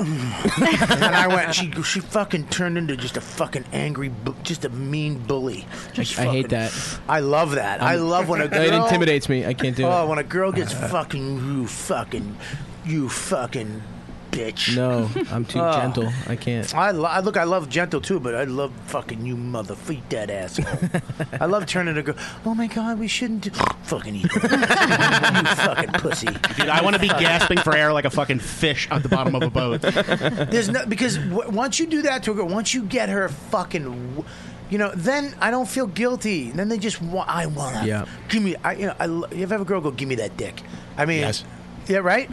[SPEAKER 1] and then I went. She she fucking turned into just a fucking angry, bu- just a mean bully. Just
[SPEAKER 8] I hate
[SPEAKER 1] fucking-
[SPEAKER 8] that.
[SPEAKER 1] I love that. i
[SPEAKER 8] I'm-
[SPEAKER 1] love when a girl.
[SPEAKER 8] It intimidates me. I can't do
[SPEAKER 1] Oh,
[SPEAKER 8] it.
[SPEAKER 1] when a girl gets fucking you, fucking you, fucking bitch.
[SPEAKER 8] No, I'm too
[SPEAKER 1] Oh.
[SPEAKER 8] gentle. I can't.
[SPEAKER 1] I, lo- I look. I love gentle too, but I love fucking you, mother. Feet that asshole. I love turning to girl. Oh my god, we shouldn't do- fucking eat. that. you fucking pussy.
[SPEAKER 10] Dude, I want to be gasping for air like a fucking fish at the bottom of a boat.
[SPEAKER 1] There's no because w- once you do that to a girl, once you get her fucking, w- you know, then I don't feel guilty. Then they just want. I want to.
[SPEAKER 8] Yeah.
[SPEAKER 1] Give me. I you know. I. lo- You ever have a girl go? Give me that dick. I mean. Yeah. Right.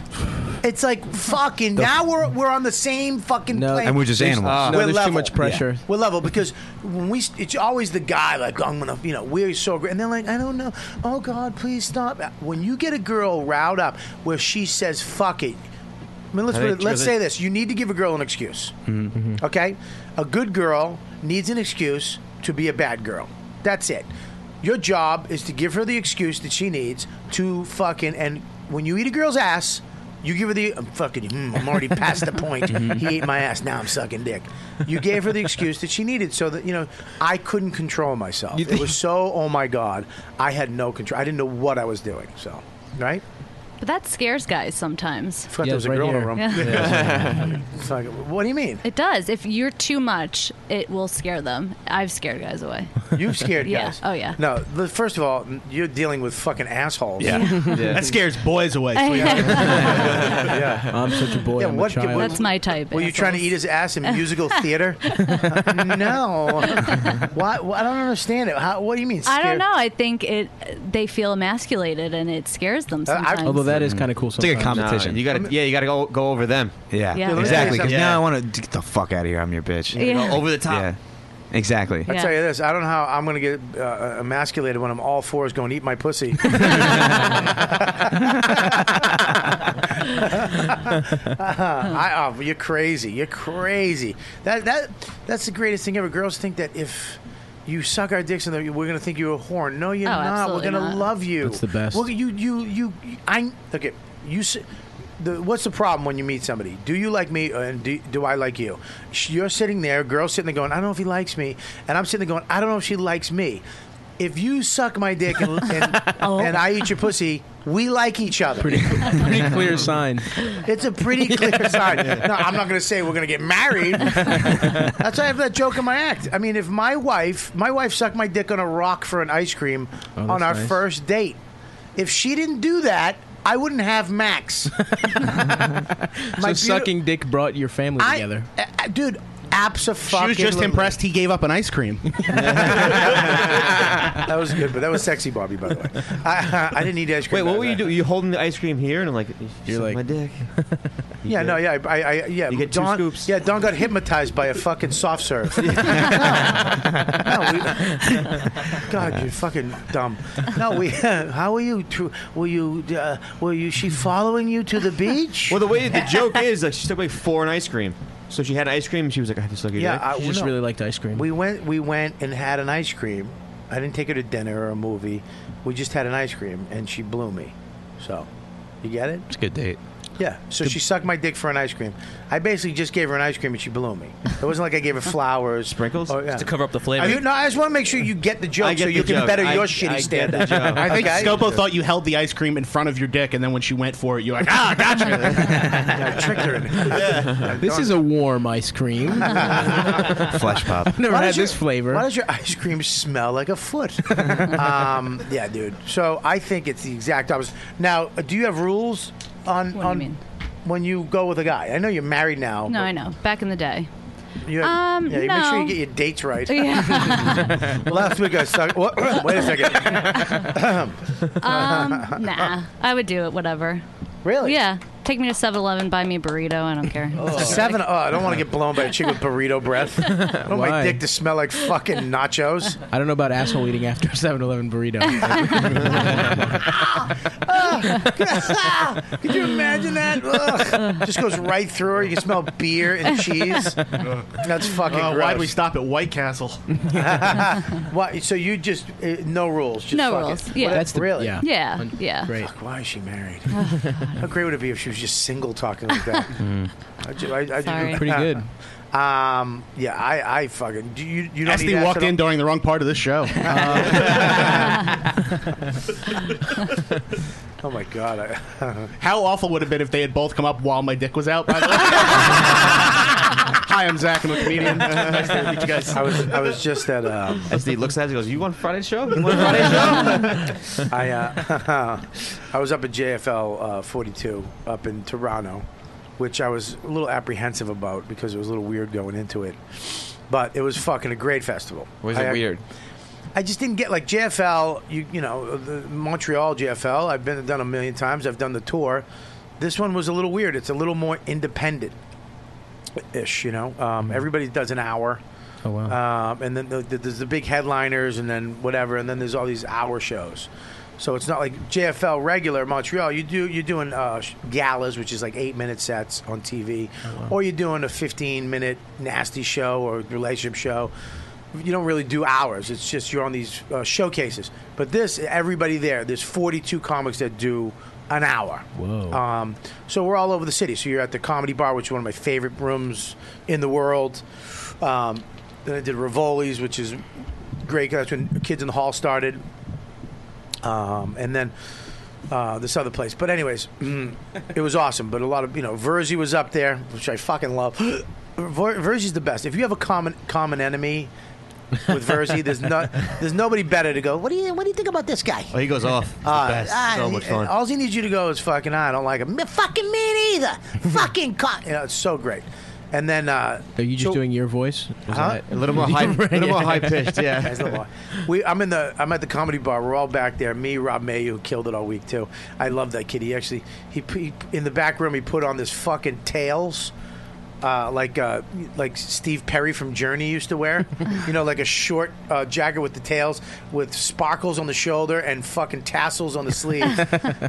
[SPEAKER 1] It's like fucking. now we're we're on the same fucking.
[SPEAKER 8] No,
[SPEAKER 1] plane.
[SPEAKER 8] And we're just
[SPEAKER 1] There's-
[SPEAKER 8] animals. no,
[SPEAKER 1] we're
[SPEAKER 8] there's too
[SPEAKER 1] level.
[SPEAKER 8] much pressure.
[SPEAKER 1] Yeah. We're level because when we. It's always the guy like I'm gonna. You know we're so great, and they're like I don't know. Oh God, please stop. When you get a girl riled up where she says fuck it. I mean, let's
[SPEAKER 7] I think-
[SPEAKER 1] let's say this. You need to give a girl an excuse.
[SPEAKER 3] Mm-hmm.
[SPEAKER 1] Okay? A good girl needs an excuse to be a bad girl. That's it. Your job is to give her the excuse that she needs to fucking. And when you eat a girl's ass, you give her the. I'm fucking. mm, I'm already past the point.
[SPEAKER 7] Mhm.
[SPEAKER 1] He ate my ass. Now I'm sucking dick. You gave her the excuse that she needed so that, you know, I couldn't control myself. It was so, oh my God. I had no control. I didn't know what I was doing. So, right?
[SPEAKER 15] But that scares guys sometimes.
[SPEAKER 1] Forgot there was a girl in the room. It's like, what do you mean?
[SPEAKER 15] It does. If you're too much, it will scare them. I've scared guys away.
[SPEAKER 1] You've scared
[SPEAKER 15] Yeah.
[SPEAKER 1] guys.
[SPEAKER 15] Oh, yeah.
[SPEAKER 1] No, the- first of all, n- you're dealing with fucking assholes.
[SPEAKER 10] Yeah. That scares boys away.
[SPEAKER 1] yeah.
[SPEAKER 8] I'm such a boy.
[SPEAKER 1] Yeah,
[SPEAKER 8] I'm a
[SPEAKER 1] what-
[SPEAKER 8] child.
[SPEAKER 1] what-
[SPEAKER 15] That's my type.
[SPEAKER 1] Were you trying to eat his ass in musical theater? no. Why, why- I don't understand it. How, what do you mean?
[SPEAKER 15] I don't
[SPEAKER 1] scared?
[SPEAKER 15] know. I think it. They feel emasculated, and it scares them
[SPEAKER 1] Uh,
[SPEAKER 15] sometimes.
[SPEAKER 8] Although that is kind of cool.
[SPEAKER 12] It's like a competition.
[SPEAKER 8] No,
[SPEAKER 12] you gotta, yeah, you gotta go go over them. Yeah,
[SPEAKER 15] Yeah. Yeah,
[SPEAKER 12] exactly. Because
[SPEAKER 1] yeah.
[SPEAKER 12] now I want to get the fuck out of here. I'm your bitch.
[SPEAKER 1] Yeah. Yeah. Over the top.
[SPEAKER 12] Yeah, exactly.
[SPEAKER 1] I tell you this, I don't know how I'm going to get uh, emasculated when I'm all fours going to eat my pussy. I, oh, you're crazy. You're crazy. That that that's the greatest thing ever. Girls think that if you suck our dicks in the, we're going to think you're a whore. No, you're
[SPEAKER 8] Oh,
[SPEAKER 1] not. We're
[SPEAKER 8] absolutely
[SPEAKER 1] going to
[SPEAKER 8] not.
[SPEAKER 1] love you.
[SPEAKER 8] That's the best.
[SPEAKER 1] Well, you you you I okay. You s- the, what's the problem when you meet somebody? Do you like me, and do, do I like you? Sh- You're sitting there, girl sitting there going, I don't know if he likes me, and I'm sitting there going, I don't know if she likes me. If you suck my dick and, and, and I eat your pussy, we like each other. Pretty,
[SPEAKER 8] pretty clear sign.
[SPEAKER 1] It's a pretty clear sign. No, I'm not going to say we're going to get married. That's why I have that joke in my act. I mean, if my wife, my wife sucked my dick on a rock for an ice cream
[SPEAKER 16] that's
[SPEAKER 1] on our
[SPEAKER 16] nice.
[SPEAKER 1] first date. If she didn't do that, I wouldn't have Max.
[SPEAKER 8] so
[SPEAKER 1] beauti-
[SPEAKER 8] sucking dick brought your family
[SPEAKER 1] I-
[SPEAKER 8] together.
[SPEAKER 1] Uh, dude, absolutely.
[SPEAKER 10] She was just impressed he gave up an ice cream.
[SPEAKER 1] that was good, but that was sexy, Bobby. By the way, I, I didn't eat ice
[SPEAKER 2] Wait,
[SPEAKER 1] cream.
[SPEAKER 2] what were you doing? You holding the ice cream here and like you're like my dick.
[SPEAKER 1] Yeah, no, yeah, I, I yeah.
[SPEAKER 2] You get two
[SPEAKER 1] Don, scoops. Yeah, Don got hypnotized by a fucking soft serve. God, you're fucking dumb. No, we. How are you? To, were you? Uh, were you? She following you to the beach?
[SPEAKER 2] Well, the way the joke is, like she took away four in ice cream. So she had an ice cream. and She was like, I have to suck your
[SPEAKER 1] Yeah,
[SPEAKER 2] dick.
[SPEAKER 1] I- She just no. really
[SPEAKER 8] liked ice cream.
[SPEAKER 1] We went. We went and had an ice cream. I didn't take her to dinner or a movie. We just had an ice cream, and she blew me. So, you get it?
[SPEAKER 14] It's a good date.
[SPEAKER 1] Yeah. So she sucked my dick for an ice cream. I basically just gave her an ice cream and she blew me. It wasn't like I gave her flowers, sprinkles. Oh, yeah.
[SPEAKER 14] Just to cover up the flavor.
[SPEAKER 1] Are you- no, I just want to make sure you get the joke
[SPEAKER 14] I get
[SPEAKER 1] so you
[SPEAKER 14] the
[SPEAKER 1] can
[SPEAKER 14] joke.
[SPEAKER 1] better
[SPEAKER 14] I-
[SPEAKER 1] your
[SPEAKER 14] I
[SPEAKER 1] shitty
[SPEAKER 14] get
[SPEAKER 1] stand
[SPEAKER 14] the joke.
[SPEAKER 10] I think
[SPEAKER 1] okay?
[SPEAKER 10] Scopo thought you held the ice cream in front of your dick, and then when she went for it, you're like, ah, gotcha.
[SPEAKER 1] tricked her.
[SPEAKER 8] This is a warm ice cream.
[SPEAKER 1] Flesh
[SPEAKER 8] pop. I've never
[SPEAKER 1] Why
[SPEAKER 8] had
[SPEAKER 1] does your-
[SPEAKER 8] this flavor.
[SPEAKER 1] Why does your ice cream smell like a foot? um, yeah, dude. So I think it's the exact opposite. Now, uh, do you have rules on
[SPEAKER 15] What do you
[SPEAKER 1] on
[SPEAKER 15] mean?
[SPEAKER 1] when you go with a guy? I know you're married now.
[SPEAKER 15] No,
[SPEAKER 1] but
[SPEAKER 15] I know. Back in the day.
[SPEAKER 1] You,
[SPEAKER 15] Um,
[SPEAKER 1] yeah, you make sure
[SPEAKER 15] no.
[SPEAKER 1] you get your dates right.
[SPEAKER 15] Yeah.
[SPEAKER 1] Last week I sucked. wha- Wait a second.
[SPEAKER 15] Um, nah. I would do it, whatever.
[SPEAKER 1] Really?
[SPEAKER 15] Yeah. Take me to 7 Eleven, buy me a burrito. I don't care.
[SPEAKER 1] Seven. Oh, I don't want to get blown by a chick with burrito breath. I don't want my
[SPEAKER 8] Why?
[SPEAKER 1] dick to smell like fucking nachos.
[SPEAKER 8] I don't know about asshole eating after a 7-Eleven burrito.
[SPEAKER 1] Could you imagine that? Ugh. Just goes right through her. You can smell beer and cheese. That's fucking
[SPEAKER 10] Oh,
[SPEAKER 1] gross.
[SPEAKER 10] why'd we stop at White Castle?
[SPEAKER 1] Why- so you just uh, no rules. Just
[SPEAKER 15] No
[SPEAKER 1] fuck it.
[SPEAKER 15] rules. Yeah.
[SPEAKER 1] What-
[SPEAKER 15] That's the-
[SPEAKER 1] really.
[SPEAKER 15] yeah. Yeah, Un- yeah. great.
[SPEAKER 1] Fuck, why is she married? How great would it be if she was just single talking like that? I ju- I- I ju-
[SPEAKER 15] Mm. Sorry.
[SPEAKER 10] Pretty good.
[SPEAKER 1] Um, yeah, I, I fucking do you. You don't
[SPEAKER 10] Esty
[SPEAKER 1] eat ass
[SPEAKER 10] walked
[SPEAKER 1] at all?
[SPEAKER 10] in during the wrong part of this show. Um,
[SPEAKER 1] oh my god! I,
[SPEAKER 10] How awful would it have been if they had both come up while my dick was out? By the way. Hi, I'm Zach. I'm a comedian. Nice to meet you guys.
[SPEAKER 1] I was I was just at um,
[SPEAKER 2] As he looks at us, he goes, "You want Friday show? You want Friday show?"
[SPEAKER 1] I uh, I was up at JFL uh, 42 up in Toronto, which I was a little apprehensive about because it was a little weird going into it, but it was fucking a great festival.
[SPEAKER 6] Was
[SPEAKER 1] I-
[SPEAKER 6] it weird?
[SPEAKER 1] I just didn't get like JFL. You you know the Montreal JFL. I've been done a million times. I've done the tour. This one was a little weird. It's a little more independent ish. You know, um, everybody does an hour.
[SPEAKER 8] Oh
[SPEAKER 1] wow! Um, and then the, the, there's the big headliners, and then whatever, and then there's all these hour shows. So it's not like JFL regular Montreal. You do you're doing uh, sh- galas, which is like eight minute sets on TV, or you're doing a 15 minute nasty show or relationship show. You don't really do hours. It's just you're on these uh, showcases. But this, everybody there. There's 42 comics that do an hour. Whoa. Um, so we're all over the city. So you're at the Comedy Bar, which is one of my favorite rooms in the world. Um, then I did Rivoli's, which is great. 'cause That's when Kids in the Hall started. Um, and then uh, this other place. But anyways, mm, it was awesome. But a lot of you know, Verzi was up there, which I fucking love. Ver- Verzi's the best. If you have a common common enemy with Verzi, there's not there's nobody better to go. What do you What do you think about this guy? Uh,
[SPEAKER 2] Oh, he goes off. It's the best. so much fun.
[SPEAKER 1] All he needs you to go is fucking. I don't like him. Fucking me neither. fucking cock. You know, it's so great. And then uh,
[SPEAKER 8] Are you just doing your voice? Is
[SPEAKER 1] Huh?
[SPEAKER 8] that- Yeah.
[SPEAKER 1] That's a little more- We, I'm in the. I'm at the comedy bar. We're all back there. Me, Rob May, who killed it all week too. I love that kid. He actually, he, p- he in the back room, he put on this fucking tails uh, like uh, like Steve Perry from Journey used to wear. you know, like a short uh, jacket with the tails, with sparkles on the shoulder and fucking tassels on the sleeves.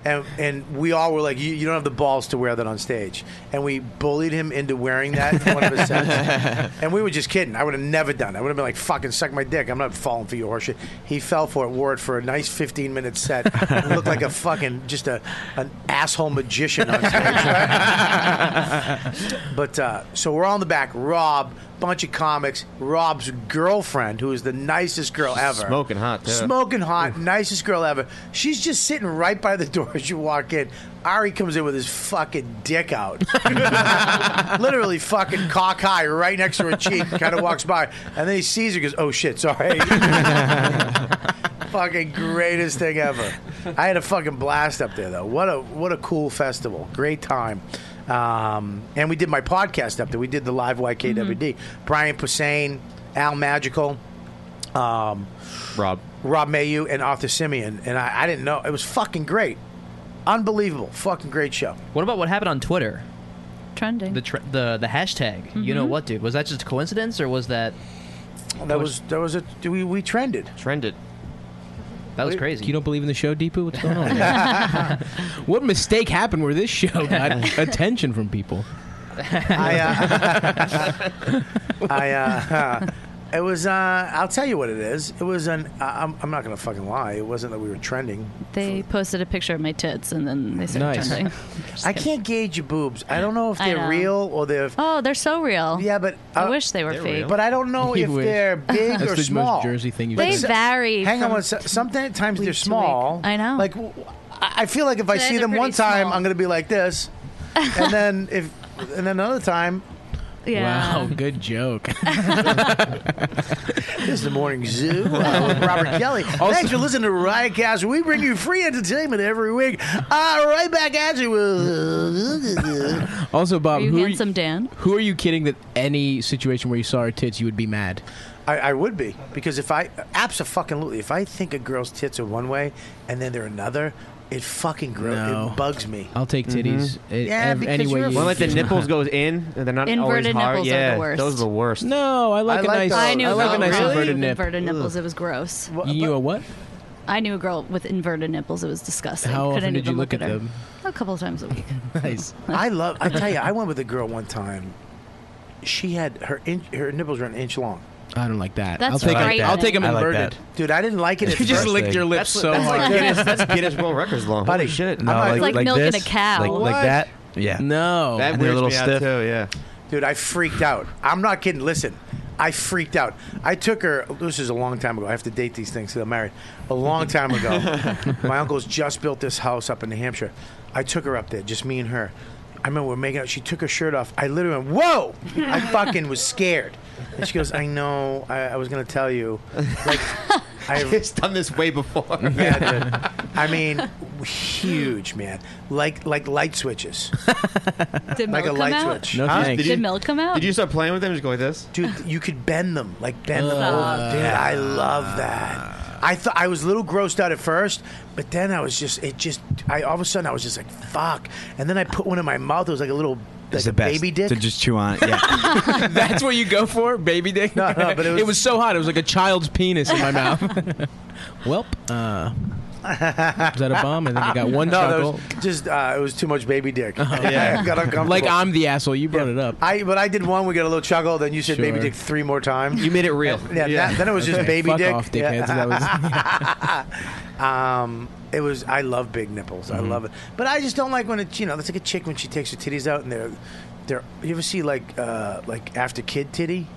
[SPEAKER 1] and and we all were like, you, you don't have the balls to wear that on stage. And we bullied him into wearing that. in One of his sets. and we were just kidding. I would have never done. it. I would have been like, fucking suck my dick. I'm not falling for your horseshit. He fell for it. Wore it for a nice 15 minute set. It looked like a fucking just a an asshole magician on stage. But uh, so we're all in the back. Rob, bunch of comics. Rob's girlfriend, who is the nicest girl ever,
[SPEAKER 9] Smoking hot, too.
[SPEAKER 1] smoking hot, nicest girl ever. She's just sitting right by the door as you walk in. Ari comes in with his fucking dick out, literally fucking cock high, right next to her cheek. Kind of walks by, and then he sees her, goes, "Oh shit, sorry." fucking greatest thing ever. I had a fucking blast up there though. What a what a cool festival. Great time. Um, and we did my podcast up there. We did the live YKWd. Brian Posehn, Al Magical, um, Rob Rob Mayu, and Arthur Simeon. And I, I didn't know it was fucking great, unbelievable, fucking great show.
[SPEAKER 7] What about what happened on Twitter?
[SPEAKER 15] Trending.
[SPEAKER 7] The tr- the the hashtag. You know
[SPEAKER 15] Mhm.
[SPEAKER 7] what, dude? Was that just a coincidence or was that?
[SPEAKER 1] That was that was a we we trended.
[SPEAKER 7] Trended. That was crazy.
[SPEAKER 8] You don't believe in the show, Deepu? What's going on? man? what mistake happened where this show got attention from people?
[SPEAKER 1] I, uh, I, uh, it was. Uh, I'll tell you what it is. It was an. I- I'm, I'm not gonna fucking lie. It wasn't that we were trending.
[SPEAKER 15] They posted a picture of my tits and then they started
[SPEAKER 1] Nice.
[SPEAKER 15] trending.
[SPEAKER 1] I can't gauge your boobs. I don't know if
[SPEAKER 15] I
[SPEAKER 1] they're
[SPEAKER 15] know.
[SPEAKER 1] real or they're.
[SPEAKER 15] Oh, they're so real.
[SPEAKER 1] Yeah, but uh,
[SPEAKER 15] I wish they were
[SPEAKER 1] They're
[SPEAKER 15] fake.
[SPEAKER 1] real. But I don't know
[SPEAKER 8] You
[SPEAKER 1] if
[SPEAKER 8] wish.
[SPEAKER 1] they're big
[SPEAKER 8] That's
[SPEAKER 1] or
[SPEAKER 8] the most
[SPEAKER 1] small.
[SPEAKER 8] Jersey thing you've
[SPEAKER 1] But
[SPEAKER 8] They
[SPEAKER 1] so-
[SPEAKER 15] vary
[SPEAKER 1] Hang on
[SPEAKER 15] from
[SPEAKER 1] one sec. Sometimes they're
[SPEAKER 15] to
[SPEAKER 1] small.
[SPEAKER 15] week. I know.
[SPEAKER 1] Like w- I I feel like if I
[SPEAKER 15] Yeah,
[SPEAKER 1] see
[SPEAKER 15] they're
[SPEAKER 1] them one
[SPEAKER 15] pretty
[SPEAKER 1] time, I'm gonna be like this, and then if and then another time.
[SPEAKER 15] Yeah.
[SPEAKER 8] Wow, good joke.
[SPEAKER 1] This is the morning zoo uh, with Robert Kelly. Thanks for listening to Riotcast. We bring you free entertainment every week. Uh, right back at you with.
[SPEAKER 8] Also, Bob,
[SPEAKER 15] Are you
[SPEAKER 8] who, are
[SPEAKER 15] handsome, Dan?
[SPEAKER 8] who are you kidding that any situation where you saw her tits, you would be mad?
[SPEAKER 1] I, I would be because if I absolutely if I think a girl's tits are one way and then they're another, it fucking gro-
[SPEAKER 8] No.
[SPEAKER 1] it bugs me.
[SPEAKER 8] I'll take titties.
[SPEAKER 1] Mhm. Yeah, because
[SPEAKER 8] anyway,
[SPEAKER 1] you're a
[SPEAKER 8] you
[SPEAKER 1] Well,
[SPEAKER 2] like the nipples goes in and they're not
[SPEAKER 15] Inverted
[SPEAKER 2] always hard.
[SPEAKER 15] nipples are
[SPEAKER 2] yeah,
[SPEAKER 15] the worst.
[SPEAKER 2] those are the worst.
[SPEAKER 8] No, I like,
[SPEAKER 2] I like
[SPEAKER 8] a nice.
[SPEAKER 2] those.
[SPEAKER 15] I knew
[SPEAKER 8] I like a
[SPEAKER 15] a girl
[SPEAKER 8] nice
[SPEAKER 15] with
[SPEAKER 8] inverted nip.
[SPEAKER 15] inverted nipples. It was gross.
[SPEAKER 8] You knew a what?
[SPEAKER 15] I knew a girl with inverted nipples. It was disgusting.
[SPEAKER 8] How
[SPEAKER 15] Couldn't
[SPEAKER 8] often did
[SPEAKER 15] even
[SPEAKER 8] you look at
[SPEAKER 15] her.
[SPEAKER 8] them?
[SPEAKER 15] A couple of times a week.
[SPEAKER 8] Nice.
[SPEAKER 1] I love. I tell you, I went with a girl one time. She had her in, her nipples were an inch long.
[SPEAKER 8] I don't like that.
[SPEAKER 1] That's
[SPEAKER 8] I'll take
[SPEAKER 1] frightening.
[SPEAKER 8] I'll take them
[SPEAKER 1] I like
[SPEAKER 8] inverted.
[SPEAKER 1] that. dude. I didn't like it. at
[SPEAKER 8] You just
[SPEAKER 1] first.
[SPEAKER 8] licked your lips so hard.
[SPEAKER 2] World Records long.
[SPEAKER 1] Buddy,
[SPEAKER 2] Holy shit.
[SPEAKER 1] I'm No, not-
[SPEAKER 15] It's like, milking a cow.
[SPEAKER 2] Yeah.
[SPEAKER 8] No.
[SPEAKER 2] That weirds me out too, yeah.
[SPEAKER 1] Dude, I freaked out. I'm not kidding. Listen, I freaked out. I took her. This is a long time ago. I have to date these things because I'm married. A long time ago, my uncle's just built this house up in New Hampshire. I took her up there, just me and her. I remember we were making out. She took her shirt off. I literally went, "Whoa!" I fucking was scared. And she goes, "I know. I, I was gonna tell you." Like, I've
[SPEAKER 2] done this way before.
[SPEAKER 1] Yeah, dude. I mean, huge man. Like like light switches.
[SPEAKER 15] Did milk
[SPEAKER 1] Like a
[SPEAKER 15] come
[SPEAKER 1] light
[SPEAKER 15] out?
[SPEAKER 1] switch. No Huh? thanks.
[SPEAKER 15] Did,
[SPEAKER 1] Did you-
[SPEAKER 15] milk come out?
[SPEAKER 2] Did you start playing with them? Just go like this,
[SPEAKER 1] dude. You could bend them, like bend them.
[SPEAKER 2] Stop.
[SPEAKER 1] over. Dude, I love that. I thought I was a little grossed out at first, but then I was just it just I all of a sudden I was just like fuck, and then I put one in my mouth. It was like a little like
[SPEAKER 12] It's the
[SPEAKER 1] a
[SPEAKER 12] best
[SPEAKER 1] baby dick.
[SPEAKER 12] to just chew on. It. Yeah.
[SPEAKER 8] That's what you go for, baby dick. No,
[SPEAKER 1] no, but it was-
[SPEAKER 8] so hot. It was like a child's penis in my mouth. Welp. Uh, was that a bomb? I think I got one
[SPEAKER 1] no, that
[SPEAKER 8] chuckle.
[SPEAKER 1] was just uh, it was too much baby dick.
[SPEAKER 8] Yeah.
[SPEAKER 1] I got uncomfortable.
[SPEAKER 8] Like I'm the asshole. You brought it up.
[SPEAKER 1] I but I did one. We got a little chuckle. Then you said baby
[SPEAKER 8] Sure.
[SPEAKER 1] dick three more times.
[SPEAKER 8] You made it real.
[SPEAKER 1] Yeah.
[SPEAKER 8] Yeah.
[SPEAKER 1] that- then it was just
[SPEAKER 8] Okay.
[SPEAKER 1] baby
[SPEAKER 8] Fuck
[SPEAKER 1] dick.
[SPEAKER 8] off,
[SPEAKER 1] Yeah.
[SPEAKER 8] dickheads. That
[SPEAKER 1] um, it was. I love big nipples.
[SPEAKER 8] Mm-hmm.
[SPEAKER 1] I love it. But I just don't like when it's you know that's like a chick when she takes her titties out and they're they're. You ever see like uh like after kid titty?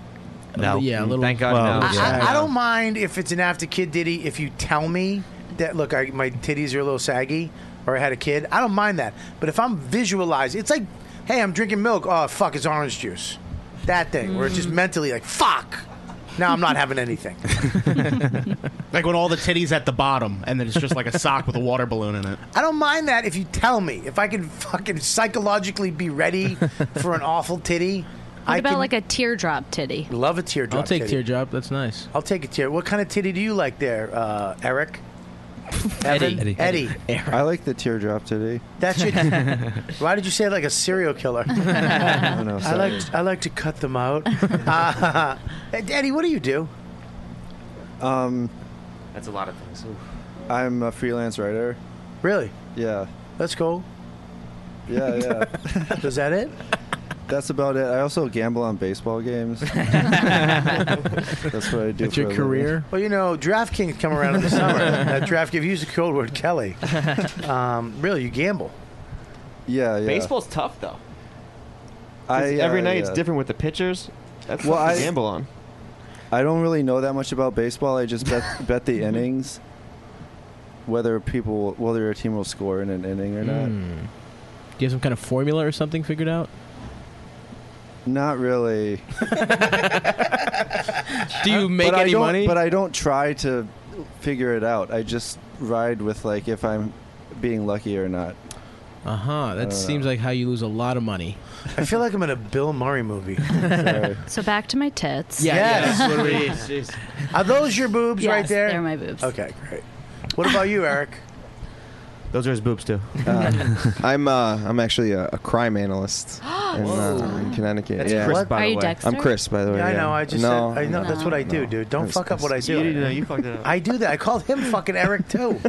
[SPEAKER 2] No.
[SPEAKER 8] Yeah, a little. Thank
[SPEAKER 2] God, no.
[SPEAKER 1] I, I, I don't mind if it's an after kid ditty if you tell me that look I, my titties are a little saggy or I had a kid. I don't mind that, but if I'm visualizing, it's like, hey, I'm drinking milk. Oh fuck, it's orange juice. That thing where it's
[SPEAKER 5] Mm.
[SPEAKER 1] just mentally like fuck. Now I'm not having anything.
[SPEAKER 10] Like when all the titties at the bottom, and then it's just like a sock with a water balloon in it.
[SPEAKER 1] I don't mind that if you tell me if I can fucking psychologically be ready for an awful titty.
[SPEAKER 15] What
[SPEAKER 1] I
[SPEAKER 15] about
[SPEAKER 1] can
[SPEAKER 15] like a teardrop titty?
[SPEAKER 1] love a teardrop.
[SPEAKER 8] I'll take
[SPEAKER 1] titty.
[SPEAKER 8] teardrop. That's nice.
[SPEAKER 1] I'll take a tear. What kind of titty do you like there, uh, Eric? Evan?
[SPEAKER 5] Eddie.
[SPEAKER 1] Eddie.
[SPEAKER 5] I like the teardrop today.
[SPEAKER 1] That should. why did you say it like a serial killer?
[SPEAKER 5] I know,
[SPEAKER 1] I
[SPEAKER 5] sorry.
[SPEAKER 1] like I like to cut them out. Uh, Eddie, what do you do?
[SPEAKER 5] Um,
[SPEAKER 2] That's a lot of things.
[SPEAKER 5] I'm a freelance writer.
[SPEAKER 1] Really?
[SPEAKER 5] Yeah.
[SPEAKER 1] That's cool.
[SPEAKER 5] Yeah, yeah.
[SPEAKER 1] Is that it?
[SPEAKER 5] That's about it. I also gamble on baseball games. That's what I do. for a living.
[SPEAKER 1] Well, you know, DraftKings come around in the summer. That draft, if you use the code word Kelly, um, really, you gamble.
[SPEAKER 5] Yeah, yeah.
[SPEAKER 2] Baseball's tough though. 'Cause
[SPEAKER 5] I,
[SPEAKER 2] every
[SPEAKER 5] uh,
[SPEAKER 2] night it's
[SPEAKER 5] yeah.
[SPEAKER 2] different with the pitchers. That's
[SPEAKER 5] Well,
[SPEAKER 2] well, I,
[SPEAKER 5] I-
[SPEAKER 2] gamble on.
[SPEAKER 5] I don't really know that much about baseball. I just bet bet the innings, whether people whether a team will score in an inning or not.
[SPEAKER 8] Hmm. Do you have some kind of formula or something figured out?
[SPEAKER 5] Not really.
[SPEAKER 8] Do you make
[SPEAKER 5] but I
[SPEAKER 8] any
[SPEAKER 5] don't-
[SPEAKER 8] money?
[SPEAKER 5] But I don't try to figure it out. I just ride with like if I'm being lucky or not.
[SPEAKER 8] Uh huh. That
[SPEAKER 5] Uh,
[SPEAKER 8] seems like how you lose a lot of money.
[SPEAKER 1] I feel like I'm in a Bill Murray movie.
[SPEAKER 15] So back to my tits.
[SPEAKER 1] Yes. Are those your boobs right
[SPEAKER 15] Yes,
[SPEAKER 1] there?
[SPEAKER 15] they're my boobs.
[SPEAKER 1] Okay, great. What about you, Eric?
[SPEAKER 3] Those are his boobs too. I'm uh, I'm actually a, a crime analyst in, uh, in Connecticut.
[SPEAKER 1] That's
[SPEAKER 3] yeah.
[SPEAKER 1] Chris, What? by Are the you way. Dexter?
[SPEAKER 3] I'm Chris, by the way.
[SPEAKER 1] Yeah, I
[SPEAKER 3] Oh, yeah.
[SPEAKER 1] know. I just
[SPEAKER 3] no,
[SPEAKER 1] said, I know. That's what I do,
[SPEAKER 3] no.
[SPEAKER 1] dude. Don't
[SPEAKER 3] That's-
[SPEAKER 1] fuck up what I
[SPEAKER 3] that's-
[SPEAKER 1] do.
[SPEAKER 3] You didn't know. You fucked it up.
[SPEAKER 1] I do that. I called him fucking Eric too.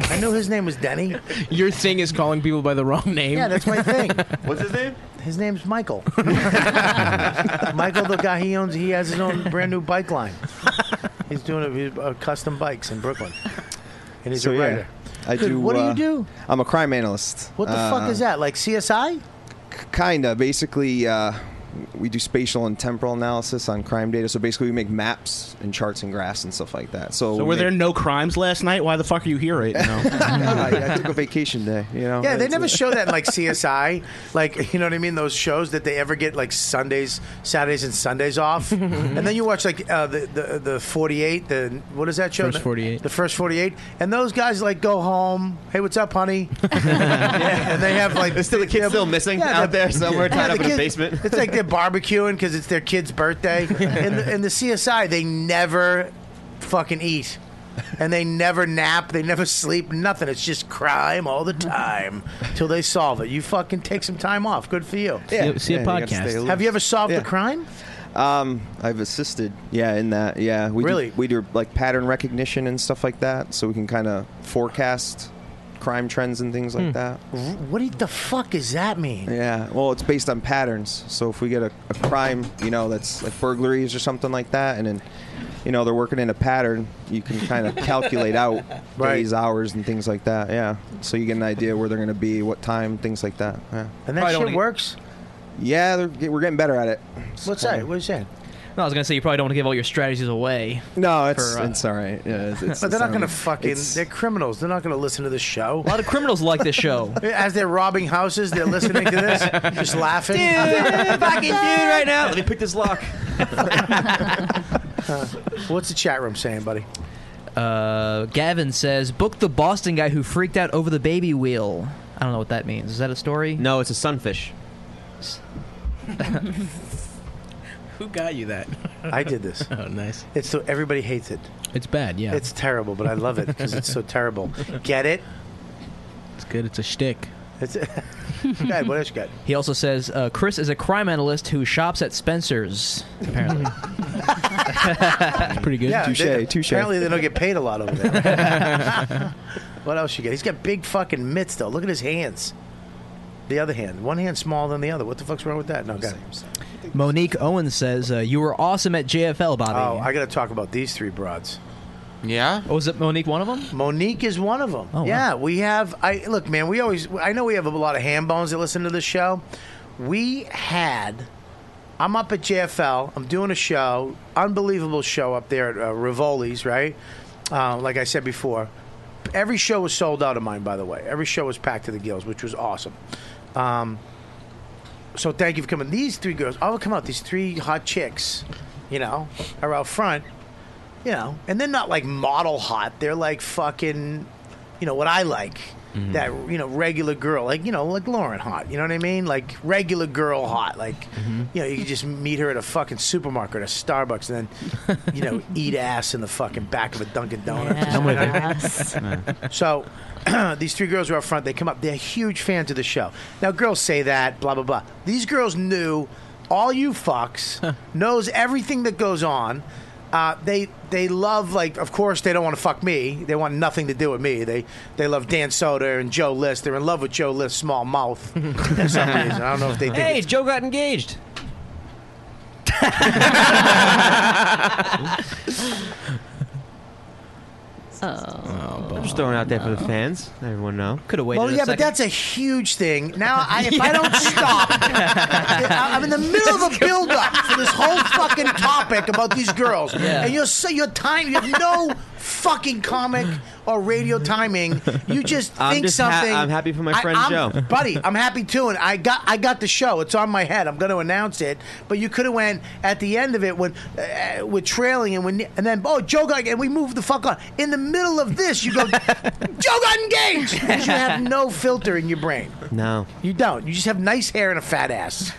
[SPEAKER 1] I knew his name was Denny.
[SPEAKER 8] Your thing is calling people by the wrong name.
[SPEAKER 1] Yeah, that's my thing.
[SPEAKER 8] What's his name?
[SPEAKER 1] His name's Michael. Michael, the guy he owns, he has his own brand new bike line. He's doing a, he's, uh, custom bikes in Brooklyn, and he's
[SPEAKER 3] So,
[SPEAKER 1] a
[SPEAKER 3] yeah.
[SPEAKER 1] writer.
[SPEAKER 3] I
[SPEAKER 1] Good.
[SPEAKER 3] do.
[SPEAKER 1] What do you
[SPEAKER 3] uh,
[SPEAKER 1] do?
[SPEAKER 3] I'm a crime analyst. Uh,
[SPEAKER 1] What the fuck is that? Like CSI?
[SPEAKER 3] Kinda. Basically, uh, we do spatial and temporal analysis on crime data. So basically, we make maps and charts and graphs and stuff like that. So,
[SPEAKER 10] So
[SPEAKER 3] we
[SPEAKER 10] were there
[SPEAKER 3] make-
[SPEAKER 10] no crimes last night? Why the fuck are you here right now?
[SPEAKER 3] I, I took a vacation day. You know.
[SPEAKER 1] Yeah, they
[SPEAKER 3] It's-
[SPEAKER 1] never show that in like CSI. Like, you know what I mean? Those shows that they ever get like Sundays, Saturdays, and Sundays off. and then you watch like uh, the, the the 48, the what is that show?
[SPEAKER 8] First 48.
[SPEAKER 1] The first 48. And those guys like go home. Hey, what's up, honey? and they have like.
[SPEAKER 2] There's still a kid
[SPEAKER 1] they're-
[SPEAKER 2] still missing
[SPEAKER 1] Yeah,
[SPEAKER 2] out
[SPEAKER 1] they're-
[SPEAKER 2] there somewhere, tied up in
[SPEAKER 1] kid-
[SPEAKER 2] a basement.
[SPEAKER 1] It's like they're barbecuing because it's their kid's birthday. in, the, in the CSI, they never fucking eat. And they never nap, they never sleep, nothing. It's just crime all the time till they solve it. You fucking take some time off. Good for you.
[SPEAKER 3] Yeah. See a Yeah, you gotta podcast. stay loose.
[SPEAKER 1] Have you ever solved a crime?
[SPEAKER 3] Um, I've assisted, yeah, in that, yeah. We
[SPEAKER 1] Really?
[SPEAKER 3] do, we do like pattern recognition and stuff like that, so we can kind of forecast crime trends and things like that.
[SPEAKER 1] R- What do- the fuck does that mean?
[SPEAKER 3] Yeah, well, it's based on patterns. So if we get a, a crime, you know, that's like burglaries or something like that, and then, you know, they're working in a pattern, you can kind of calculate out
[SPEAKER 1] Right.
[SPEAKER 3] days, hours, and things like that. Yeah, so you get an idea where they're going to be, what time, things like that. Yeah,
[SPEAKER 1] And that shit works.
[SPEAKER 3] yeah, they're, get- we're getting better at it.
[SPEAKER 1] What's that? What are you saying?
[SPEAKER 7] No, I was gonna say you probably don't want to give all your strategies away.
[SPEAKER 3] No, it's
[SPEAKER 7] For, uh,
[SPEAKER 3] it's all right. Yeah, it's, it's,
[SPEAKER 1] But they're
[SPEAKER 3] it's
[SPEAKER 1] not going to
[SPEAKER 3] um,
[SPEAKER 1] fucking.
[SPEAKER 3] it's-
[SPEAKER 1] They're criminals. They're not going to listen to this show.
[SPEAKER 7] A lot of criminals like this show.
[SPEAKER 1] As they're robbing houses, they're listening to this, just laughing.
[SPEAKER 7] fucking dude, right now. Let me pick this lock.
[SPEAKER 1] What's the chat room saying, buddy?
[SPEAKER 7] Uh, Gavin says, book the Boston guy who freaked out over the baby wheel. I don't know what that means. Is that a story?
[SPEAKER 2] No, it's a sunfish.
[SPEAKER 8] Who got you that?
[SPEAKER 1] I did this.
[SPEAKER 8] Oh, nice.
[SPEAKER 1] It's so everybody hates it.
[SPEAKER 8] It's bad, yeah.
[SPEAKER 1] It's terrible, but I love it because it's so terrible. Get it?
[SPEAKER 8] It's good. It's a shtick.
[SPEAKER 1] It's God, what else you got?
[SPEAKER 7] He also says, uh, Chris is a crime analyst who shops at Spencer's, apparently.
[SPEAKER 8] It's pretty good.
[SPEAKER 1] Yeah, they- Apparently, they don't get paid a lot over there. what else you got? He's got big fucking mitts, though. Look at his hands. The other hand, one hand smaller than the other. What the fuck's wrong with that? No, got it.
[SPEAKER 7] Monique Owens says, uh, you were awesome at JFL, Bobby.
[SPEAKER 1] Oh, I got to talk about these three broads.
[SPEAKER 6] Yeah.
[SPEAKER 7] Oh, was it Monique one of them?
[SPEAKER 1] Monique is one of them.
[SPEAKER 7] wow.
[SPEAKER 1] yeah, we have. I look, man. We always. I know we have a lot of ham bones that listen to this show. We had. I'm up at JFL. I'm doing a show. Unbelievable show up there at uh, Rivoli's. Right. Uh, like I said before, every show was sold out of mine. By the way, every show was packed to the gills, which was awesome. Um, so thank you for coming. These three girls, I would come out. These three hot chicks, you know, are out front, you know, and they're not like model hot. They're like fucking, you know, what I like.
[SPEAKER 17] Mm-hmm.
[SPEAKER 1] that you know regular girl, like you know like Lauren hot. You know what I mean? Like regular girl hot. Like
[SPEAKER 17] Mm-hmm.
[SPEAKER 1] you know you could just meet her at a fucking supermarket or Starbucks and then you know eat ass in the fucking back of a Dunkin' Donuts.
[SPEAKER 17] Yeah. I'm with you.
[SPEAKER 1] You know what I mean? so these three girls were up front. They come up. They're huge fans of the show. Now girls say that blah blah blah. These girls knew all you fucks knows everything that goes on. Uh, they they love like of course they don't want to fuck me. They want nothing to do with me. They they love Dan Soder and Joe List. They're in love with Joe List's small mouth. for some reason. I don't know if they think
[SPEAKER 13] Hey, Joe got engaged.
[SPEAKER 2] Oh, I'm just throwing it out there for the fans. let Everyone know.
[SPEAKER 7] Could have
[SPEAKER 1] well, yeah, but that's a huge thing. Now, I, if I don't stop, I- I'm in the middle of a build-up for this whole fucking topic about these girls,
[SPEAKER 17] Yeah.
[SPEAKER 1] and you're so your time, you have no fucking comic or radio timing. You just
[SPEAKER 2] I'm
[SPEAKER 1] think
[SPEAKER 2] just ha-
[SPEAKER 1] something.
[SPEAKER 2] I'm happy for my
[SPEAKER 1] I-
[SPEAKER 2] friend
[SPEAKER 1] I'm-
[SPEAKER 2] Joe.
[SPEAKER 1] buddy. I'm happy too, and I got I got the show. It's on my head. I'm going to announce it, but you could have went at the end of it when uh, we're trailing and when and then oh Joe got and we moved the fuck on in the middle of this. You go, Joe got engaged because you have no filter in your brain.
[SPEAKER 2] No.
[SPEAKER 1] You don't. You just have nice hair and a fat ass.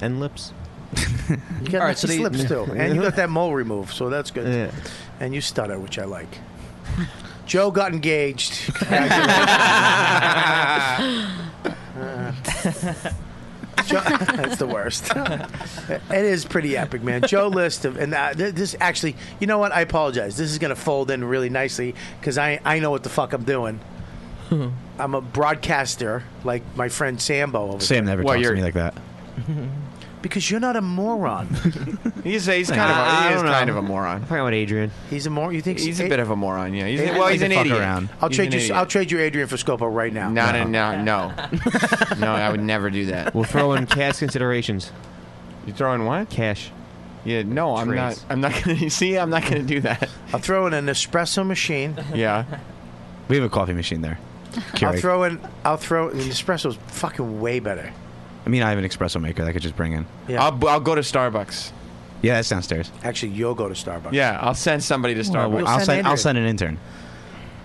[SPEAKER 2] And lips.
[SPEAKER 1] You got
[SPEAKER 2] All right,
[SPEAKER 1] nice
[SPEAKER 2] so they-
[SPEAKER 1] lips too, and you got that mole removed, so that's good. And you stutter, which I like. Joe got engaged. Joe, that's the worst. it is pretty epic, man. Joe List of and uh, th- this actually, you know what? I apologize. This is going to fold in really nicely because I I know what the fuck I'm doing. I'm a broadcaster, like my friend Sambo. Over
[SPEAKER 12] Sam never
[SPEAKER 1] Well,
[SPEAKER 12] talks to
[SPEAKER 1] you're-
[SPEAKER 12] me like that.
[SPEAKER 1] because you're not a moron.
[SPEAKER 6] He's, he's
[SPEAKER 1] Thank
[SPEAKER 6] kind of
[SPEAKER 1] you.
[SPEAKER 6] a,
[SPEAKER 1] I-
[SPEAKER 6] he
[SPEAKER 1] I
[SPEAKER 6] is
[SPEAKER 1] don't know.
[SPEAKER 6] kind of a moron. I'm
[SPEAKER 2] talking about Adrian.
[SPEAKER 1] He's a moron. You think
[SPEAKER 6] he's
[SPEAKER 1] so?
[SPEAKER 6] a bit of a moron? Yeah. He's,
[SPEAKER 1] Adrian-
[SPEAKER 6] well,
[SPEAKER 1] Like
[SPEAKER 6] he's
[SPEAKER 1] to
[SPEAKER 6] an
[SPEAKER 1] fuck
[SPEAKER 6] idiot.
[SPEAKER 1] around. I'll
[SPEAKER 6] He's
[SPEAKER 1] trade
[SPEAKER 6] an
[SPEAKER 1] you-
[SPEAKER 6] idiot.
[SPEAKER 1] I'll trade you Adrian for Scopo right now.
[SPEAKER 6] No, no, no, no, no. I would never do that.
[SPEAKER 2] We'll throw in cash considerations.
[SPEAKER 6] You throw in what?
[SPEAKER 2] Cash.
[SPEAKER 6] Yeah, no, I'm not.
[SPEAKER 2] Trays.
[SPEAKER 6] I'm not gonna. You see, I'm not gonna do that.
[SPEAKER 1] I'll throw in an espresso machine.
[SPEAKER 6] Yeah.
[SPEAKER 12] We have a coffee machine there.
[SPEAKER 1] I'll
[SPEAKER 12] Keurig.
[SPEAKER 1] throw in. I'll throw. an espresso's fucking way better.
[SPEAKER 12] I mean, I have an espresso maker that I could just bring in.
[SPEAKER 1] Yeah.
[SPEAKER 6] I'll, I'll go to Starbucks.
[SPEAKER 12] Yeah, that's downstairs.
[SPEAKER 1] Actually, you'll go to Starbucks.
[SPEAKER 6] Yeah, I'll send somebody to
[SPEAKER 12] Well,
[SPEAKER 6] Starbucks.
[SPEAKER 12] I'll send. I'll send an intern.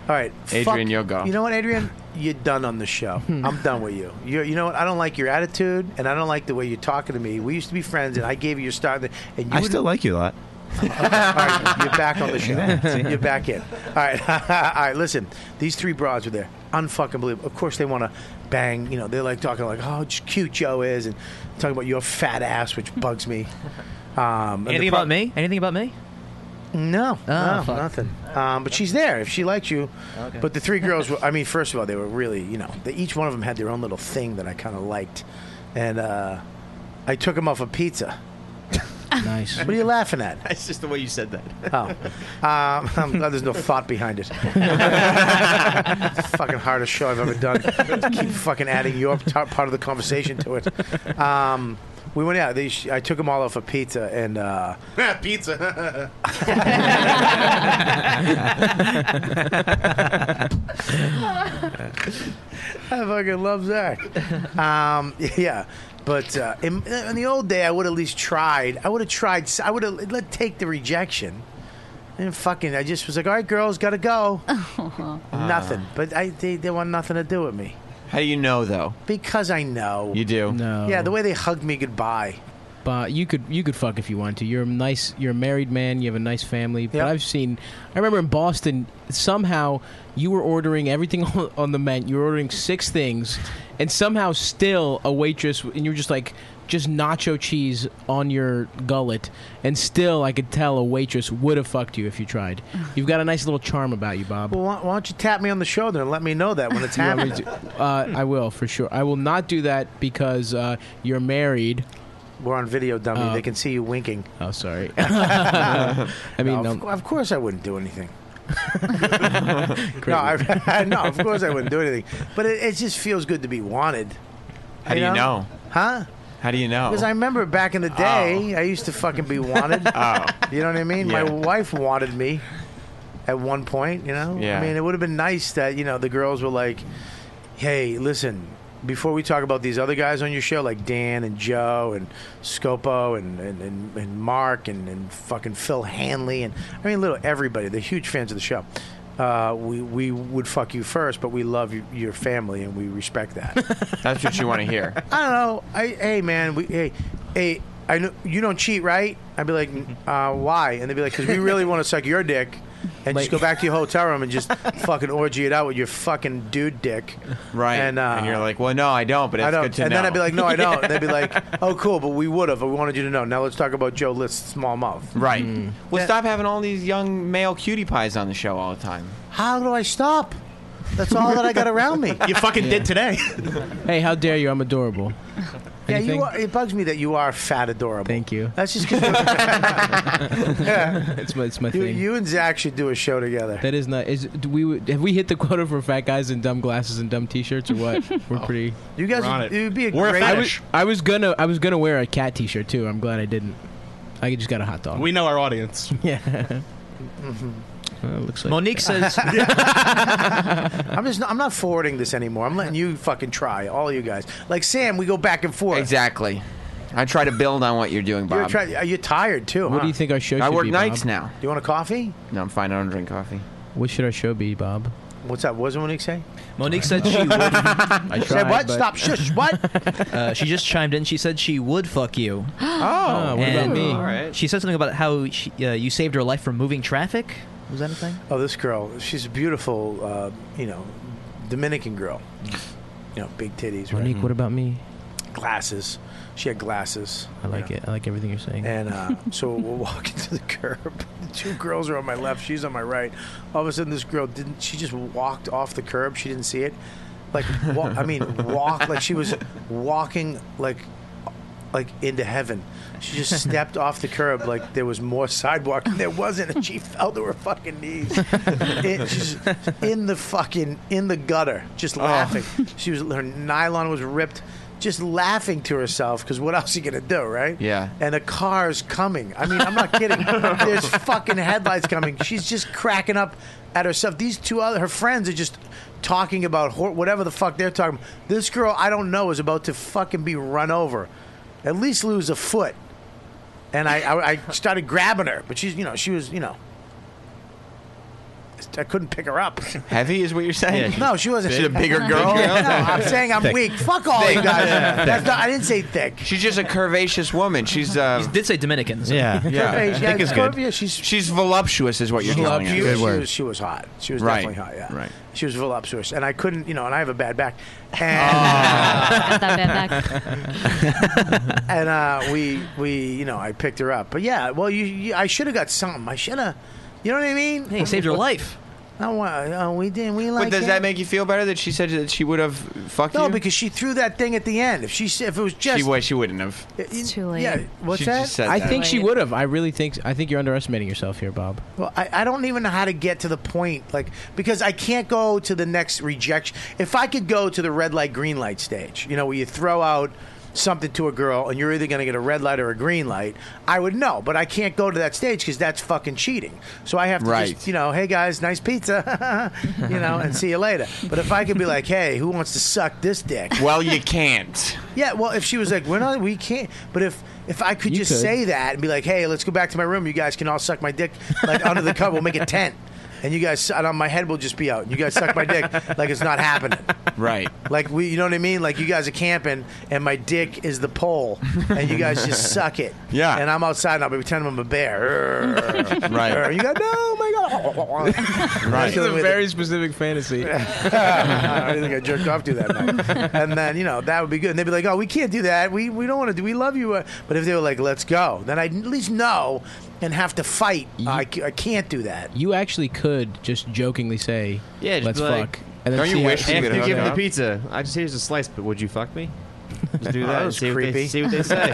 [SPEAKER 1] All right,
[SPEAKER 6] Adrian,
[SPEAKER 1] fuck-
[SPEAKER 6] you'll go. Hmm.
[SPEAKER 1] You know what, Adrian? You're done on the show. I'm done with you. You, you know what? I don't like your attitude, and I don't like the way you're talking to me. We used to be friends, and I gave you your start. And you
[SPEAKER 12] I
[SPEAKER 1] would-
[SPEAKER 12] still like you a lot.
[SPEAKER 1] All right, you're back on the show.
[SPEAKER 12] Yeah, see?
[SPEAKER 1] you're back in. All right, all right. Listen, these three broads were there, unfucking believable. Of course, they want to bang. You know, they're like talking like, "Oh, just cute Joe is," and talking about your fat ass, which bugs me. Um, and the
[SPEAKER 7] Anything
[SPEAKER 1] pro-
[SPEAKER 7] about me? Anything about me? Oh,
[SPEAKER 1] No, no,
[SPEAKER 7] fuck.
[SPEAKER 1] nothing. Um, but she's there if she likes you.
[SPEAKER 7] Okay.
[SPEAKER 1] But the three girls were, I mean, first of all, they were really, you know, they, each one of them had their own little thing that I kind of liked. And uh, I took them off a pizza.
[SPEAKER 8] Nice.
[SPEAKER 1] What are you laughing at?
[SPEAKER 12] That's just the way you said that.
[SPEAKER 1] Oh, um, I'm glad there's no thought behind it. fucking hardest show I've ever done. Keep fucking adding your t- part of the conversation to it. Um, we went out. They, I took them all off a pizza, and uh,
[SPEAKER 17] Pizza.
[SPEAKER 1] I fucking love Zach. Um, yeah, but uh, in, in the old day, I would at least tried. I would have tried. s- I would have let take the rejection. And fucking, I just was like, all right, girls, gotta go. nothing. But I, they, they want nothing to do with me
[SPEAKER 6] How do you know though?
[SPEAKER 1] because I know.
[SPEAKER 6] You do.
[SPEAKER 8] No.
[SPEAKER 1] Yeah, the way they hugged me goodbye.
[SPEAKER 8] But you could you could fuck if you want to. You're a nice. You're a married man. You have a nice family. But I've seen. I remember in Boston, somehow you were ordering everything on, on the menu. You were ordering six things, and somehow still a waitress, and you were just like just nacho cheese on your gullet, and still I could tell a waitress would have fucked you if you tried. You've got a nice little charm about you, Bob.
[SPEAKER 1] Well, why, why don't you tap me on the shoulder and let me know that when it's
[SPEAKER 8] You want me
[SPEAKER 1] happening?
[SPEAKER 8] to- uh, I will for sure. I will not do that because uh, you're married.
[SPEAKER 1] We're on video, dummy.
[SPEAKER 8] Uh,
[SPEAKER 1] they can see you winking.
[SPEAKER 8] Oh, sorry. I mean,
[SPEAKER 1] No,
[SPEAKER 8] no,
[SPEAKER 1] of, of course I wouldn't do anything. no, I, no, of course I wouldn't do anything. But it, it just feels good to be wanted.
[SPEAKER 6] How do you know?
[SPEAKER 1] Huh?
[SPEAKER 6] How do you know?
[SPEAKER 1] Because I remember back in the day, I used to fucking be wanted.
[SPEAKER 6] Oh.
[SPEAKER 1] You know what I mean? My
[SPEAKER 6] Yeah.
[SPEAKER 1] wife wanted me at one point, you know?
[SPEAKER 6] Yeah.
[SPEAKER 1] I mean, it would have been nice that, you know, the girls were like, hey, listen, before we talk about these other guys on your show, like Dan and Joe and Scopo and, and, and, and Mark and, and fucking Phil Hanley and, I mean, little everybody, they're huge fans of the show. uh, we we would fuck you first, but we love y- your family and we respect that.
[SPEAKER 6] That's what you want to hear.
[SPEAKER 1] I don't know. I, hey man, we hey hey. I know you don't cheat, right? I'd be like, uh, why? And they'd be like, because we really want to suck your dick, and just go back to your hotel room and just fucking orgy it out with your fucking dude dick.
[SPEAKER 6] Right.
[SPEAKER 1] And, uh,
[SPEAKER 6] and you're like, well, no, I don't, but it's
[SPEAKER 1] I don't.
[SPEAKER 6] good to
[SPEAKER 1] and
[SPEAKER 6] know.
[SPEAKER 1] then I'd be like, no, I don't. They'd be like, oh, cool, but we would have. We wanted you to know. Now let's talk about Joe List's small mouth.
[SPEAKER 6] Right.
[SPEAKER 1] "Hmm."
[SPEAKER 6] Well, stop having all these young male cutie pies on the show all the time.
[SPEAKER 1] How do I stop? That's all that I got around me.
[SPEAKER 10] You fucking
[SPEAKER 8] did
[SPEAKER 10] today.
[SPEAKER 8] hey, how dare you? I'm adorable.
[SPEAKER 1] Yeah, you
[SPEAKER 8] Anything?
[SPEAKER 1] are, it bugs me that you are fat adorable. Thank
[SPEAKER 8] you.
[SPEAKER 1] That's just because yeah.
[SPEAKER 8] it's my, it's my
[SPEAKER 1] you,
[SPEAKER 8] thing.
[SPEAKER 1] you and Zach should do a show together.
[SPEAKER 8] That is not. Is do we have we hit the quota for fat guys in dumb glasses and dumb T-shirts or what? We're pretty.
[SPEAKER 1] You guys, would, it would be a great.
[SPEAKER 8] I was, I was gonna I was gonna wear a cat T-shirt too. I'm glad I didn't. I just got a hot dog.
[SPEAKER 10] We know our audience.
[SPEAKER 8] Yeah.
[SPEAKER 1] Mm-hmm.
[SPEAKER 8] looks like Monique says.
[SPEAKER 1] I'm just. Not, I'm not forwarding this anymore. I'm letting you fucking try, all you guys. Like Sam, we go back and forth.
[SPEAKER 6] Exactly. I try to build on what you're doing, Bob.
[SPEAKER 1] You're, try, you're tired too.
[SPEAKER 6] What do
[SPEAKER 1] huh?
[SPEAKER 6] you think our show I should work be, nights Bob? now.
[SPEAKER 1] Do you want a coffee?
[SPEAKER 6] no, I'm fine. I don't drink coffee.
[SPEAKER 8] What should our show be, Bob?
[SPEAKER 1] What's that? What was it Monique say?
[SPEAKER 7] Monique said she would. I
[SPEAKER 1] Say what?
[SPEAKER 7] but-
[SPEAKER 1] Stop. Shush. What?
[SPEAKER 7] Uh, she just chimed in. She said she would fuck you.
[SPEAKER 8] Ah,
[SPEAKER 1] Oh, what about
[SPEAKER 7] and
[SPEAKER 1] me? All right.
[SPEAKER 7] She said something about how she, uh, you saved her life from moving traffic. Was that a thing?
[SPEAKER 1] Oh, this girl. She's a beautiful, uh, you know, Dominican girl. You know, big titties.
[SPEAKER 8] Monique,
[SPEAKER 1] right?
[SPEAKER 8] what about me?
[SPEAKER 1] glasses. She had glasses.
[SPEAKER 8] I like it. I like everything you're saying.
[SPEAKER 1] And uh, so we're walking to the curb. The two girls are on my left. She's on my right. All of a sudden, this girl didn't. She just walked off the curb. She didn't see it. Like, wa- I mean, walk like she was walking like, like into heaven. She just stepped off the curb like there was more sidewalk and there wasn't, and she fell to her fucking knees. It, she's in the fucking in the gutter, just laughing. She was her nylon was ripped, just laughing to herself because what else are you gonna do, right?
[SPEAKER 6] Yeah.
[SPEAKER 1] and a car's coming. I mean, I'm not kidding. There's fucking headlights coming. She's just cracking up at herself. These two other her friends are just talking about hor- whatever the fuck they're talking. about. This girl I don't know is about to fucking be run over, at least lose a foot. And I, I, I started grabbing her, but she's you know she was you know. I couldn't pick her up.
[SPEAKER 6] Heavy is what you're saying?
[SPEAKER 1] No, she wasn't.
[SPEAKER 6] She's a bigger girl.
[SPEAKER 1] No, I'm saying I'm
[SPEAKER 6] Thick.
[SPEAKER 1] weak. Fuck all
[SPEAKER 6] Thick.
[SPEAKER 1] you guys.
[SPEAKER 6] Yeah.
[SPEAKER 1] That's
[SPEAKER 6] Thick.
[SPEAKER 1] not, I didn't say thick.
[SPEAKER 6] She's just a curvaceous woman. She's uh,
[SPEAKER 7] did say Dominican. so-
[SPEAKER 6] Yeah, yeah.
[SPEAKER 1] Curvaceous, yeah, it's curvaceous.
[SPEAKER 6] She's, voluptuous, is what you're telling us.
[SPEAKER 1] She, she was, she was hot. She was
[SPEAKER 6] Right.
[SPEAKER 1] definitely hot. Yeah.
[SPEAKER 6] Right.
[SPEAKER 1] She was voluptuous, and I couldn't, you know, and I have a bad back.
[SPEAKER 15] Got
[SPEAKER 6] Oh.
[SPEAKER 1] And,
[SPEAKER 15] that bad back.
[SPEAKER 1] and uh, we, we, you know, I picked her up. But yeah, well, you, you I should have got something. I should have, you know what I mean? Hey,
[SPEAKER 7] saved your life.
[SPEAKER 1] No, uh, we didn't. We like.
[SPEAKER 6] But does
[SPEAKER 1] it.
[SPEAKER 6] that make you feel better that she said that she would have fucked
[SPEAKER 1] No,
[SPEAKER 6] you?
[SPEAKER 1] because she threw that thing at the end. If she, s- if it was just,
[SPEAKER 6] she was. She wouldn't have.
[SPEAKER 1] It's
[SPEAKER 15] too
[SPEAKER 1] late. Yeah. What's
[SPEAKER 6] She
[SPEAKER 1] that?
[SPEAKER 6] just said
[SPEAKER 8] I
[SPEAKER 6] that.
[SPEAKER 8] think she would have. I really think. I think you're underestimating yourself here, Bob.
[SPEAKER 1] Well, I, I don't even know how to get to the point, like because I can't go to the next rejection. If I could go to the red light, green light stage, you know, where you throw out something to a girl and you're either going to get a red light or a green light, I would know. But I can't go to that stage because that's fucking cheating. So I have to
[SPEAKER 6] Right.
[SPEAKER 1] just, you know, hey guys, nice pizza, you know, and see you later. But if I could be like, hey, who wants to suck this dick?
[SPEAKER 6] Well, you can't.
[SPEAKER 1] Yeah, well, if she was like, "We're not, we can't," but if if I could
[SPEAKER 6] You
[SPEAKER 1] just
[SPEAKER 6] could.
[SPEAKER 1] say that and be like, "Hey, let's go back to my room. You guys can all suck my dick like under the cover. We'll make a tent, and you guys and on my head will just be out. You guys suck my dick like it's not happening.
[SPEAKER 6] Right.
[SPEAKER 1] Like we, you know what I mean? Like you guys are camping, and my dick is the pole, and you guys just suck it.
[SPEAKER 6] Yeah.
[SPEAKER 1] And I'm outside, and I'll be pretending I'm a bear.
[SPEAKER 6] Right.
[SPEAKER 1] And You guys, no, my god.
[SPEAKER 8] This is a very specific fantasy.
[SPEAKER 1] I think I jerked off to that night. And then, you know, that would be good. And they'd be like, oh, we can't do that. We, we don't want to do We love you. uh," But if they were like, let's go, then I'd at least know and have to fight. I, c- I can't do that.
[SPEAKER 8] You actually could just jokingly say,
[SPEAKER 2] Yeah, just
[SPEAKER 8] let's
[SPEAKER 2] be like,
[SPEAKER 8] fuck." And then see how-
[SPEAKER 2] After you give them the pizza, I just here's a slice. But would you fuck me? Just do
[SPEAKER 1] Oh,
[SPEAKER 2] that.
[SPEAKER 1] that
[SPEAKER 2] and
[SPEAKER 1] was
[SPEAKER 2] see What
[SPEAKER 1] creepy.
[SPEAKER 2] they, see what they say.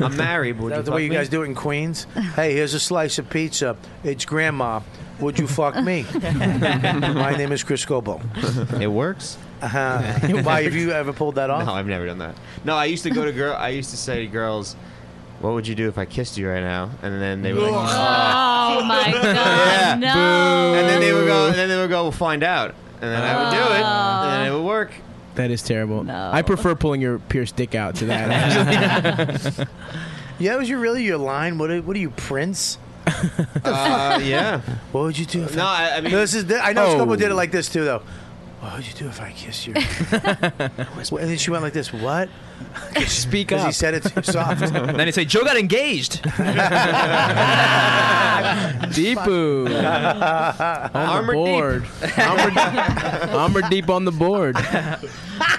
[SPEAKER 2] I'm married. But would
[SPEAKER 1] That's
[SPEAKER 2] you
[SPEAKER 1] the way
[SPEAKER 2] fuck
[SPEAKER 1] you
[SPEAKER 2] me?
[SPEAKER 1] guys do it in Queens. Hey, here's a slice of pizza. It's grandma. Would you fuck me? My name is Chris Cobo.
[SPEAKER 2] It works.
[SPEAKER 1] Uh-huh. Why have you ever pulled that off?
[SPEAKER 2] No, I've never done that. No, I used to go to girl. I used to say to girls, "What would you do if I kissed you right now?" And then they would. Like,
[SPEAKER 15] Oh my god!
[SPEAKER 18] Oh,
[SPEAKER 15] No.
[SPEAKER 2] And then they would go. And then they would go. We'll find out. And then I
[SPEAKER 8] Ah.
[SPEAKER 2] would do it. And then it would work.
[SPEAKER 8] That is terrible. I prefer pulling your pierced dick out to that. actually.
[SPEAKER 1] Yeah, that was your really your line. What? Are, what are you, Prince?
[SPEAKER 2] Uh, yeah.
[SPEAKER 1] What would you do if
[SPEAKER 2] No, I, I mean,
[SPEAKER 1] this is. I know
[SPEAKER 2] Oh.
[SPEAKER 1] Scopo did it like this too, though. What would you do if I kissed you? and then she went like this. What?
[SPEAKER 7] Speak
[SPEAKER 1] Because
[SPEAKER 7] up.
[SPEAKER 1] he said it too soft.
[SPEAKER 7] then he'd say, Joe got engaged.
[SPEAKER 8] Deepu. on
[SPEAKER 7] Armored
[SPEAKER 8] the board. Armored, Armored deep on the board.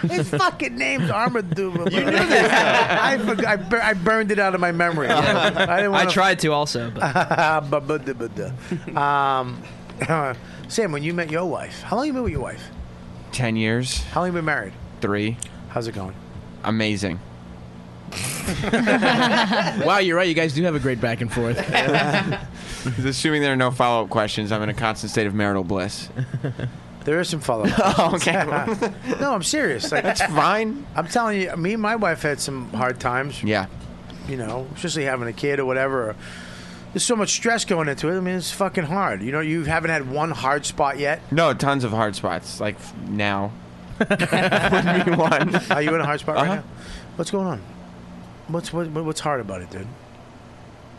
[SPEAKER 1] His fucking name's Armadillo. You knew this. I, forgot, I, bur- I burned it out of my memory. I, didn't
[SPEAKER 7] I
[SPEAKER 1] wanna-
[SPEAKER 7] tried to also. But.
[SPEAKER 1] Ba- ba- da- ba- da. um, Sam, when you met your wife, how long you been with your wife?
[SPEAKER 6] Ten years.
[SPEAKER 1] How long you been married?
[SPEAKER 6] Three.
[SPEAKER 1] How's it going?
[SPEAKER 6] Amazing.
[SPEAKER 8] wow, you're right. You guys do have a great back and forth.
[SPEAKER 6] Assuming there are no follow up questions, I'm in a constant state of marital bliss.
[SPEAKER 1] There is some follow up.
[SPEAKER 6] oh, okay.
[SPEAKER 1] no, I'm serious. Like,
[SPEAKER 6] That's fine.
[SPEAKER 1] I'm telling you, me and my wife had some hard times.
[SPEAKER 6] Yeah.
[SPEAKER 1] You know, especially having a kid or whatever. There's so much stress going into it. I mean, it's fucking hard. You know, you haven't had one hard spot yet.
[SPEAKER 6] No, tons of hard spots. Like f- now.
[SPEAKER 1] Are you in a hard spot
[SPEAKER 6] Uh-huh.
[SPEAKER 1] right now? What's going on? What's what, what- what's hard about it, dude?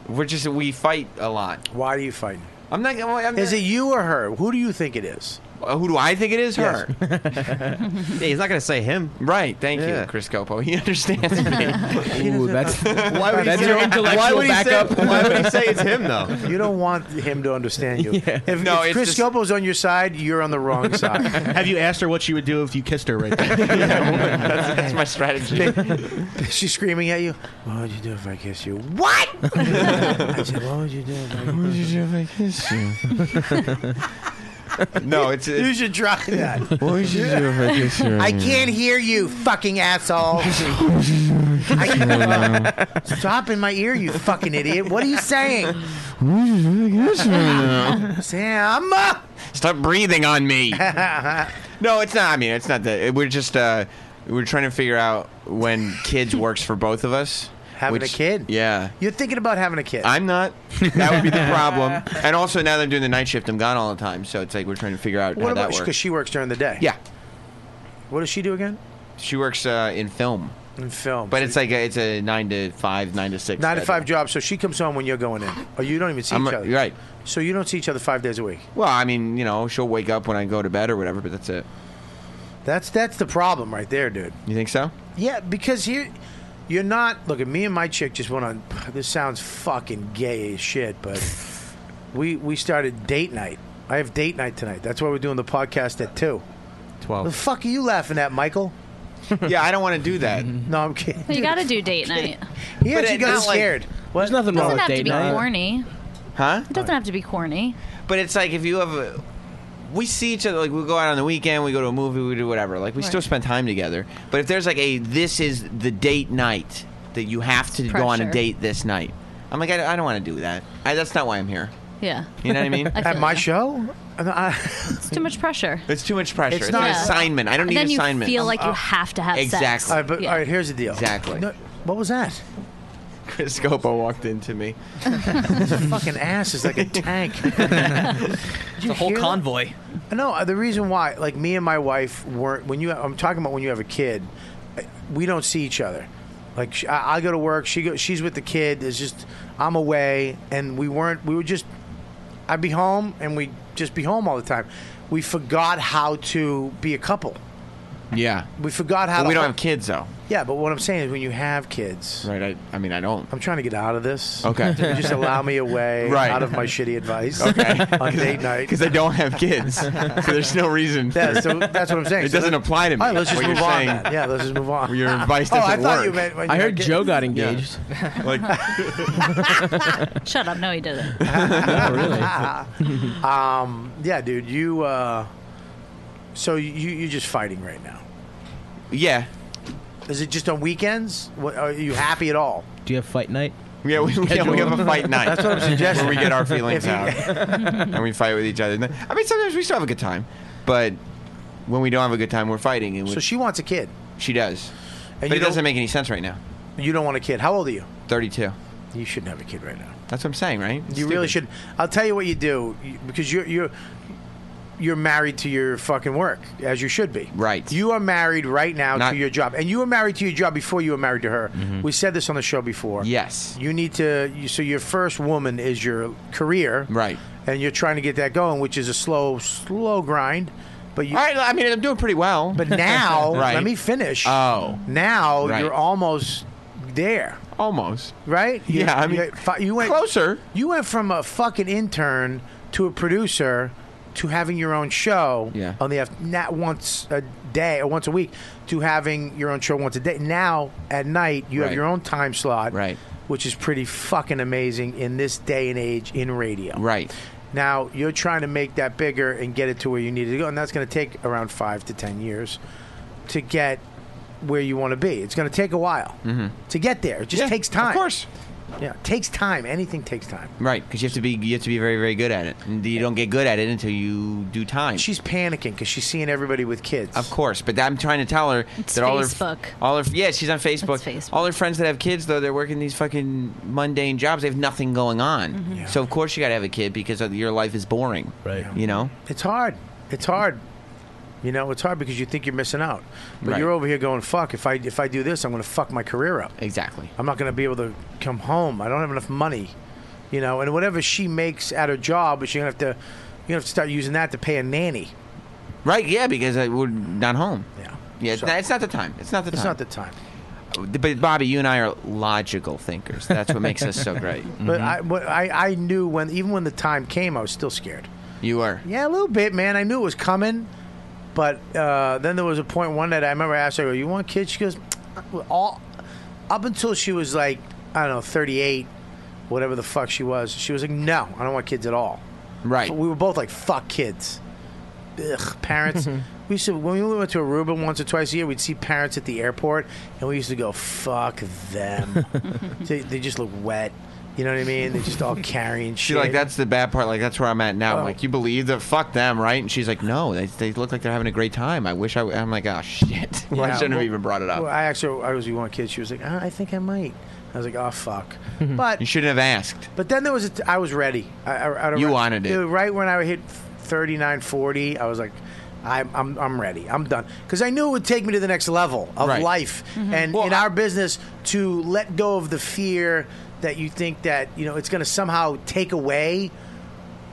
[SPEAKER 6] We're just we fight a lot.
[SPEAKER 1] Why do you fight?
[SPEAKER 6] I'm not. Well, I'm
[SPEAKER 1] is it you or her? Who do you think it is?
[SPEAKER 6] who do I think it is?
[SPEAKER 1] Yes.
[SPEAKER 6] Her. he's not going to say him. Right. Thank you, Chris Copo. He understands me.
[SPEAKER 8] Ooh, that's
[SPEAKER 6] Why would he
[SPEAKER 8] that's
[SPEAKER 6] say-
[SPEAKER 8] your
[SPEAKER 6] why
[SPEAKER 8] intellectual
[SPEAKER 6] would he say-
[SPEAKER 8] backup.
[SPEAKER 6] why would he say it's him, though?
[SPEAKER 1] You don't want him to understand you. If,
[SPEAKER 10] No,
[SPEAKER 1] if
[SPEAKER 10] it's
[SPEAKER 1] Chris
[SPEAKER 10] just-
[SPEAKER 1] Scopo's on your side, you're on the wrong side.
[SPEAKER 10] Have you asked her what she would do if you kissed her right there?
[SPEAKER 6] that's, my strategy.
[SPEAKER 1] She's screaming at you. What would you do if I kissed you? What? I said, what would you do if I kissed you?
[SPEAKER 6] no, it's, it's
[SPEAKER 1] You should try that.
[SPEAKER 6] What would you do if I kissed you right
[SPEAKER 1] I
[SPEAKER 6] now?
[SPEAKER 1] can't hear you, fucking asshole. I, stop in my ear, you fucking idiot. What are you saying? Sam.
[SPEAKER 6] Stop breathing on me. no, it's not. I mean, it's not that. We're just uh, we're trying to figure out when kids works for both of us.
[SPEAKER 1] Having a kid?
[SPEAKER 6] Yeah.
[SPEAKER 1] You're thinking about having a kid.
[SPEAKER 6] I'm not. That would be the problem. And also now that I'm doing the night shift, I'm gone all the time, so it's like we're trying to figure out
[SPEAKER 1] What
[SPEAKER 6] how
[SPEAKER 1] about
[SPEAKER 6] that
[SPEAKER 1] because
[SPEAKER 6] works.
[SPEAKER 1] she works during the day?
[SPEAKER 6] Yeah.
[SPEAKER 1] What does she do again?
[SPEAKER 6] She works uh, in film.
[SPEAKER 1] In film.
[SPEAKER 6] But it's like a, it's a nine to five, nine to six.
[SPEAKER 1] Nine to
[SPEAKER 6] schedule.
[SPEAKER 1] five job, so she comes home when you're going in. Or you don't even see
[SPEAKER 6] I'm
[SPEAKER 1] each
[SPEAKER 6] a-
[SPEAKER 1] other.
[SPEAKER 6] right.
[SPEAKER 1] So you don't see each other five days a week.
[SPEAKER 6] Well, I mean, you know, she'll wake up when I go to bed or whatever, but that's it.
[SPEAKER 1] That's that's the problem right there, dude.
[SPEAKER 6] You think so?
[SPEAKER 1] Yeah, because here you're not. Look at me and my chick just went on. This sounds fucking gay as shit, but we we started date night. I have date night tonight. That's why we're doing the podcast at two.
[SPEAKER 6] Twelve.
[SPEAKER 1] The fuck are you laughing at, Michael?
[SPEAKER 6] yeah, I don't want to do that.
[SPEAKER 1] no, I'm kidding.
[SPEAKER 15] Well, you got to do date night.
[SPEAKER 1] He
[SPEAKER 6] But
[SPEAKER 1] actually
[SPEAKER 6] it-
[SPEAKER 1] got
[SPEAKER 6] not like-
[SPEAKER 1] scared.
[SPEAKER 8] There's nothing
[SPEAKER 15] It doesn't have to be corny.
[SPEAKER 6] Huh?
[SPEAKER 15] It doesn't have to be corny.
[SPEAKER 6] But it's like if you have a. We see each other, like we go out on the weekend, we go to a movie, we do whatever. Like we
[SPEAKER 15] Right.
[SPEAKER 6] still spend time together. But if there's like a this is the date night that you have to go on a
[SPEAKER 15] pressure.
[SPEAKER 6] date this night, I'm like, I, I don't want to do that. I, that's not why I'm here.
[SPEAKER 15] Yeah.
[SPEAKER 6] You know what I mean?
[SPEAKER 15] feel
[SPEAKER 6] At my
[SPEAKER 15] you.
[SPEAKER 1] show?
[SPEAKER 15] It's too much pressure.
[SPEAKER 6] It's too much pressure.
[SPEAKER 15] It's
[SPEAKER 6] It's,
[SPEAKER 15] not-
[SPEAKER 6] an
[SPEAKER 15] Yeah.
[SPEAKER 6] assignment. I don't
[SPEAKER 15] And
[SPEAKER 6] need
[SPEAKER 15] then you
[SPEAKER 6] assignment.
[SPEAKER 15] feel
[SPEAKER 1] Oh.
[SPEAKER 15] like you have to have sex.
[SPEAKER 6] exactly.
[SPEAKER 1] All right, but, all right, here's the deal.
[SPEAKER 6] Exactly.
[SPEAKER 1] No, Uh, what was that?
[SPEAKER 6] Chris Scopo walked into me.
[SPEAKER 1] His fucking ass is like a tank. it's
[SPEAKER 7] a whole convoy.
[SPEAKER 1] No, uh, the reason why, like me and my wife weren't when you. I'm talking about when you have a kid, uh, we don't see each other. Like sh- I, I go to work, she go, she's with the kid. It's just I'm away, and we weren't. We were just. I'd be home, and we'd just be home all the time. We forgot how to be a couple.
[SPEAKER 6] Yeah.
[SPEAKER 1] We forgot how.
[SPEAKER 6] But
[SPEAKER 1] to
[SPEAKER 6] we don't have kids though.
[SPEAKER 1] Yeah, but what I'm saying is when you have kids.
[SPEAKER 6] Right. I, I mean, I don't.
[SPEAKER 1] I'm trying to get out of this.
[SPEAKER 6] Okay.
[SPEAKER 1] Can you just allow me away
[SPEAKER 6] Right.
[SPEAKER 1] out of my shitty advice
[SPEAKER 6] Okay.
[SPEAKER 1] on date night.
[SPEAKER 6] Because I don't have kids, so there's no reason.
[SPEAKER 1] Yeah,
[SPEAKER 6] for-
[SPEAKER 1] so that's what I'm saying.
[SPEAKER 6] It
[SPEAKER 1] So
[SPEAKER 6] doesn't
[SPEAKER 1] let-
[SPEAKER 6] apply to me.
[SPEAKER 1] All right, let's just
[SPEAKER 6] what you're
[SPEAKER 1] move on.
[SPEAKER 6] saying.
[SPEAKER 1] then. Yeah, let's just move on.
[SPEAKER 6] Your advice
[SPEAKER 1] oh, I
[SPEAKER 6] doesn't
[SPEAKER 1] thought
[SPEAKER 6] work.
[SPEAKER 1] you meant. when
[SPEAKER 6] I
[SPEAKER 1] you
[SPEAKER 6] heard
[SPEAKER 1] get-
[SPEAKER 6] Joe got engaged. Like,
[SPEAKER 15] Shut up. No, he didn't.
[SPEAKER 6] Oh,
[SPEAKER 1] um, yeah, dude, you. Uh, so you you're just fighting right now.
[SPEAKER 6] Yeah.
[SPEAKER 1] Is it just on weekends? What, are you happy at all?
[SPEAKER 8] Do you have fight night?
[SPEAKER 6] Yeah, we, yeah, we have a fight night.
[SPEAKER 1] That's what I'm suggesting.
[SPEAKER 6] Where we get our feelings
[SPEAKER 1] If you-
[SPEAKER 6] out and we fight with each other. I mean, sometimes we still have a good time, but when we don't have a good time, we're fighting. And we,
[SPEAKER 1] So she wants a kid.
[SPEAKER 6] she does, but
[SPEAKER 1] And you
[SPEAKER 6] it doesn't
[SPEAKER 1] don't-
[SPEAKER 6] make any sense right now.
[SPEAKER 1] You don't want a kid. How old are you?
[SPEAKER 6] Thirty-two.
[SPEAKER 1] You shouldn't have a kid right now.
[SPEAKER 6] That's what I'm saying, right?
[SPEAKER 1] You really should. I'll tell you what you do you- because you're you're you're married to your fucking work as you should be.
[SPEAKER 6] Right.
[SPEAKER 1] You are married right now
[SPEAKER 6] Not- Mm-hmm.
[SPEAKER 1] to your job, and you were married to your job before you were married to her. We said this on the show before.
[SPEAKER 6] Yes.
[SPEAKER 1] You need to. You, so your first woman is your career,
[SPEAKER 6] right?
[SPEAKER 1] And you're trying to get that going, which is a slow, slow grind. But you,
[SPEAKER 6] All right, I mean, I'm doing pretty well.
[SPEAKER 1] But now,
[SPEAKER 6] Right.
[SPEAKER 1] let me finish.
[SPEAKER 6] Oh.
[SPEAKER 1] Now
[SPEAKER 6] Right.
[SPEAKER 1] you're almost there.
[SPEAKER 6] Almost.
[SPEAKER 1] Right? You-
[SPEAKER 6] Yeah, I mean,
[SPEAKER 1] you, fi- you went
[SPEAKER 6] closer.
[SPEAKER 1] You went from a fucking intern to a producer to having your own show
[SPEAKER 6] Yeah.
[SPEAKER 1] on the af- not once a day or once a week to having your own show once a day. Now at night you have
[SPEAKER 6] Right.
[SPEAKER 1] your own time slot.
[SPEAKER 6] Right.
[SPEAKER 1] Which is pretty fucking amazing in this day and age in radio.
[SPEAKER 6] Right.
[SPEAKER 1] Now you're trying to make that bigger and get it to where you need it to go, and that's going to take around five to ten years to get where you want to be. It's going to take a while
[SPEAKER 6] Mhm.
[SPEAKER 1] to get there. It just
[SPEAKER 6] Yeah,
[SPEAKER 1] takes time.
[SPEAKER 6] of course.
[SPEAKER 1] Yeah, it takes time. Anything takes time.
[SPEAKER 6] Right, because you have to be you have to be very very good at it. And you don't get good at it until you do time.
[SPEAKER 1] She's panicking because she's seeing everybody with kids.
[SPEAKER 6] Of course, but I'm trying to tell her
[SPEAKER 15] It's
[SPEAKER 6] that all
[SPEAKER 15] Facebook.
[SPEAKER 6] her all her yeah she's on Facebook. All her friends that have kids though they're working these fucking mundane jobs. They have nothing going on.
[SPEAKER 15] Mm-hmm.
[SPEAKER 1] Mhm. Yeah.
[SPEAKER 6] So of course you got to have a kid because of- your life is boring. Right. You know.
[SPEAKER 1] It's hard. It's hard. You know, it's hard because you think you're missing out, but
[SPEAKER 6] Right.
[SPEAKER 1] you're over here going, "Fuck! If I if I do this, I'm going to fuck my career up."
[SPEAKER 6] Exactly.
[SPEAKER 1] I'm not going to be able to come home. I don't have enough money. You know, and whatever she makes at her job, she's going to have to you have to start using that to pay a nanny.
[SPEAKER 6] Right. Yeah, because I, we're not home.
[SPEAKER 1] Yeah.
[SPEAKER 6] Yeah. it's
[SPEAKER 1] So-
[SPEAKER 6] not- it's not the time. It's not the time.
[SPEAKER 1] It's not the time.
[SPEAKER 6] But Bobby, you and I are logical thinkers. That's what makes us so great. Mm-hmm.
[SPEAKER 1] But I, but I, I knew when even when the time came, I was still scared.
[SPEAKER 6] you are.
[SPEAKER 1] Yeah, a little bit, man. I knew it was coming, but uh, then there was a point one night I remember I asked her, "You want kids?" She goes, "Well, "All up until she was like I don't know, thirty-eight, whatever the fuck she was." She was like, "No, I don't want kids at all."
[SPEAKER 6] Right.
[SPEAKER 1] So we were both like, "Fuck kids." Ugh, parents. we used to when we went to Aruba once or twice a year, we'd see parents at the airport, and we used to go, "Fuck them." they, they just look wet. You know what I mean? They're just all carrying
[SPEAKER 6] She
[SPEAKER 1] shit.
[SPEAKER 6] like that's the bad part. Like that's where I'm at now. I'm
[SPEAKER 1] Oh.
[SPEAKER 6] like, you believe that? Fuck them, right? And she's like, no, they, they look like they're having a great time. I wish I. W-. I'm like, oh shit, Why
[SPEAKER 1] Yeah,
[SPEAKER 6] shouldn't
[SPEAKER 1] well-
[SPEAKER 6] have even brought it up.
[SPEAKER 1] Well, I actually, I was you want kids. She was like, "Uh, I think I might. I was like, oh fuck. but
[SPEAKER 6] you shouldn't have asked.
[SPEAKER 1] But then there was, a t- I was ready. I, I, I
[SPEAKER 6] You wanted it.
[SPEAKER 1] Dude, right when I hit 39, 40, I was like, I'm, I'm, I'm ready. I'm done because I knew it would take me to the next level of
[SPEAKER 6] Right.
[SPEAKER 1] life and in our business to let go of the fear that you think that you know it's going to somehow take away